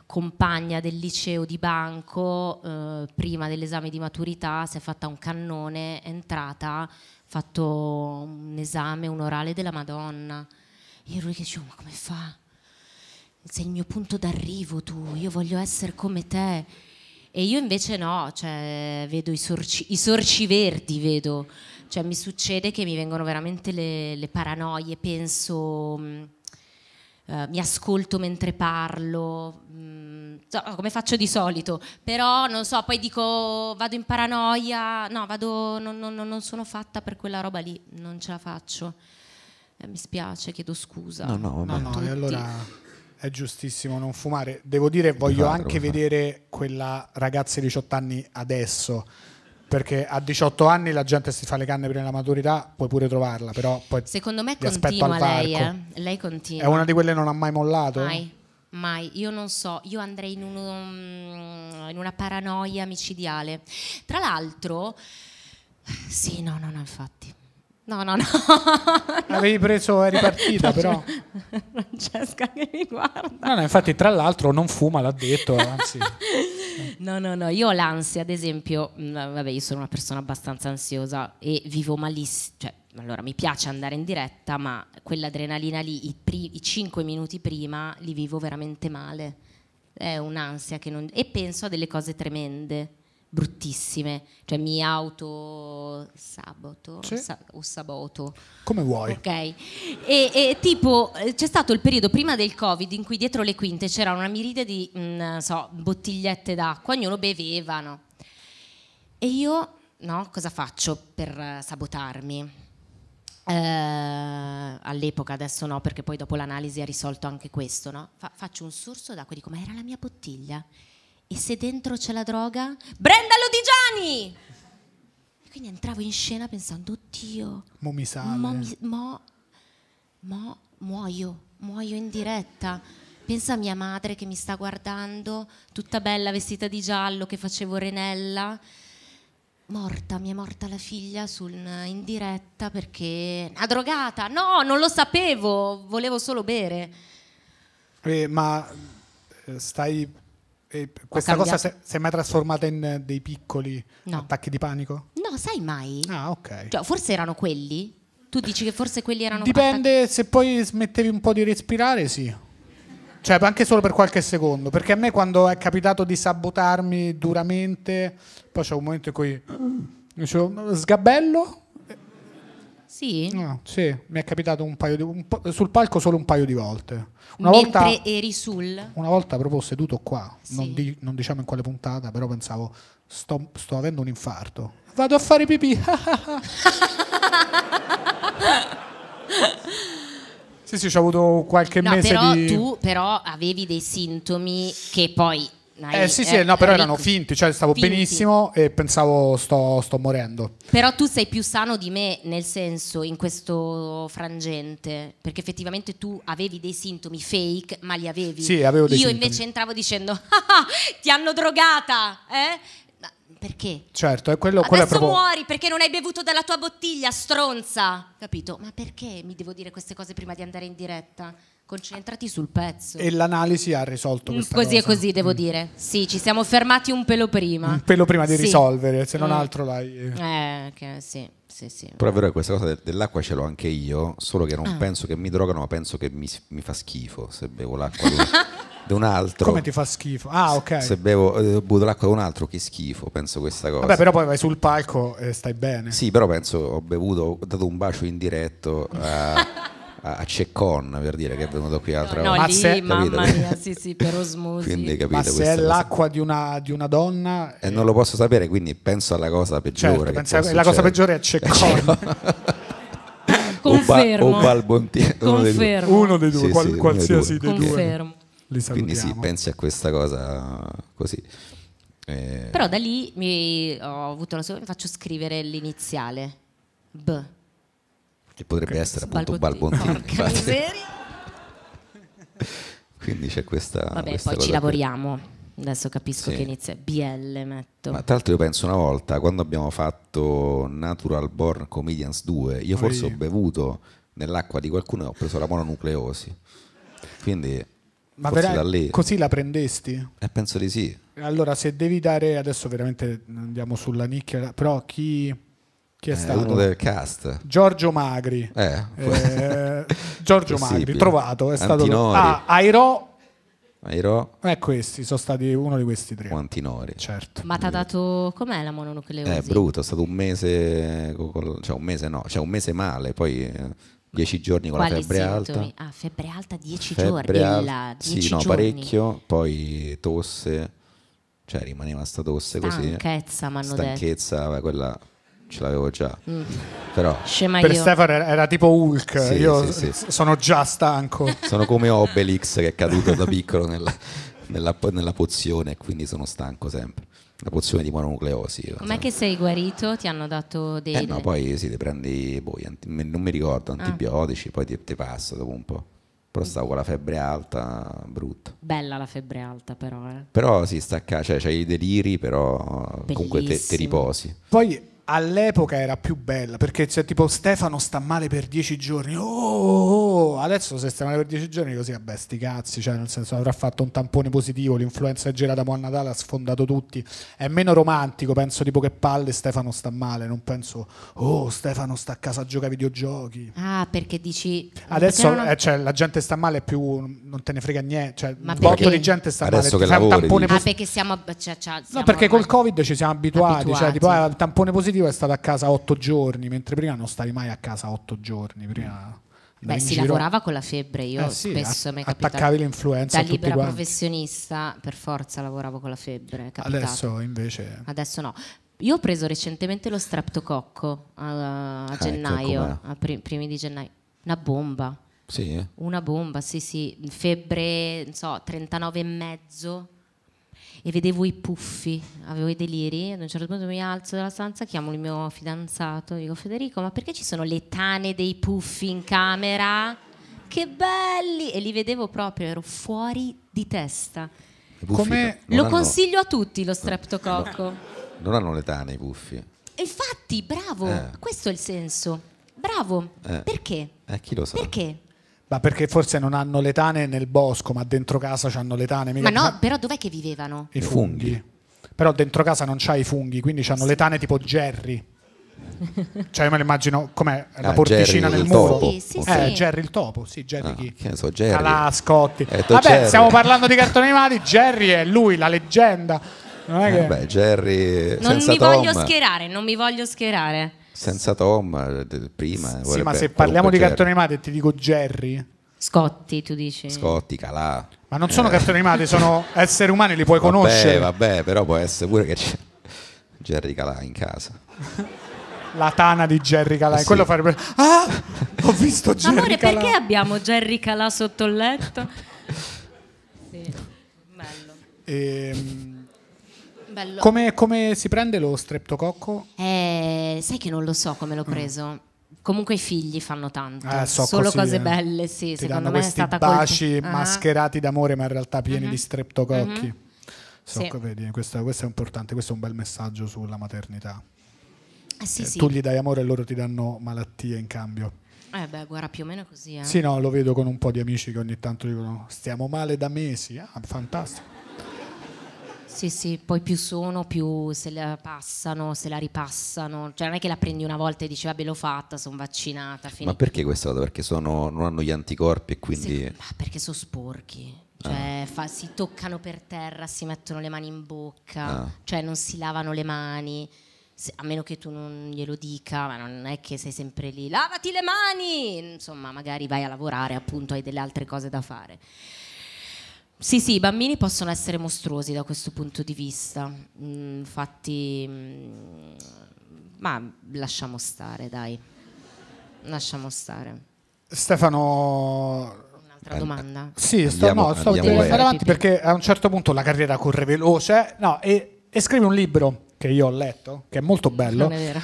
Speaker 1: compagna del liceo di banco, eh, prima dell'esame di maturità, si è fatta un cannone, è entrata, ha fatto un esame, un orale della Madonna. E lui che diceva, ma come fa? sei il mio punto d'arrivo tu, io voglio essere come te. E io invece no, cioè, vedo i sorci, i sorci verdi, vedo. Cioè, mi succede che mi vengono veramente le, le paranoie, penso, mh, eh, mi ascolto mentre parlo, mh, so- come faccio di solito, però non so, poi dico vado in paranoia, no, vado, non, non- non sono fatta per quella roba lì, non ce la faccio. Eh, mi spiace, chiedo scusa.
Speaker 2: No, no,
Speaker 3: No,
Speaker 2: vabbè.
Speaker 3: no,
Speaker 1: tutti.
Speaker 3: e allora è giustissimo non fumare. Devo dire, voglio
Speaker 2: farlo,
Speaker 3: anche
Speaker 2: devo
Speaker 3: vedere quella ragazza di 18 anni adesso. Perché a 18 anni la gente si fa le canne prima della maturità, puoi pure trovarla, però poi
Speaker 1: Secondo me
Speaker 3: li aspetto al
Speaker 1: continua lei,
Speaker 3: varco.
Speaker 1: eh. Lei continua.
Speaker 3: È una di quelle che non ha mai mollato.
Speaker 1: Mai, mai. Io non so, io andrei in, uno- in una paranoia micidiale. Tra l'altro, sì, no, no, no, infatti. No, no, no.
Speaker 3: Avevi preso, eri partita, però.
Speaker 1: Francesca che mi guarda.
Speaker 3: No, no, infatti, tra l'altro, non fuma, l'ha detto, anzi.
Speaker 1: No, no, no, io ho l'ansia, ad esempio, mh, vabbè, io sono una persona abbastanza ansiosa e vivo malissimo, cioè, allora mi piace andare in diretta, ma quell'adrenalina lì, i, pri- i cinque minuti prima, li vivo veramente male. È un'ansia che non... E penso a delle cose tremende, bruttissime, cioè mi auto saboto
Speaker 3: Sì.
Speaker 1: sa- o saboto.
Speaker 3: Come vuoi.
Speaker 1: Ok, e, e tipo eh, c'è stato il periodo prima del Covid in cui dietro le quinte c'era una miriade di mh, non so, bottigliette d'acqua, ognuno bevevano. E io, no, cosa faccio per eh, sabotarmi? Eh, all'epoca, adesso no, perché poi dopo l'analisi ha risolto anche questo, no? Fa- faccio un sorso d'acqua e dico, ma era la mia bottiglia? E se dentro c'è la droga? Brenda Lodigiani! E quindi entravo in scena pensando, oddio,
Speaker 3: Mo mi sale.
Speaker 1: Mo, mi- mo- mo muoio, muoio in diretta. Pensa a mia madre che mi sta guardando, tutta bella vestita di giallo che facevo Renella. Morta, mi è morta la figlia sul- in diretta perché... Una drogata! No, non lo sapevo, volevo solo bere.
Speaker 3: Eh, ma eh, stai. eh, questa cosa
Speaker 1: cambiato.
Speaker 3: se- si è mai trasformata in eh, dei piccoli
Speaker 1: No.
Speaker 3: attacchi di panico?
Speaker 1: No, sai mai?
Speaker 3: Ah, ok.
Speaker 1: Cioè, forse erano quelli? Tu dici che forse quelli erano...
Speaker 3: Dipende se poi smettevi un po' di respirare, sì. Cioè, anche solo per qualche secondo. Perché a me quando è capitato di sabotarmi duramente, poi c'è un momento in cui dicevo, sgabello,
Speaker 1: attac- Sì?
Speaker 3: No, sì, mi è capitato un paio di, un po- sul palco solo un paio di volte. Una
Speaker 1: Mentre
Speaker 3: volta
Speaker 1: eri sul...
Speaker 3: Una volta proprio seduto qua, non,
Speaker 1: Sì.
Speaker 3: di- non diciamo in quale puntata, però pensavo sto, sto avendo un infarto. Vado a fare pipì. sì, sì, ci ho avuto qualche
Speaker 1: No,
Speaker 3: mese
Speaker 1: però
Speaker 3: di...
Speaker 1: tu però avevi dei sintomi che poi... hai-
Speaker 3: Eh sì, sì,
Speaker 1: eh,
Speaker 3: no, però
Speaker 1: ric-
Speaker 3: erano finti, cioè stavo
Speaker 1: finti.
Speaker 3: benissimo e pensavo sto, sto morendo.
Speaker 1: Però tu sei più sano di me, nel senso, in questo frangente, perché effettivamente tu avevi dei sintomi fake, ma li avevi.
Speaker 3: Sì, avevo dei
Speaker 1: Io
Speaker 3: sintomi.
Speaker 1: invece entravo dicendo, "Ah, ah, ti hanno drogata, eh? Ma perché?
Speaker 3: Certo, e quello, quello è
Speaker 1: Adesso
Speaker 3: proprio...
Speaker 1: muori perché non hai bevuto dalla tua bottiglia, stronza. Capito? Ma perché mi devo dire queste cose prima di andare in diretta? Concentrati sul pezzo.
Speaker 3: E l'analisi ha risolto
Speaker 1: Mm,
Speaker 3: questa
Speaker 1: così e
Speaker 3: cosa.
Speaker 1: così, devo dire. Sì, ci siamo fermati un pelo prima.
Speaker 3: Un pelo prima di
Speaker 1: Sì.
Speaker 3: risolvere, se non
Speaker 1: Mm.
Speaker 3: altro l'hai...
Speaker 1: Eh, che- sì, sì, sì.
Speaker 2: Però è vero che questa cosa de- dell'acqua ce l'ho anche io, solo che non
Speaker 1: Ah.
Speaker 2: penso che mi drogano, ma penso che mi, mi fa schifo se bevo l'acqua di di un altro.
Speaker 3: Come ti fa schifo? Ah, ok.
Speaker 2: Se bevo eh, butto l'acqua di un altro, che schifo, penso questa cosa.
Speaker 3: Vabbè, però poi vai sul palco e stai bene.
Speaker 2: Sì, però penso ho bevuto, ho dato un bacio indiretto a, a- a Ceccon per dire che è venuto qui l'altra
Speaker 1: No,
Speaker 3: Ma
Speaker 1: lì,
Speaker 3: se-
Speaker 1: mamma
Speaker 2: capito?
Speaker 1: mia, sì, sì, per osmosi.
Speaker 2: Quindi capito
Speaker 3: Ma se
Speaker 2: questa
Speaker 3: è
Speaker 2: cosa.
Speaker 3: l'acqua di una, di una donna... eh,
Speaker 2: E non lo posso sapere, quindi penso alla cosa peggiore.
Speaker 3: Certo,
Speaker 2: che
Speaker 3: pensa-
Speaker 2: può
Speaker 3: la cosa
Speaker 2: succedere. Cioè,
Speaker 3: peggiore è Ceccone.
Speaker 2: O,
Speaker 1: Confermo.
Speaker 2: ba- o Balbontieri, uno dei due.
Speaker 1: Confermo.
Speaker 3: Uno dei due,
Speaker 2: Sì,
Speaker 3: qual-
Speaker 2: sì, uno dei
Speaker 3: qualsiasi
Speaker 2: due.
Speaker 3: dei due.
Speaker 1: Confermo.
Speaker 3: Li
Speaker 2: Quindi sì,
Speaker 3: salutiamo.
Speaker 2: pensi a questa cosa così. Eh,
Speaker 1: Però da lì mi ho avuto la sua... mi faccio scrivere l'iniziale. B.
Speaker 2: che potrebbe essere appunto
Speaker 1: Balbottini.
Speaker 2: Balbontini.
Speaker 1: Porca miseria.
Speaker 2: Quindi c'è questa.
Speaker 1: Vabbè,
Speaker 2: Ah, questa
Speaker 1: poi ci
Speaker 2: cosa qui.
Speaker 1: lavoriamo. Adesso capisco
Speaker 2: Sì.
Speaker 1: che inizia BL metto.
Speaker 2: Ma tra l'altro io penso una volta, quando abbiamo fatto Natural Born Comedians 2, io forse ho
Speaker 3: Oi.
Speaker 2: bevuto nell'acqua di qualcuno e ho preso la mononucleosi. Quindi
Speaker 3: Ma
Speaker 2: forse
Speaker 3: vera-
Speaker 2: da lì.
Speaker 3: così la prendesti?
Speaker 2: Eh, penso di sì.
Speaker 3: Allora, se devi dare... Adesso veramente andiamo sulla nicchia, però chi, chi è
Speaker 2: Eh,
Speaker 3: stato?
Speaker 2: uno del cast.
Speaker 3: Giorgio Magri.
Speaker 2: Eh,
Speaker 3: Eh, Giorgio Magri,
Speaker 2: Possibile.
Speaker 3: trovato. È stato...
Speaker 2: Antinori.
Speaker 3: Ah, Airo...
Speaker 2: Airo
Speaker 3: Eh, questi, sono stati uno di questi tre.
Speaker 2: o Antinori.
Speaker 3: Certo.
Speaker 1: Ma ti ha dato... Com'è la mononucleosi?
Speaker 2: Eh, È brutto, è stato un mese, co- col- cioè un mese no, cioè un mese male, poi eh, dieci giorni con la
Speaker 1: Quali
Speaker 2: febbre alta.
Speaker 1: sintomi? Ah, febbre alta 10
Speaker 2: Febbre
Speaker 1: giorni.
Speaker 2: al-
Speaker 1: Ella,
Speaker 2: sì,
Speaker 1: 10
Speaker 2: no,
Speaker 1: giorni.
Speaker 2: parecchio, poi tosse, cioè rimaneva sta tosse così. eh.
Speaker 1: Stanchezza, mi hanno detto. Mm.
Speaker 2: Stanchezza, vabbè, quella ce l'avevo già. Però
Speaker 1: Scema
Speaker 3: per
Speaker 1: io.
Speaker 3: Stefano era, era tipo Hulk,
Speaker 2: Sì,
Speaker 3: io
Speaker 2: sì, sì.
Speaker 3: s- sono già stanco.
Speaker 2: sono come Obelix che è caduto da piccolo nella, nella, po- nella pozione e quindi sono stanco sempre. La pozione di mononucleosi. io,
Speaker 1: Com'è
Speaker 2: sai.
Speaker 1: che sei guarito? Ti hanno dato dei...
Speaker 2: Eh no, poi sì, ti prendi, boh, gli anti- me- non mi ricordo,
Speaker 1: Ah.
Speaker 2: antibiotici, poi ti, ti passa dopo un po'. Però stavo con la febbre alta, brutto.
Speaker 1: Bella la febbre alta però, eh.
Speaker 2: Però si stacca, cioè c'hai i deliri, però eh, comunque te- te,
Speaker 1: Bellissimo.
Speaker 2: riposi.
Speaker 3: Poi all'epoca era più bella perché c'è tipo Stefano sta male per dieci giorni. Oh, oh, oh. adesso se sta male per dieci giorni così, vabbè, sti cazzi, cioè nel senso avrà fatto un tampone positivo, l'influenza è girata mo a Natale, ha sfondato tutti. È meno romantico, penso tipo che palle Stefano sta male, non penso "Oh, Stefano sta a casa a giocare ai videogiochi".
Speaker 1: Ah, perché dici...
Speaker 3: Adesso
Speaker 1: perché non ho-
Speaker 3: eh, cioè, la gente sta male, più non te ne frega niente. Cioè,
Speaker 1: Ma
Speaker 3: un botto
Speaker 1: perché?
Speaker 3: di gente sta male.
Speaker 2: Adesso
Speaker 3: Ti
Speaker 2: che
Speaker 3: fai un
Speaker 2: lavori,
Speaker 3: tampone
Speaker 2: dici.
Speaker 1: Ah,
Speaker 3: positivo.
Speaker 1: perché siamo... cioè, cioè,
Speaker 3: No,
Speaker 1: siamo
Speaker 3: perché col
Speaker 1: ormai-
Speaker 3: Covid ci siamo abituati, cioè
Speaker 1: Abituati.
Speaker 3: tipo ah, il tampone positivo è stato a casa otto giorni, mentre prima non stavi mai a casa otto giorni,
Speaker 2: Mm.
Speaker 3: prima andavi
Speaker 1: Beh,
Speaker 3: in
Speaker 1: si
Speaker 3: giro.
Speaker 1: lavorava con la febbre, io
Speaker 3: Eh sì,
Speaker 1: spesso
Speaker 3: a-
Speaker 1: mi è capitato.
Speaker 3: attaccavi l'influenza
Speaker 1: Da
Speaker 3: a tutti
Speaker 1: libera
Speaker 3: quanti.
Speaker 1: professionista, per forza lavoravo con la febbre, è capitato. Ah.
Speaker 3: Adesso invece
Speaker 1: Adesso no. Io ho preso recentemente lo streptococco eh, a, a
Speaker 2: ecco
Speaker 1: gennaio,
Speaker 2: com'è.
Speaker 1: a pri- primi di gennaio. Una bomba,
Speaker 2: Sì, eh?
Speaker 1: una bomba, sì sì, febbre, non so, 39 e mezzo e vedevo i puffi, avevo i deliri, ad un certo punto mi alzo dalla stanza, chiamo il mio fidanzato, dico Federico, ma perché ci sono le tane dei puffi in camera? Che belli! E li vedevo proprio, ero fuori di testa.
Speaker 2: I puffi
Speaker 3: Come-
Speaker 2: non
Speaker 1: lo
Speaker 2: hanno- Eh,
Speaker 1: consiglio a tutti lo streptococco.
Speaker 2: Non hanno le tane i puffi.
Speaker 1: Infatti, bravo,
Speaker 2: Eh.
Speaker 1: questo è il senso. Bravo,
Speaker 2: Eh.
Speaker 1: perché?
Speaker 2: Eh, chi lo sa?
Speaker 1: Perché?
Speaker 3: ma perché forse non hanno le tane nel bosco, ma dentro casa hanno le tane, mica
Speaker 1: Ma no,
Speaker 3: c'ha-
Speaker 1: però dov'è che vivevano?
Speaker 3: i
Speaker 2: I
Speaker 3: funghi.
Speaker 2: funghi.
Speaker 3: Però dentro casa non c'ha i funghi, quindi hanno le tane tipo Jerry. Cioè, io me lo immagino com'è la
Speaker 2: Ah,
Speaker 3: porticina
Speaker 2: Jerry
Speaker 3: nel
Speaker 2: il
Speaker 3: muro.
Speaker 2: topo.
Speaker 1: Sì, sì,
Speaker 2: Ok.
Speaker 3: Eh,
Speaker 1: sì.
Speaker 3: Jerry il topo, sì, Jerry
Speaker 2: Ah,
Speaker 3: chi?
Speaker 2: che ne so, Jerry.
Speaker 3: Calascotti.
Speaker 2: Ho detto
Speaker 3: Vabbè,
Speaker 2: Jerry.
Speaker 3: stiamo parlando di cartoni animati. Jerry è lui, la leggenda. Non è che...
Speaker 2: Eh, Vabbè, Jerry
Speaker 1: Non
Speaker 2: Eh, senza
Speaker 1: mi
Speaker 2: Tom.
Speaker 1: voglio schierare, non mi voglio schierare.
Speaker 2: Senza Tom, eh, prima.
Speaker 3: sì, ma
Speaker 2: vorrebbe-
Speaker 3: se parliamo di
Speaker 2: vorrebbe
Speaker 3: cartoni animati e ti dico Jerry,
Speaker 1: Scotti, tu dici?
Speaker 2: Jerry. Scotti, Calà.
Speaker 3: ma non sono cartoni animati, sono esseri umani, li puoi
Speaker 2: Eh. Vabbè,
Speaker 3: conoscere.
Speaker 2: Vabbè, però può essere pure che c'è Jerry Calà in casa.
Speaker 3: La tana di Jerry Calai,
Speaker 2: Eh, Sì.
Speaker 3: quello farebbe. Ah, ho visto Jerry
Speaker 1: Amore,
Speaker 3: Calà.
Speaker 1: perché abbiamo Jerry Calà sotto il letto? sì, bello.
Speaker 3: Ehm,
Speaker 1: bello.
Speaker 3: come, come si prende lo streptococco?
Speaker 1: Eh, sai che non lo so come l'ho preso. Comunque i figli fanno tanto,
Speaker 3: Eh, so
Speaker 1: solo
Speaker 3: così,
Speaker 1: cose
Speaker 3: eh.
Speaker 1: belle, sì,
Speaker 3: Ti
Speaker 1: secondo
Speaker 3: danno
Speaker 1: me è
Speaker 3: questi
Speaker 1: stata
Speaker 3: baci
Speaker 1: colpa- Ah. Mm-hmm.
Speaker 3: mascherati d'amore, ma in realtà pieni di streptococchi. So,
Speaker 1: Sì.
Speaker 3: co- vedi, questo, questo è importante, questo è un bel messaggio sulla maternità.
Speaker 1: Eh, sì,
Speaker 3: Eh,
Speaker 1: sì.
Speaker 3: Tu gli dai amore e loro ti danno malattie in cambio.
Speaker 1: Eh beh, guarda, più o meno così, eh.
Speaker 3: Sì, no, lo vedo con un po' di amici che ogni tanto dicono stiamo male da mesi. Ah, fantastico.
Speaker 1: Sì, sì, poi più sono, più se la passano, se la ripassano. Cioè non è che la prendi una volta e dici vabbè l'ho fatta, sono vaccinata,
Speaker 2: Ma
Speaker 1: finita.
Speaker 2: perché questa cosa? Perché sono- non hanno gli anticorpi e quindi... Ah.
Speaker 1: Sì, ma perché sono sporchi. Cioè, fa- si toccano per terra, si mettono le mani in bocca,
Speaker 2: Ah.
Speaker 1: cioè non si lavano le mani, se- a meno che tu non glielo dica, ma non è che sei sempre lì, lavati le mani! Insomma, magari vai a lavorare, appunto, hai delle altre cose da fare. Sì, sì, i bambini possono essere mostruosi da questo punto di vista, Mm, infatti, mm, ma lasciamo stare, dai, lasciamo stare.
Speaker 3: Stefano,
Speaker 1: Un'altra
Speaker 2: An-
Speaker 1: domanda?
Speaker 3: Sì, sto,
Speaker 2: Andiamo-
Speaker 3: no, sto per
Speaker 2: andiamo avanti.
Speaker 3: andare avanti perché a un certo punto la carriera corre veloce no, e, e scrivi un libro che io ho letto, che è molto bello.
Speaker 1: Non è vero.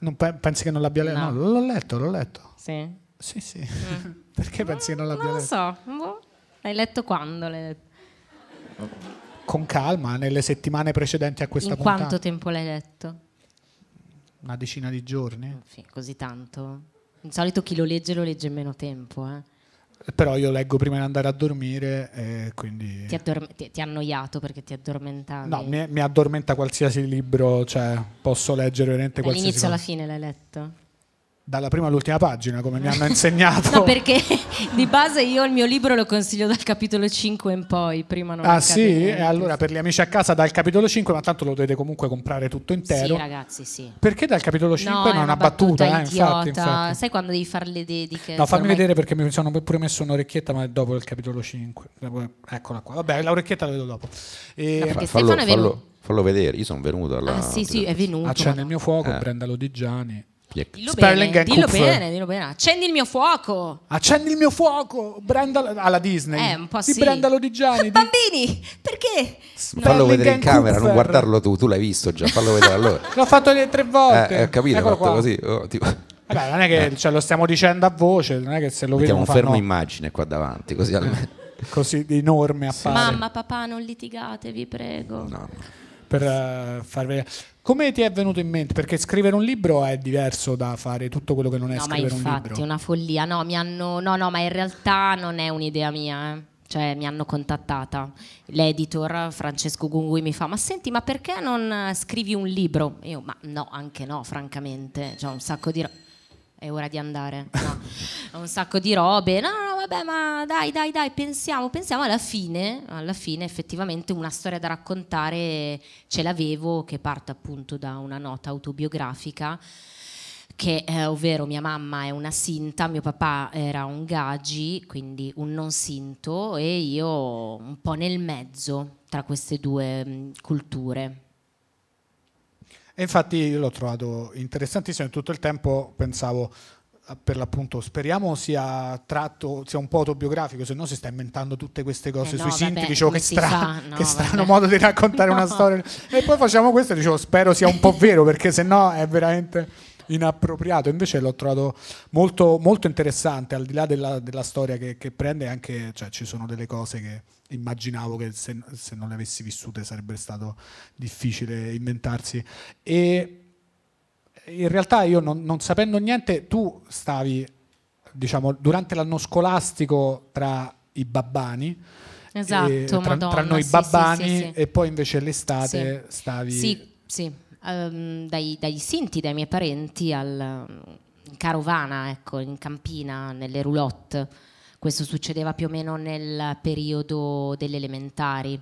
Speaker 3: Non pe- pensi che non l'abbia letto? No.
Speaker 1: No.
Speaker 3: l'ho letto, l'ho letto.
Speaker 1: Sì.
Speaker 3: Sì, sì. perché pensi che non l'abbia
Speaker 1: Non lo
Speaker 3: letto?
Speaker 1: so. boh. L'hai letto quando? l'hai letto?
Speaker 3: Con calma, nelle settimane precedenti a
Speaker 1: In
Speaker 3: questa puntata.
Speaker 1: quanto tempo l'hai letto?
Speaker 3: Una decina di giorni.
Speaker 1: Sì, così tanto. Di solito chi lo legge lo legge in meno tempo. eh.
Speaker 3: Però io leggo prima di andare a dormire e quindi...
Speaker 1: Ti, addorme- ti- ti ha annoiato perché ti addormentavi.
Speaker 3: Eh. No, mi, mi addormenta qualsiasi libro, cioè posso leggere veramente qualsiasi
Speaker 1: Dall'inizio alla
Speaker 3: cosa.
Speaker 1: fine l'hai letto?
Speaker 3: Dalla prima all'ultima pagina, come mi hanno insegnato.
Speaker 1: No, perché di base io il mio libro lo consiglio dal capitolo 5 in poi, prima non eh,
Speaker 3: Ah
Speaker 1: accade
Speaker 3: sì? E
Speaker 1: niente.
Speaker 3: allora per gli amici a casa dal capitolo 5, ma tanto lo dovete comunque comprare tutto
Speaker 1: Sì,
Speaker 3: intero.
Speaker 1: ragazzi, sì.
Speaker 3: perché dal capitolo 5 non
Speaker 1: è
Speaker 3: una battuta, eh,
Speaker 1: idiota.
Speaker 3: infatti, infatti.
Speaker 1: Sai quando devi fare le dediche?
Speaker 3: No, fammi
Speaker 1: Ormai-
Speaker 3: vedere perché mi sono pure messo un'orecchietta, ma è dopo il capitolo 5. Dopo- Eccola qua. Vabbè, l'orecchietta la vedo dopo. E-
Speaker 1: No, perché
Speaker 2: fallo,
Speaker 1: Stefano è
Speaker 2: fallo-
Speaker 1: venuto.
Speaker 2: fallo vedere, io sono venuto alla...
Speaker 1: Ah, sì, sì, è venuto.
Speaker 3: accendi
Speaker 1: madonna.
Speaker 3: il mio fuoco,
Speaker 2: Eh.
Speaker 3: prendalo di Gianni.
Speaker 2: Pliec.
Speaker 1: Dillo
Speaker 3: Sperling
Speaker 1: bene,
Speaker 3: and
Speaker 1: dillo
Speaker 3: Kupfer.
Speaker 1: bene, dillo bene. Accendi il mio fuoco.
Speaker 3: Accendi il mio fuoco, prendalo alla Disney.
Speaker 1: Eh, un po'
Speaker 3: di
Speaker 1: sì.
Speaker 3: prendalo di Gianni. di-
Speaker 1: Bambini, perché?
Speaker 2: Fallo
Speaker 3: Sterling
Speaker 2: vedere in
Speaker 3: and
Speaker 2: camera, non
Speaker 3: Kupfer.
Speaker 2: guardarlo tu, tu l'hai visto già, fallo vedere allora.
Speaker 3: L'ho fatto le tre volte.
Speaker 2: Eh, ho capito,
Speaker 3: Eccolo
Speaker 2: ho fatto
Speaker 3: qua.
Speaker 2: così. oh, tipo-
Speaker 3: Vabbè, non è che ce lo stiamo dicendo a voce, non è che se lo
Speaker 2: Mettiamo
Speaker 3: vediamo
Speaker 2: un fermo
Speaker 3: fanno
Speaker 2: immagine qua davanti, così
Speaker 1: Eh.
Speaker 2: almeno...
Speaker 3: così enorme appare.
Speaker 1: Mamma, papà, non litigate, vi prego.
Speaker 2: No, no.
Speaker 3: per eh, far vedere. Come ti è venuto in mente? Perché scrivere un libro è diverso da fare tutto quello che non è
Speaker 1: No, ma
Speaker 3: scrivere un
Speaker 1: infatti,
Speaker 3: libro.
Speaker 1: è una follia. No, mi hanno No, no, ma in realtà non è un'idea mia, eh. Cioè, mi hanno contattata. L'editor Francesco Gungui mi fa: Ma senti, ma perché non eh, scrivi un libro? E Io, ma no, anche no, francamente. C'ho un sacco di. ro- È ora di andare. No. Ho un sacco di robe. No, no, no, vabbè, ma dai, dai, dai, pensiamo, pensiamo alla fine. Alla fine, effettivamente, una storia da raccontare ce l'avevo, che parte appunto da una nota autobiografica che eh, ovvero mia mamma è una sinta, mio papà era un gagi, quindi un non sinto e io un po' nel mezzo tra queste due mh, culture.
Speaker 3: E infatti io l'ho trovato interessantissimo e tutto il tempo pensavo eh, per l'appunto speriamo sia tratto sia un po' autobiografico se no si sta inventando tutte queste cose
Speaker 1: Eh
Speaker 3: sui
Speaker 1: no,
Speaker 3: sinti
Speaker 1: vabbè,
Speaker 3: dicevo che,
Speaker 1: come si
Speaker 3: stra-
Speaker 1: fa? No,
Speaker 3: che strano
Speaker 1: vabbè.
Speaker 3: modo di raccontare
Speaker 1: No.
Speaker 3: una storia e poi facciamo questo e dicevo spero sia un po' vero perché se no è veramente inappropriato invece l'ho trovato molto, molto interessante al di là della, della storia che, che prende anche cioè, ci sono delle cose che immaginavo che se, se non le avessi vissute sarebbe stato difficile inventarsi e in realtà io non, non sapendo niente, tu stavi, diciamo, durante l'anno scolastico tra i babbani.
Speaker 1: Esatto,
Speaker 3: e- Eh, tra, tra
Speaker 1: Madonna,
Speaker 3: noi
Speaker 1: sì,
Speaker 3: babbani
Speaker 1: sì, sì, sì.
Speaker 3: e poi invece l'estate stavi...
Speaker 1: Sì, sì, ehm, dai, dai sinti, dai miei parenti, al, in carovana, ecco, in campina, nelle roulotte. Questo succedeva più o meno nel periodo delle elementari.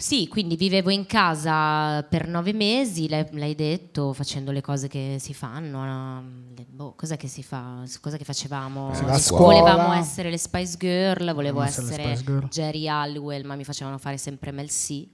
Speaker 1: Sì, quindi vivevo in casa per nove mesi, l'hai, l'hai detto, facendo le cose che si fanno. eh, le- boh, cosa che si fa? Cosa che facevamo?
Speaker 2: Si va a
Speaker 1: Sì,
Speaker 3: scuola.
Speaker 1: Volevamo essere le Spice Girl, volevo
Speaker 5: Essere le
Speaker 1: essere
Speaker 5: Spice Girl.
Speaker 1: Jerry Halliwell, ma mi facevano fare sempre MLC.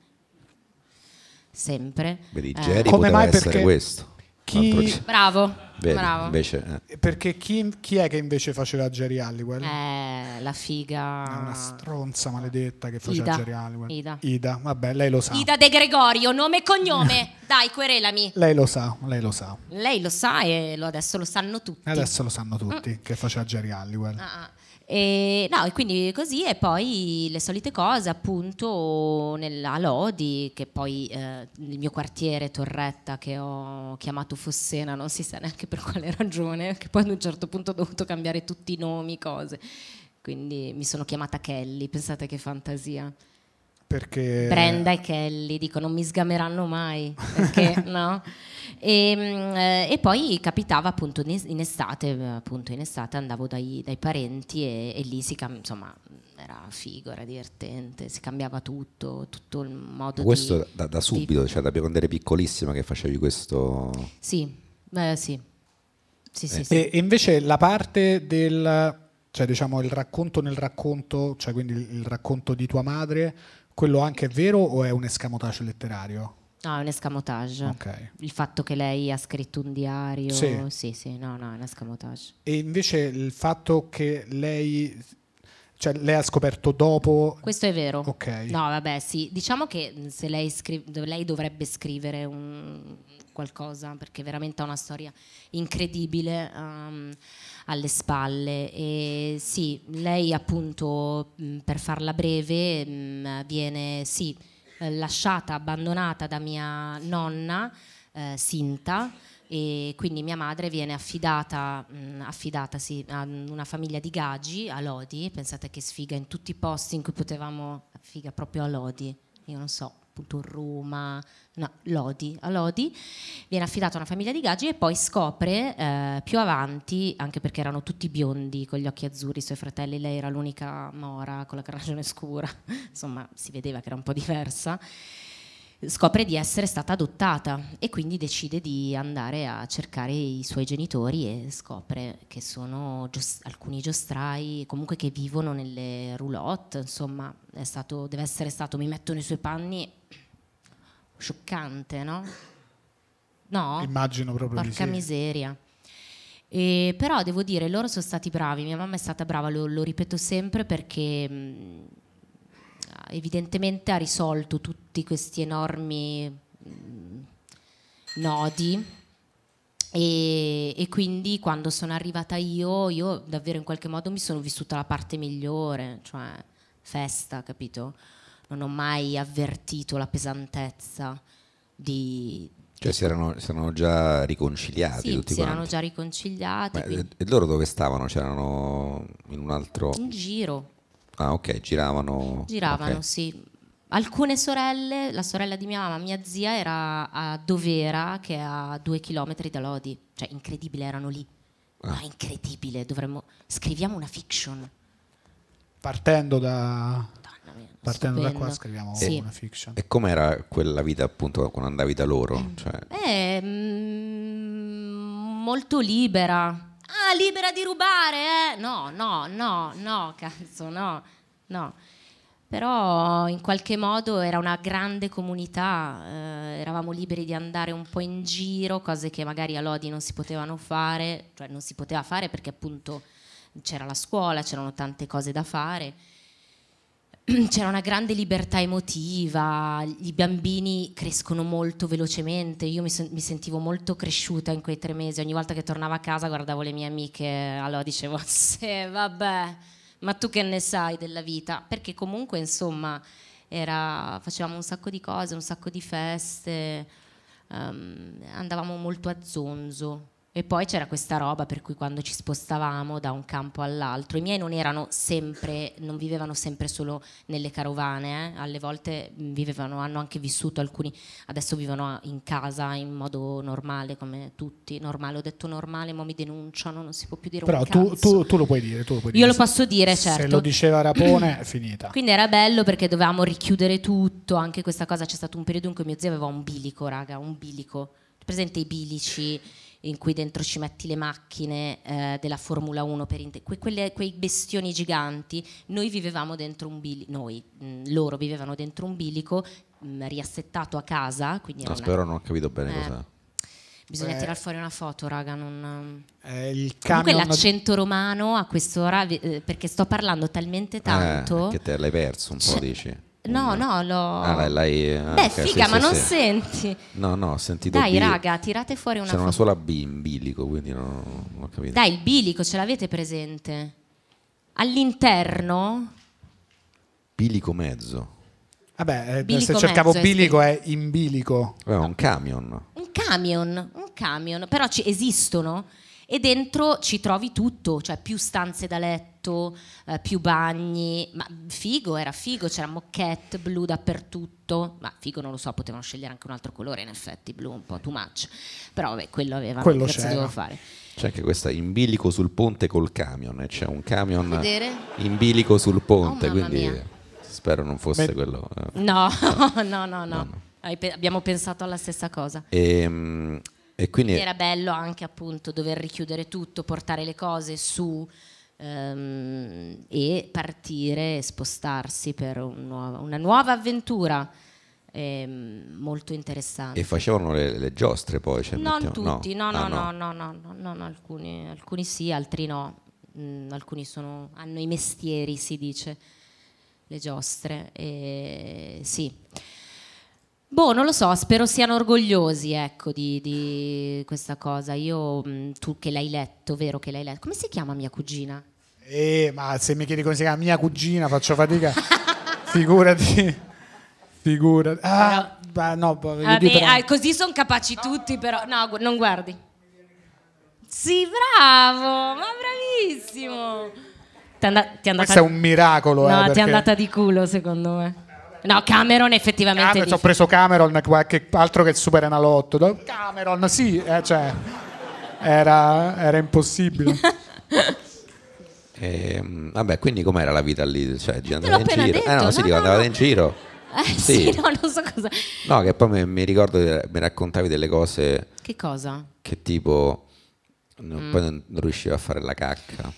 Speaker 1: Sempre.
Speaker 2: Vedi,
Speaker 1: Eh,
Speaker 2: Jerry
Speaker 3: Come
Speaker 2: poteva
Speaker 3: mai?
Speaker 2: essere
Speaker 3: Perché
Speaker 2: questo.
Speaker 3: chi-
Speaker 2: Un altro ge-
Speaker 1: Bravo,
Speaker 2: Vedi,
Speaker 1: bravo.
Speaker 2: invece, eh.
Speaker 3: Perché chi, chi è che invece faceva Jerry
Speaker 1: Eh,
Speaker 3: Halliwell?
Speaker 1: la
Speaker 3: È una
Speaker 1: figa.
Speaker 3: stronza maledetta che faceva
Speaker 1: Ida.
Speaker 3: Jerry Halliwell.
Speaker 1: Ida.
Speaker 3: vabbè, lei lo sa.
Speaker 1: Ida De Gregorio, nome e cognome. Dai, querelami.
Speaker 3: Lei lo sa, lei lo sa.
Speaker 1: Lei lo sa e lo- adesso lo sanno tutti.
Speaker 3: Adesso lo sanno tutti che faceva Jerry Halliwell.
Speaker 1: Mm. Ah, ah. E, no, e quindi così e poi le solite cose appunto nella Lodi, che poi eh, il mio quartiere Torretta che ho chiamato Fossena, non si sa neanche per quale ragione, che poi ad un certo punto ho dovuto cambiare tutti i nomi, cose. Quindi mi sono chiamata Kelly, pensate che fantasia.
Speaker 3: Perché
Speaker 1: Brenda e Kelly, dico non mi sgameranno mai, perché no? E, mm, eh, e poi capitava appunto in es- in estate, eh, appunto in estate andavo dai, dai parenti e, e lì si cam- insomma era figo, era divertente, si cambiava tutto, tutto il modo di...
Speaker 2: questo da, da subito, cioè da quando eri piccolissima che facevi questo...
Speaker 1: Sì, eh, sì, sì, sì, sì.
Speaker 3: Eh. E e invece la parte del cioè diciamo il racconto nel racconto, cioè quindi il il racconto di tua madre, quello anche è vero o è un escamotage letterario?
Speaker 1: No, è un escamotage.
Speaker 3: Ok.
Speaker 1: Il fatto che lei ha scritto un diario,
Speaker 3: Sì.
Speaker 1: sì, sì, no, no, è un escamotage.
Speaker 3: E invece il fatto che lei cioè lei ha scoperto dopo
Speaker 1: Questo è vero.
Speaker 3: Ok.
Speaker 1: No, vabbè, sì. Diciamo che mh, se lei, scri- dov- lei dovrebbe scrivere un- qualcosa, perché veramente ha una storia incredibile ehm, alle spalle. E sì, lei appunto, mh, per farla breve, mh, viene, sì, eh, lasciata, abbandonata da mia nonna, eh, Sinta, e quindi mia madre viene affidata, mh, affidatasi a una famiglia di gagi a Lodi, pensate che sfiga in tutti i posti in cui potevamo, figa proprio a Lodi, io non so, appunto Roma, no, Lodi, a Lodi, viene affidata a una famiglia di gagi e poi scopre eh, più avanti, anche perché erano tutti biondi con gli occhi azzurri, i suoi fratelli, lei era l'unica mora con la carnagione scura, insomma si vedeva che era un po' diversa scopre di essere stata adottata e quindi decide di andare a cercare i suoi genitori e scopre che sono gios- alcuni giostrai, comunque che vivono nelle roulotte, insomma, è stato- deve essere stato, mi metto nei suoi panni, scioccante, no? No?
Speaker 3: immagino proprio di
Speaker 1: Porca
Speaker 3: sì.
Speaker 1: miseria. E però devo dire, loro sono stati bravi, mia mamma è stata brava, lo, lo ripeto sempre perché mh, evidentemente ha risolto tutti questi enormi mh, nodi. E, e quindi quando sono arrivata io, io davvero in qualche modo mi sono vissuta la parte migliore, cioè festa, capito? Non ho mai avvertito la pesantezza di...
Speaker 2: Cioè si erano, si erano già riconciliati
Speaker 1: Sì,
Speaker 2: tutti
Speaker 1: si erano
Speaker 2: quanti.
Speaker 1: già riconciliati,
Speaker 2: Ma,
Speaker 1: quindi
Speaker 2: e e loro dove stavano? C'erano in un altro...
Speaker 1: in giro
Speaker 2: Ah eh, ok, giravano...
Speaker 1: giravano,
Speaker 2: ok.
Speaker 1: sì. Alcune sorelle, la sorella di mia mamma, mia zia era a Dovera, che è a due chilometri da Lodi, cioè incredibile, erano lì.
Speaker 2: Ah.
Speaker 1: Ma incredibile, dovremmo... Scriviamo una fiction.
Speaker 3: Partendo da
Speaker 1: Madonna mia,
Speaker 3: partendo da qua
Speaker 1: stupendo.
Speaker 3: scriviamo
Speaker 1: Sì.
Speaker 3: una fiction.
Speaker 2: E com'era quella vita appunto quando andavi da loro? Cioè,
Speaker 1: Eh, mm, molto libera. Ah, libera di rubare, eh? No, no, no, no, cazzo, no, no. Però in qualche modo era una grande comunità, eh, eravamo liberi di andare un po' in giro, cose che magari a Lodi non si potevano fare, cioè non si poteva fare perché appunto c'era la scuola, c'erano tante cose da fare c'era una grande libertà emotiva, i bambini crescono molto velocemente, io mi, sen- mi sentivo molto cresciuta in quei tre mesi, ogni volta che tornavo a casa guardavo le mie amiche, allora dicevo, sì, vabbè, ma tu che ne sai della vita? Perché comunque, insomma, era- facevamo un sacco di cose, un sacco di feste, ehm, andavamo molto a zonzo, E poi c'era questa roba per cui quando ci spostavamo da un campo all'altro, i miei non erano sempre, non vivevano sempre solo nelle carovane, eh. alle volte vivevano, hanno anche vissuto alcuni, adesso vivono in casa in modo normale come tutti, normale, ho detto normale, ma mi denunciano, non si può più dire
Speaker 3: Però
Speaker 1: un
Speaker 3: tu,
Speaker 1: cazzo.
Speaker 3: tu- tu lo puoi dire, tu lo puoi
Speaker 1: Io
Speaker 3: dire.
Speaker 1: lo posso dire,
Speaker 3: Se
Speaker 1: certo.
Speaker 3: lo diceva Rapone, è finita.
Speaker 1: Quindi era bello perché dovevamo richiudere tutto, anche questa cosa c'è stato un periodo in cui mio zio aveva un bilico, raga, un bilico. Presente i bilici in cui dentro ci metti le macchine eh, della Formula 1 per inte- que- quelle- quei bestioni giganti, noi vivevamo dentro un bilico, noi, mh, loro vivevano dentro un bilico mh, riassettato a casa, quindi era
Speaker 2: No,
Speaker 1: una-
Speaker 2: Ah, spero non ho capito bene
Speaker 1: Eh.
Speaker 2: cosa.
Speaker 1: bisogna
Speaker 3: Eh.
Speaker 1: tirar fuori una foto, raga, non mm.
Speaker 3: Eh, il
Speaker 1: Comunque
Speaker 3: camion-
Speaker 1: l'accento romano a quest'ora, vi- eh, perché sto parlando talmente tanto...
Speaker 2: Ah, che te l'hai perso un po', dici?
Speaker 1: No,
Speaker 2: Mm.
Speaker 1: no, l'ho...
Speaker 2: Ah, l'hai- l'hai- ah,
Speaker 1: Beh,
Speaker 2: ok, sì,
Speaker 1: figa,
Speaker 2: sì,
Speaker 1: ma non
Speaker 2: sì.
Speaker 1: senti.
Speaker 2: No, no, ho sentito
Speaker 1: Dai,
Speaker 2: bi-
Speaker 1: raga, tirate fuori una
Speaker 2: C'era una
Speaker 1: foto.
Speaker 2: sola B in bilico, quindi non, non ho capito.
Speaker 1: Dai, il bilico, ce l'avete presente? All'interno,
Speaker 2: Bilico mezzo.
Speaker 3: Vabbè, eh,
Speaker 1: Bilico
Speaker 3: se cercavo
Speaker 1: mezzo, è
Speaker 3: bilico è in bilico.
Speaker 2: È un camion.
Speaker 1: un camion, un camion, però ci esistono e dentro ci trovi tutto, cioè più stanze da letto, eh, più bagni, ma figo, era figo, c'era moquette blu dappertutto, ma figo non lo so, potevano scegliere anche un altro colore in effetti, blu un po' too much, però vabbè, quello avevano,
Speaker 3: Quello
Speaker 1: che cazzo
Speaker 3: c'era.
Speaker 1: dovevo fare?
Speaker 2: C'è anche questa in bilico sul ponte col camion. E c'è un camion
Speaker 1: Vedere?
Speaker 2: in bilico sul ponte,
Speaker 1: Oh, mamma
Speaker 2: quindi
Speaker 1: mia.
Speaker 2: spero non fosse
Speaker 3: Beh.
Speaker 2: quello. eh.
Speaker 1: No, no, no, no. Hai pe- Abbiamo pensato alla stessa cosa.
Speaker 2: Ehm, E, quindi
Speaker 1: Era bello anche appunto dover richiudere tutto, portare le cose su ehm, e partire e spostarsi per un nuovo- una nuova avventura ehm, molto interessante.
Speaker 2: e facevano le, le giostre poi. cioè,
Speaker 1: non
Speaker 2: mettevano- no.
Speaker 1: tutti, no, no,
Speaker 2: Ah,
Speaker 1: no, no, no, no, no, no, alcuni, alcuni sì, altri no. Mm, alcuni sono, hanno i mestieri, si dice, le giostre. E sì. Boh, non lo so, spero siano orgogliosi, ecco, di, di questa cosa. Io, mm, tu che l'hai letto, vero che l'hai letto, come si chiama mia cugina?
Speaker 3: Eh, ma se mi chiedi come si chiama mia cugina, faccio fatica. figurati, figurati. Ah, bah, no, bah, io
Speaker 1: Vabbè,
Speaker 3: dico tra-
Speaker 1: ah, così sono capaci tutti, però. No, gu- non guardi. Sì, bravo, ma bravissimo. Ti è anda- ti è andata,
Speaker 3: questo è un miracolo.
Speaker 1: no, ti
Speaker 3: eh,
Speaker 1: è
Speaker 3: perché-
Speaker 1: andata di culo, secondo me. No, Cameron
Speaker 3: Ah,
Speaker 1: effettivamente.
Speaker 3: penso ho
Speaker 1: dice-
Speaker 3: preso Cameron, qualche altro che il Super Enalotto. Do- Cameron, sì, eh, cioè, era, era impossibile.
Speaker 2: Ehm, vabbè, quindi com'era la vita lì? Cioè,
Speaker 1: l'ho
Speaker 2: andava in
Speaker 1: appena
Speaker 2: giro.
Speaker 1: detto,
Speaker 2: eh, no,
Speaker 1: no,
Speaker 2: sì, dico,
Speaker 1: no,
Speaker 2: andavate
Speaker 1: no.
Speaker 2: in giro.
Speaker 1: Eh,
Speaker 2: Sì.
Speaker 1: sì. no, non so cosa.
Speaker 2: No, che poi mi, mi ricordo che mi raccontavi delle cose
Speaker 1: Che cosa?
Speaker 2: che tipo
Speaker 1: Mm.
Speaker 2: non- poi non non riusciva a fare la cacca.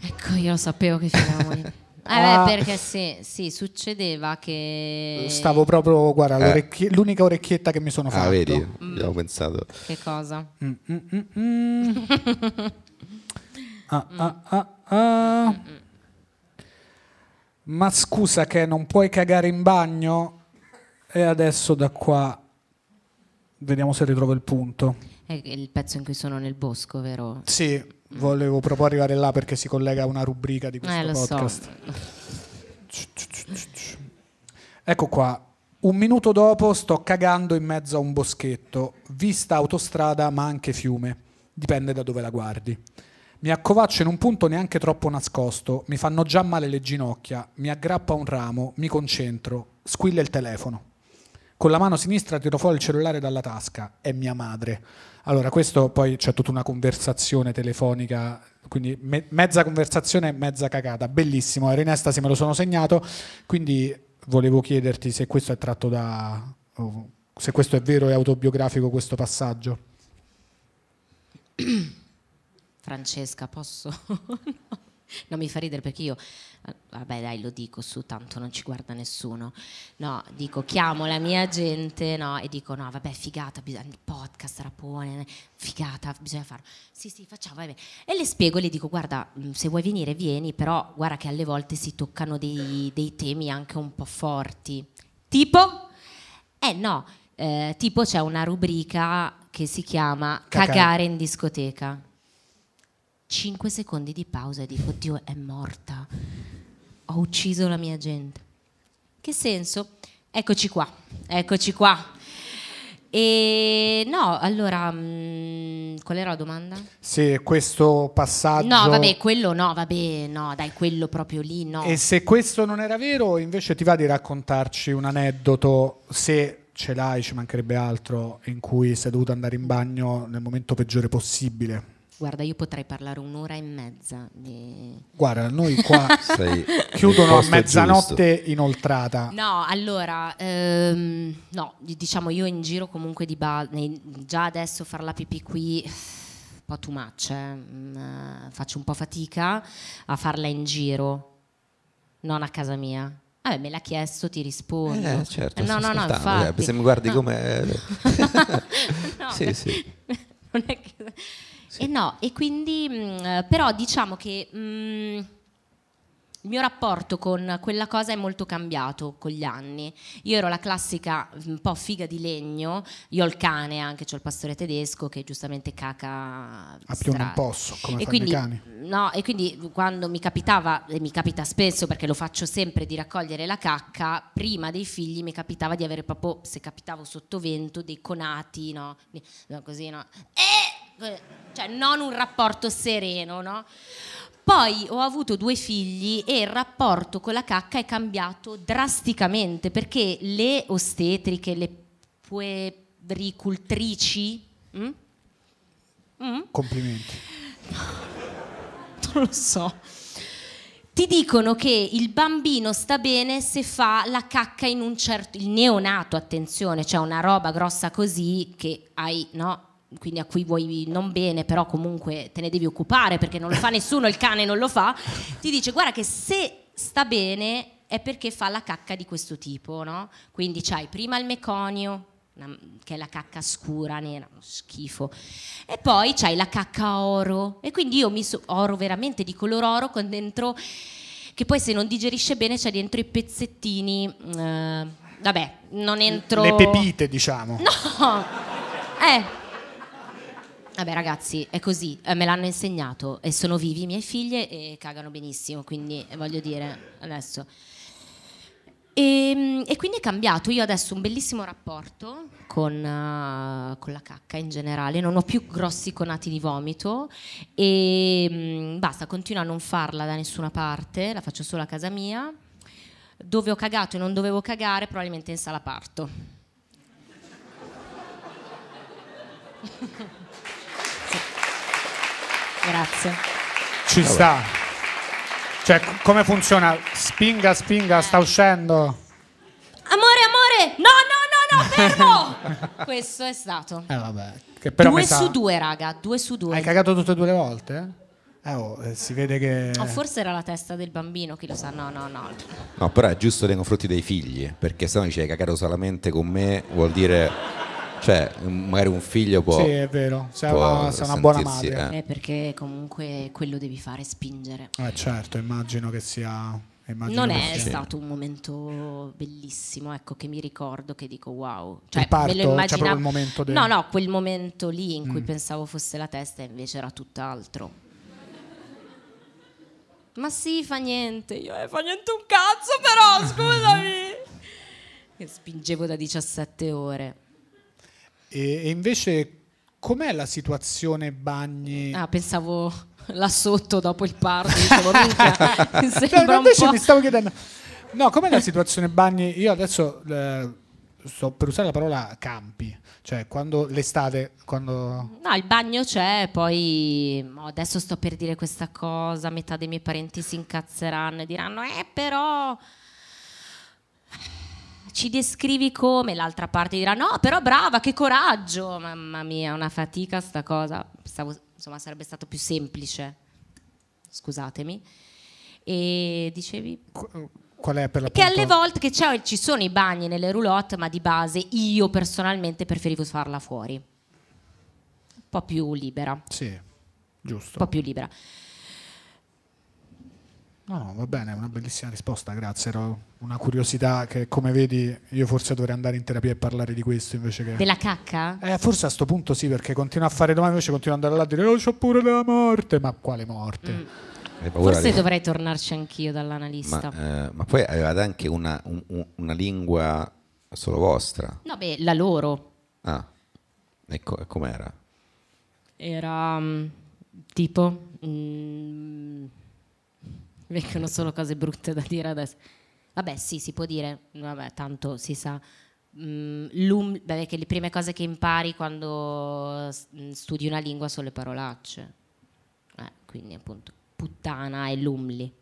Speaker 1: Ecco, io lo sapevo che finavamo lì. Eh, beh,
Speaker 3: Ah.
Speaker 1: perché sì, sì, succedeva che.
Speaker 3: Stavo proprio, guarda,
Speaker 2: Eh.
Speaker 3: l'orecchie- l'unica orecchietta che mi sono fatto. Mm,
Speaker 2: Ah, vedi?
Speaker 1: Mm.
Speaker 2: Abbiamo pensato.
Speaker 1: Che cosa?
Speaker 3: Ah, ah, ah, ah. Ma scusa che non puoi cagare in bagno? E adesso da qua vediamo se ritrovo il punto.
Speaker 1: È il pezzo in cui sono nel bosco, vero?
Speaker 3: Sì, volevo proprio arrivare là perché si collega a una rubrica di questo
Speaker 1: Eh, lo
Speaker 3: podcast.
Speaker 1: so.
Speaker 3: Ecco qua. Un minuto dopo sto cagando in mezzo a un boschetto, vista autostrada ma anche fiume, dipende da dove la guardi. Mi accovaccio in un punto neanche troppo nascosto, mi fanno già male le ginocchia, mi aggrappo a un ramo, mi concentro, squilla il telefono. Con la mano sinistra tiro fuori il cellulare dalla tasca, è mia madre. Allora, questo poi c'è tutta una conversazione telefonica, quindi me- mezza conversazione e mezza cagata. Bellissimo, era in estasi, me lo sono segnato, quindi volevo chiederti se questo è tratto da... o se questo è vero e autobiografico questo passaggio.
Speaker 1: Francesca, posso? no. No, mi fa ridere perché io, eh, vabbè dai lo dico su, tanto non ci guarda nessuno. No, dico chiamo la mia gente no, e dico no, vabbè figata, bisogna, il podcast, rapone, figata, bisogna farlo. Sì, sì, facciamo, vai bene. E le spiego, le dico guarda, mh, se vuoi venire vieni, però guarda che alle volte si toccano dei, dei temi anche un po' forti. Tipo? Eh no, eh, tipo c'è una rubrica che si chiama
Speaker 3: Cacare.
Speaker 1: Cagare in discoteca. 5 secondi di pausa e dico, oddio, è morta. Ho ucciso la mia gente. Che senso? Eccoci qua, eccoci qua. E no, allora, mh, mm, qual era la domanda?
Speaker 3: Se questo passaggio...
Speaker 1: No, vabbè, quello no, vabbè, no, dai, quello proprio lì no.
Speaker 3: E se questo non era vero, invece ti va di raccontarci un aneddoto, se ce l'hai, ci mancherebbe altro, in cui sei dovuto andare in bagno nel momento peggiore possibile.
Speaker 1: Guarda, io potrei parlare un'ora e mezza di...
Speaker 3: Guarda, noi qua
Speaker 2: Sei
Speaker 3: chiudono
Speaker 2: nel
Speaker 3: a
Speaker 2: posto
Speaker 3: mezzanotte inoltrata.
Speaker 1: No, allora, ehm, no, di- diciamo io in giro comunque di ba- nei- già adesso far la pipì qui un po' too much, eh, mm, eh, faccio un po' fatica a farla in giro, non a casa mia. Vabbè, me l'ha chiesto, ti
Speaker 2: giusto.
Speaker 1: rispondo.
Speaker 2: Eh, certo,
Speaker 1: no,
Speaker 2: sto
Speaker 1: no, no,
Speaker 2: ascoltando,
Speaker 1: infatti.
Speaker 2: eh, se mi guardi
Speaker 1: No.
Speaker 2: come...
Speaker 1: No,
Speaker 2: sì,
Speaker 1: beh,
Speaker 2: sì.
Speaker 1: non è che- E no, e quindi, mh, eh, però diciamo che mh, il mio rapporto con quella cosa è molto cambiato con gli anni. Io ero la classica un po' figa di legno, io ho il cane anche, c'ho il pastore tedesco che giustamente caca...
Speaker 3: A più non
Speaker 1: stra-
Speaker 3: posso, come
Speaker 1: e
Speaker 3: fanno
Speaker 1: quindi,
Speaker 3: i cani.
Speaker 1: no, e quindi quando mi capitava, e mi capita spesso perché lo faccio sempre di raccogliere la cacca, prima dei figli mi capitava di avere proprio, se capitavo sotto vento, dei conati, no? Di- no, Così, no? E, cioè non un rapporto sereno, no? Poi ho avuto due figli e il rapporto con la cacca è cambiato drasticamente perché le ostetriche, le puericultrici, mm? Mm?
Speaker 3: Complimenti.
Speaker 1: non lo so. Ti dicono che il bambino sta bene se fa la cacca in un certo... Il neonato, attenzione, cioè una roba grossa così che hai, no? Quindi a cui vuoi non bene, però comunque te ne devi occupare perché non lo fa nessuno, il cane non lo fa. Ti dice, guarda che se sta bene è perché fa la cacca di questo tipo, no? Quindi c'hai prima il meconio, una- che è la cacca scura, nera, uno schifo. E poi c'hai la cacca oro. E quindi io mi so- oro veramente di color oro con dentro che poi se non digerisce bene c'è dentro i pezzettini eh, vabbè, non entro
Speaker 3: Le pepite, diciamo.
Speaker 1: No. Eh. Vabbè ragazzi, è così, eh, me l'hanno insegnato e sono vivi i miei figli e cagano benissimo, quindi eh, voglio dire adesso. Ehm, E, e quindi è cambiato. Io adesso ho un bellissimo rapporto con, eh, con la cacca in generale, non ho più grossi conati di vomito e mm, basta, continuo a non farla da nessuna parte, la faccio solo a casa mia. Dove ho cagato e non dovevo cagare, probabilmente in sala parto. Sì. Grazie.
Speaker 3: Ci sta. Cioè, c- come funziona? Spinga, spinga,
Speaker 1: Eh.
Speaker 3: sta uscendo.
Speaker 1: Amore, amore! No, no, no, no, fermo! Questo è stato.
Speaker 3: Eh vabbè. Che però
Speaker 1: due
Speaker 3: mi sa-
Speaker 1: su due, raga, due su due.
Speaker 3: Hai cagato tutte e due le volte? Eh, oh, eh, si vede che...
Speaker 1: Oh, forse era la testa del bambino, chi lo sa, no, no, no.
Speaker 2: No, però è giusto nei confronti dei figli, perché se no dice cagare solamente con me vuol dire... Cioè, magari un figlio può...
Speaker 3: Sì, è vero. Sei
Speaker 2: può
Speaker 3: una, sei una buona
Speaker 2: sentirsi,
Speaker 3: madre.
Speaker 1: Eh, perché comunque quello devi fare, spingere.
Speaker 3: Eh, certo, immagino che sia... immagino
Speaker 1: Non
Speaker 3: che
Speaker 1: è
Speaker 3: sia.
Speaker 1: stato un momento bellissimo, ecco, che mi ricordo, che dico wow. Cioè,
Speaker 3: parto?
Speaker 1: me lo
Speaker 3: Cioè,
Speaker 1: immaginavo...
Speaker 3: proprio il momento del- Mm.
Speaker 1: No, no, quel momento lì in cui pensavo fosse la testa e invece era tutt'altro. Ma sì, fa niente. Io eh, fa niente un cazzo però, scusami. Che spingevo da 17 ore.
Speaker 3: E, e invece com'è la situazione bagni?
Speaker 1: Ah, pensavo là sotto dopo il parto, dicevo, minchia, mi
Speaker 3: Cioè,
Speaker 1: sembra un
Speaker 3: invece
Speaker 1: po'...
Speaker 3: mi stavo chiedendo... No, com'è la situazione bagni? Io adesso eh, sto per usare la parola campi. Cioè, quando l'estate, quando...
Speaker 1: No, il bagno c'è, poi mo, adesso sto per dire questa cosa, metà dei miei parenti si incazzeranno e diranno, eh però ci descrivi come, l'altra parte dirà, no però brava, che coraggio, mamma mia, una fatica sta cosa, Pensavo, insomma sarebbe stato più semplice, scusatemi. E dicevi,
Speaker 3: qu- Qual è per la
Speaker 1: che alle volte che c'è- ci sono i bagni nelle roulotte, ma di base io personalmente preferivo farla fuori. Un po' più libera, un
Speaker 3: Sì, giusto.
Speaker 1: po' più libera.
Speaker 3: No, no, va bene, è una bellissima risposta, grazie. Era una curiosità che, come vedi, io forse dovrei andare in terapia e parlare di questo invece che...
Speaker 1: Della cacca?
Speaker 3: Eh, forse a sto punto sì, perché continua a fare domande, invece continua ad andare là a dire, oh, c'ho pure della morte, ma quale morte?
Speaker 2: Hai paura
Speaker 1: Forse
Speaker 2: di-
Speaker 1: dovrei tornarci anch'io dall'analista.
Speaker 2: Ma, eh, ma poi avevate anche una, un- un- una lingua solo vostra.
Speaker 1: No, beh, la loro.
Speaker 2: Ah, e co- e com'era?
Speaker 1: Era mm, tipo... mm, vengono solo cose brutte da dire adesso. Vabbè, sì, si può dire, vabbè, tanto si sa. Mm, l'um- vabbè, che le prime cose che impari quando s- mm, studi una lingua sono le parolacce. Eh, quindi appunto puttana e lumli.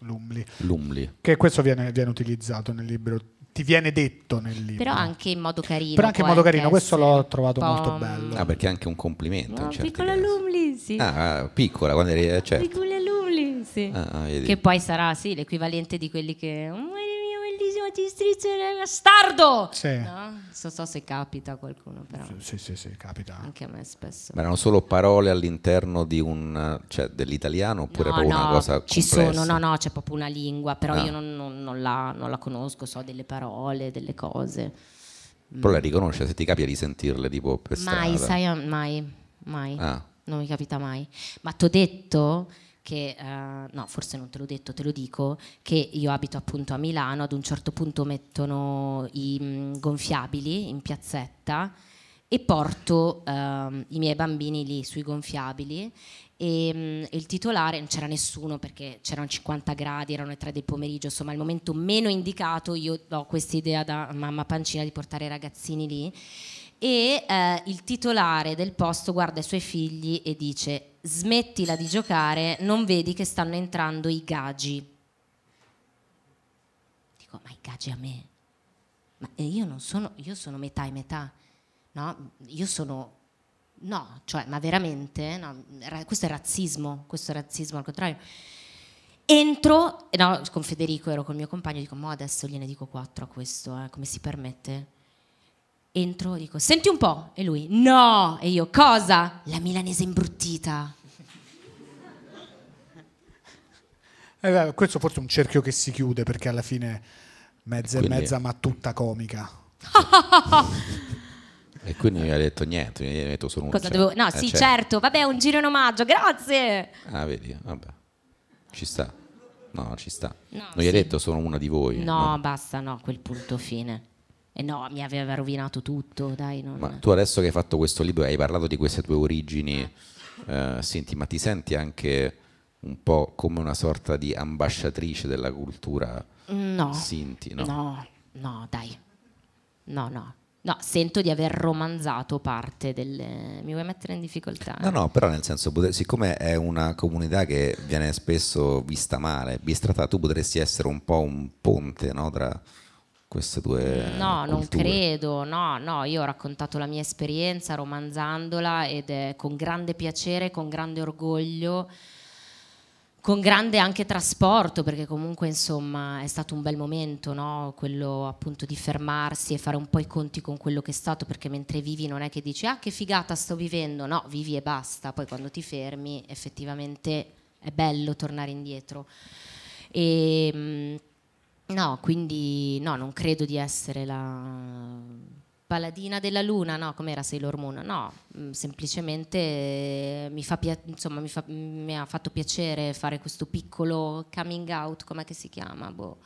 Speaker 3: l'umli.
Speaker 2: L'umli.
Speaker 3: Che questo viene, viene utilizzato nel libro, ti viene detto nel libro.
Speaker 1: Però anche in modo carino.
Speaker 3: Però anche in
Speaker 1: può
Speaker 3: modo carino, questo
Speaker 1: essere
Speaker 3: l'ho trovato
Speaker 1: un po',
Speaker 3: molto
Speaker 1: mm,
Speaker 3: bello.
Speaker 2: Ah, perché è anche un complimento.
Speaker 1: no,
Speaker 2: in certi
Speaker 1: piccola
Speaker 2: casi.
Speaker 1: lumli, sì.
Speaker 2: Ah, ah, piccola, quando eri... Cioè,
Speaker 1: Piccola lumli, sì.
Speaker 2: ah, ah, vedi.
Speaker 1: Che poi sarà, sì, l'equivalente di quelli che... Oh, madre mia, bellissima, ti strizzo il bastardo!
Speaker 3: Sì.
Speaker 1: No? Non so se capita a qualcuno, però
Speaker 3: Sì, sì, sì, capita.
Speaker 1: anche a me spesso.
Speaker 2: Ma erano solo parole all'interno di un, cioè, dell'italiano oppure
Speaker 1: no,
Speaker 2: proprio
Speaker 1: no,
Speaker 2: una cosa
Speaker 1: ci
Speaker 2: complessa?
Speaker 1: sono, no, no, c'è proprio una lingua, però
Speaker 2: Ah.
Speaker 1: io non, non- non la, non la conosco, so delle parole, delle cose.
Speaker 2: Però le riconosce, se ti capita di sentirle tipo per
Speaker 1: Mai,
Speaker 2: strada.
Speaker 1: sai, mai, mai.
Speaker 2: Ah,
Speaker 1: Non mi capita mai. Ma ti ho detto che, eh, no, forse non te l'ho detto, te lo dico, che io abito appunto a Milano, ad un certo punto mettono i mm, gonfiabili in piazzetta e porto ehm, i miei bambini lì sui gonfiabili e mm, il titolare non c'era nessuno perché c'erano 50 gradi, erano le 3 del pomeriggio, insomma al momento meno indicato io ho questa idea da mamma pancina di portare i ragazzini lì e eh, il titolare del posto guarda i suoi figli e dice smettila di giocare, non vedi che stanno entrando i gagi. Dico, ma i gaggi a me? Ma eh, io non sono, io sono metà e metà, no? Io sono, no, cioè, ma veramente, no, ra- questo è razzismo, questo è razzismo al contrario. Entro, eh, no, con Federico ero col mio compagno, dico, mo adesso gliene dico quattro a questo, eh, come si permette? Entro, dico, senti un po', e lui, no, e io, cosa? La milanese imbruttita.
Speaker 3: Eh, beh, questo forse è un cerchio che si chiude perché alla fine mezza
Speaker 2: Quindi-
Speaker 3: e mezza, ma tutta comica.
Speaker 2: e quindi non gli ha detto niente, mi ha detto solo un
Speaker 1: Cosa
Speaker 2: cioè,
Speaker 1: dovevo... No,
Speaker 2: eh,
Speaker 1: sì,
Speaker 2: cioè-
Speaker 1: certo, vabbè, un giro in omaggio, grazie.
Speaker 2: Ah, vedi, vabbè. Ci sta. No, ci sta.
Speaker 1: No,
Speaker 2: non gli ha
Speaker 1: sì.
Speaker 2: detto sono una di voi.
Speaker 1: No, basta, no, a quel punto fine. E no, mi aveva rovinato tutto, dai. Non...
Speaker 2: Ma tu adesso che hai fatto questo libro, hai parlato di queste tue origini, eh, senti, ma ti senti anche un po' come una sorta di ambasciatrice della cultura
Speaker 1: No.
Speaker 2: Sinti, no?
Speaker 1: No, no, dai. No, no. No, sento di aver romanzato parte delle... Mi vuoi mettere in difficoltà?
Speaker 2: No, no, però nel senso, pote- siccome è una comunità che viene spesso vista male, bistrattata, tu potresti essere un po' un ponte no, tra queste due
Speaker 1: No, non
Speaker 2: eh, culture.
Speaker 1: credo, no, no, io ho raccontato la mia esperienza romanzandola ed è con grande piacere, con grande orgoglio, con grande anche trasporto, perché comunque insomma è stato un bel momento, no? quello appunto di fermarsi e fare un po' i conti con quello che è stato, perché mentre vivi non è che dici ah che figata sto vivendo, no, vivi e basta, poi quando ti fermi effettivamente è bello tornare indietro. Ehm, E, mh, No, quindi no, non credo di essere la paladina della luna, no, com'era Sailor Moon, no, mm, semplicemente eh, mi, fa pia- insomma, mi, fa- mi ha fatto piacere fare questo piccolo coming out, com'è che si chiama, boh.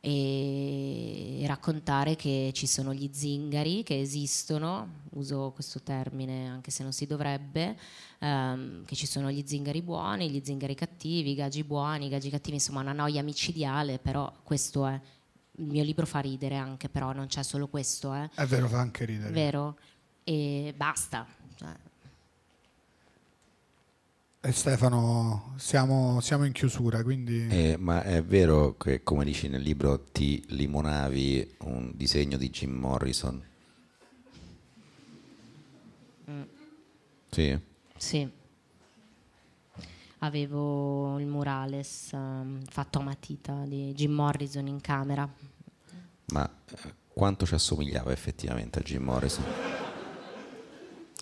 Speaker 1: e raccontare che ci sono gli zingari che esistono, uso questo termine anche se non si dovrebbe, ehm, che ci sono gli zingari buoni, gli zingari cattivi, i gaggi buoni, i gaggi cattivi, insomma una noia micidiale, però questo è. Il mio libro fa ridere anche, però non c'è solo questo, eh.
Speaker 3: È vero, fa anche ridere.
Speaker 1: Vero? E basta. Cioè,
Speaker 3: E Eh, Stefano, siamo, siamo in chiusura, quindi...
Speaker 2: Eh, ma è vero che, come dici nel libro, ti limonavi un disegno di Jim Morrison?
Speaker 1: Mm.
Speaker 2: Sì.
Speaker 1: Sì. Avevo il murales ehm, fatto a matita di Jim Morrison in camera.
Speaker 2: Ma eh, quanto ci assomigliava effettivamente a Jim Morrison?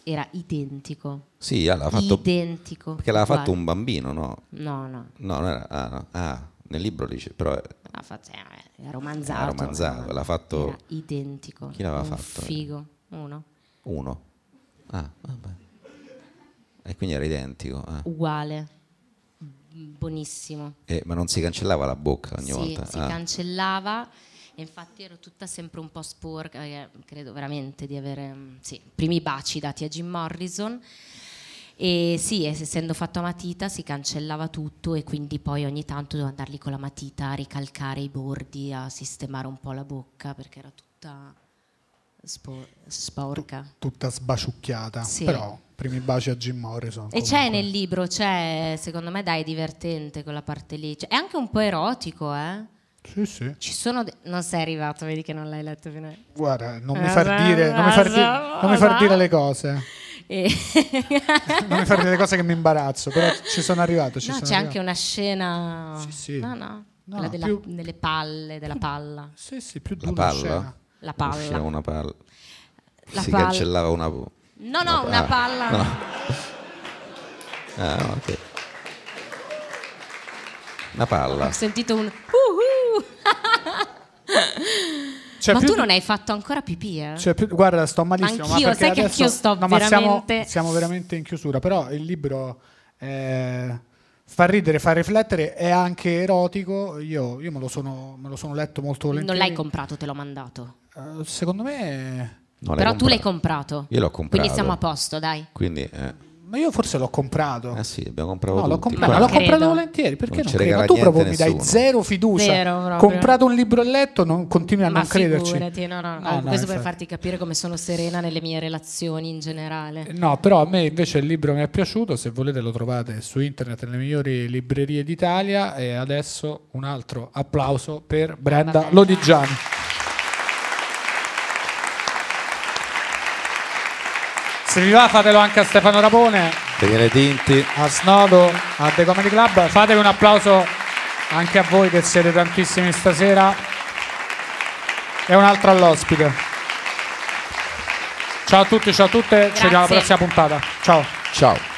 Speaker 1: Era identico.
Speaker 2: Sì, ah, l'ha fatto...
Speaker 1: Identico.
Speaker 2: Perché l'aveva fatto
Speaker 1: Uguale.
Speaker 2: un bambino, no?
Speaker 1: No, no.
Speaker 2: No, non era... Ah, no. Ah, nel libro dice, però eh,
Speaker 1: L'ha fatto, eh, era romanzato.
Speaker 2: Era romanzato, l'ha fatto-
Speaker 1: Era identico.
Speaker 2: Chi l'aveva
Speaker 1: Un
Speaker 2: fatto?
Speaker 1: Figo, uno.
Speaker 2: uno. Ah, vabbè. E quindi era identico. ah.
Speaker 1: Uguale. Buonissimo.
Speaker 2: Eh, ma non si cancellava la bocca ogni
Speaker 1: Sì,
Speaker 2: volta.
Speaker 1: si
Speaker 2: ah.
Speaker 1: cancellava E infatti ero tutta sempre un po' sporca, eh, credo veramente di avere mm, sì, primi baci dati a Jim Morrison. E sì, es- essendo fatto a matita si cancellava tutto e quindi poi ogni tanto dovevo andarli con la matita a ricalcare i bordi, a sistemare un po' la bocca perché era tutta spo- sporca.
Speaker 3: tutta sbaciucchiata,
Speaker 1: Sì.
Speaker 3: però primi baci a Jim Morrison.
Speaker 1: E
Speaker 3: comunque.
Speaker 1: c'è nel libro, c'è, secondo me dai, è divertente quella parte lì. Cioè, è anche un po' erotico, eh?
Speaker 3: Sì, sì.
Speaker 1: Ci sono... de- non sei arrivato, vedi che non l'hai letto fino a...
Speaker 3: Guarda, non mi
Speaker 1: Eh,
Speaker 3: far dire, non mi far dire, non mi far dire le cose.
Speaker 1: E-
Speaker 3: Non mi far dire le cose che mi imbarazzo, però ci sono arrivato. Ci
Speaker 1: no, c'è
Speaker 3: sono
Speaker 1: anche una scena...
Speaker 3: Sì, sì.
Speaker 1: No, no,
Speaker 3: No,
Speaker 1: quella della-
Speaker 3: più-
Speaker 1: delle palle, della palla.
Speaker 3: Sì, sì, più
Speaker 2: La
Speaker 3: dura
Speaker 2: palla?
Speaker 3: scena.
Speaker 1: La
Speaker 2: Usciva
Speaker 1: palla.
Speaker 2: una palla.
Speaker 1: La
Speaker 2: si
Speaker 1: palla.
Speaker 2: cancellava una... No,
Speaker 1: No, no, una palla.
Speaker 2: Ah, ok. Una palla.
Speaker 1: Ho sentito un... "Uh, uh".
Speaker 3: C'è
Speaker 1: ma
Speaker 3: Cioè, più
Speaker 1: tu
Speaker 3: du-
Speaker 1: non hai fatto ancora pipì, eh?
Speaker 3: Cioè, più- guarda, sto malissimo.
Speaker 1: Anch'io,
Speaker 3: ma perché
Speaker 1: sai che
Speaker 3: adesso-
Speaker 1: anch'io sto
Speaker 3: no, ma siamo,
Speaker 1: veramente-
Speaker 3: siamo veramente in chiusura. Però il libro eh, fa ridere, fa riflettere, è anche erotico. Io, io me, lo sono, me lo sono letto molto
Speaker 1: non
Speaker 3: volentieri.
Speaker 1: l'hai comprato, te l'ho mandato.
Speaker 3: comprato? secondo me.
Speaker 2: No,
Speaker 1: Però tu l'hai
Speaker 2: comprato.
Speaker 1: comprato.
Speaker 2: Io l'ho comprato.
Speaker 1: Quindi siamo a posto, dai.
Speaker 2: Quindi, eh,
Speaker 3: Ma io forse l'ho comprato.
Speaker 2: ah sì, abbiamo comprato
Speaker 3: No, l'ho
Speaker 2: tutti.
Speaker 3: comprato,
Speaker 1: Ma
Speaker 2: Guarda,
Speaker 3: l'ho
Speaker 1: non credo.
Speaker 3: comprato volentieri perché
Speaker 2: Non
Speaker 3: non,
Speaker 2: ci
Speaker 3: credo?
Speaker 2: regala
Speaker 3: Tu proprio mi
Speaker 2: niente
Speaker 3: dai
Speaker 2: nessuno.
Speaker 3: zero fiducia.
Speaker 1: Vero, proprio.
Speaker 3: comprato un libro e letto, non, continui a
Speaker 1: Ma
Speaker 3: non crederci.
Speaker 1: figurati, no, no, no,
Speaker 3: No, no,
Speaker 1: questo per
Speaker 3: infatti.
Speaker 1: farti capire come sono serena nelle mie relazioni in generale.
Speaker 3: No, però a me invece il libro mi è piaciuto, se volete lo trovate su internet nelle migliori librerie d'Italia e adesso un altro applauso per Brenda
Speaker 1: Vabbè.
Speaker 3: Lodigiani. Se vi va fatelo anche a Stefano Rapone,
Speaker 2: Daniele Tinti.
Speaker 3: a Snodo, a The Comedy Club, fatevi un applauso anche a voi che siete tantissimi stasera e un altro all'ospite. Ciao a tutti, ciao a tutte, ci vediamo alla
Speaker 1: Grazie.
Speaker 3: prossima puntata. Ciao.
Speaker 2: Ciao.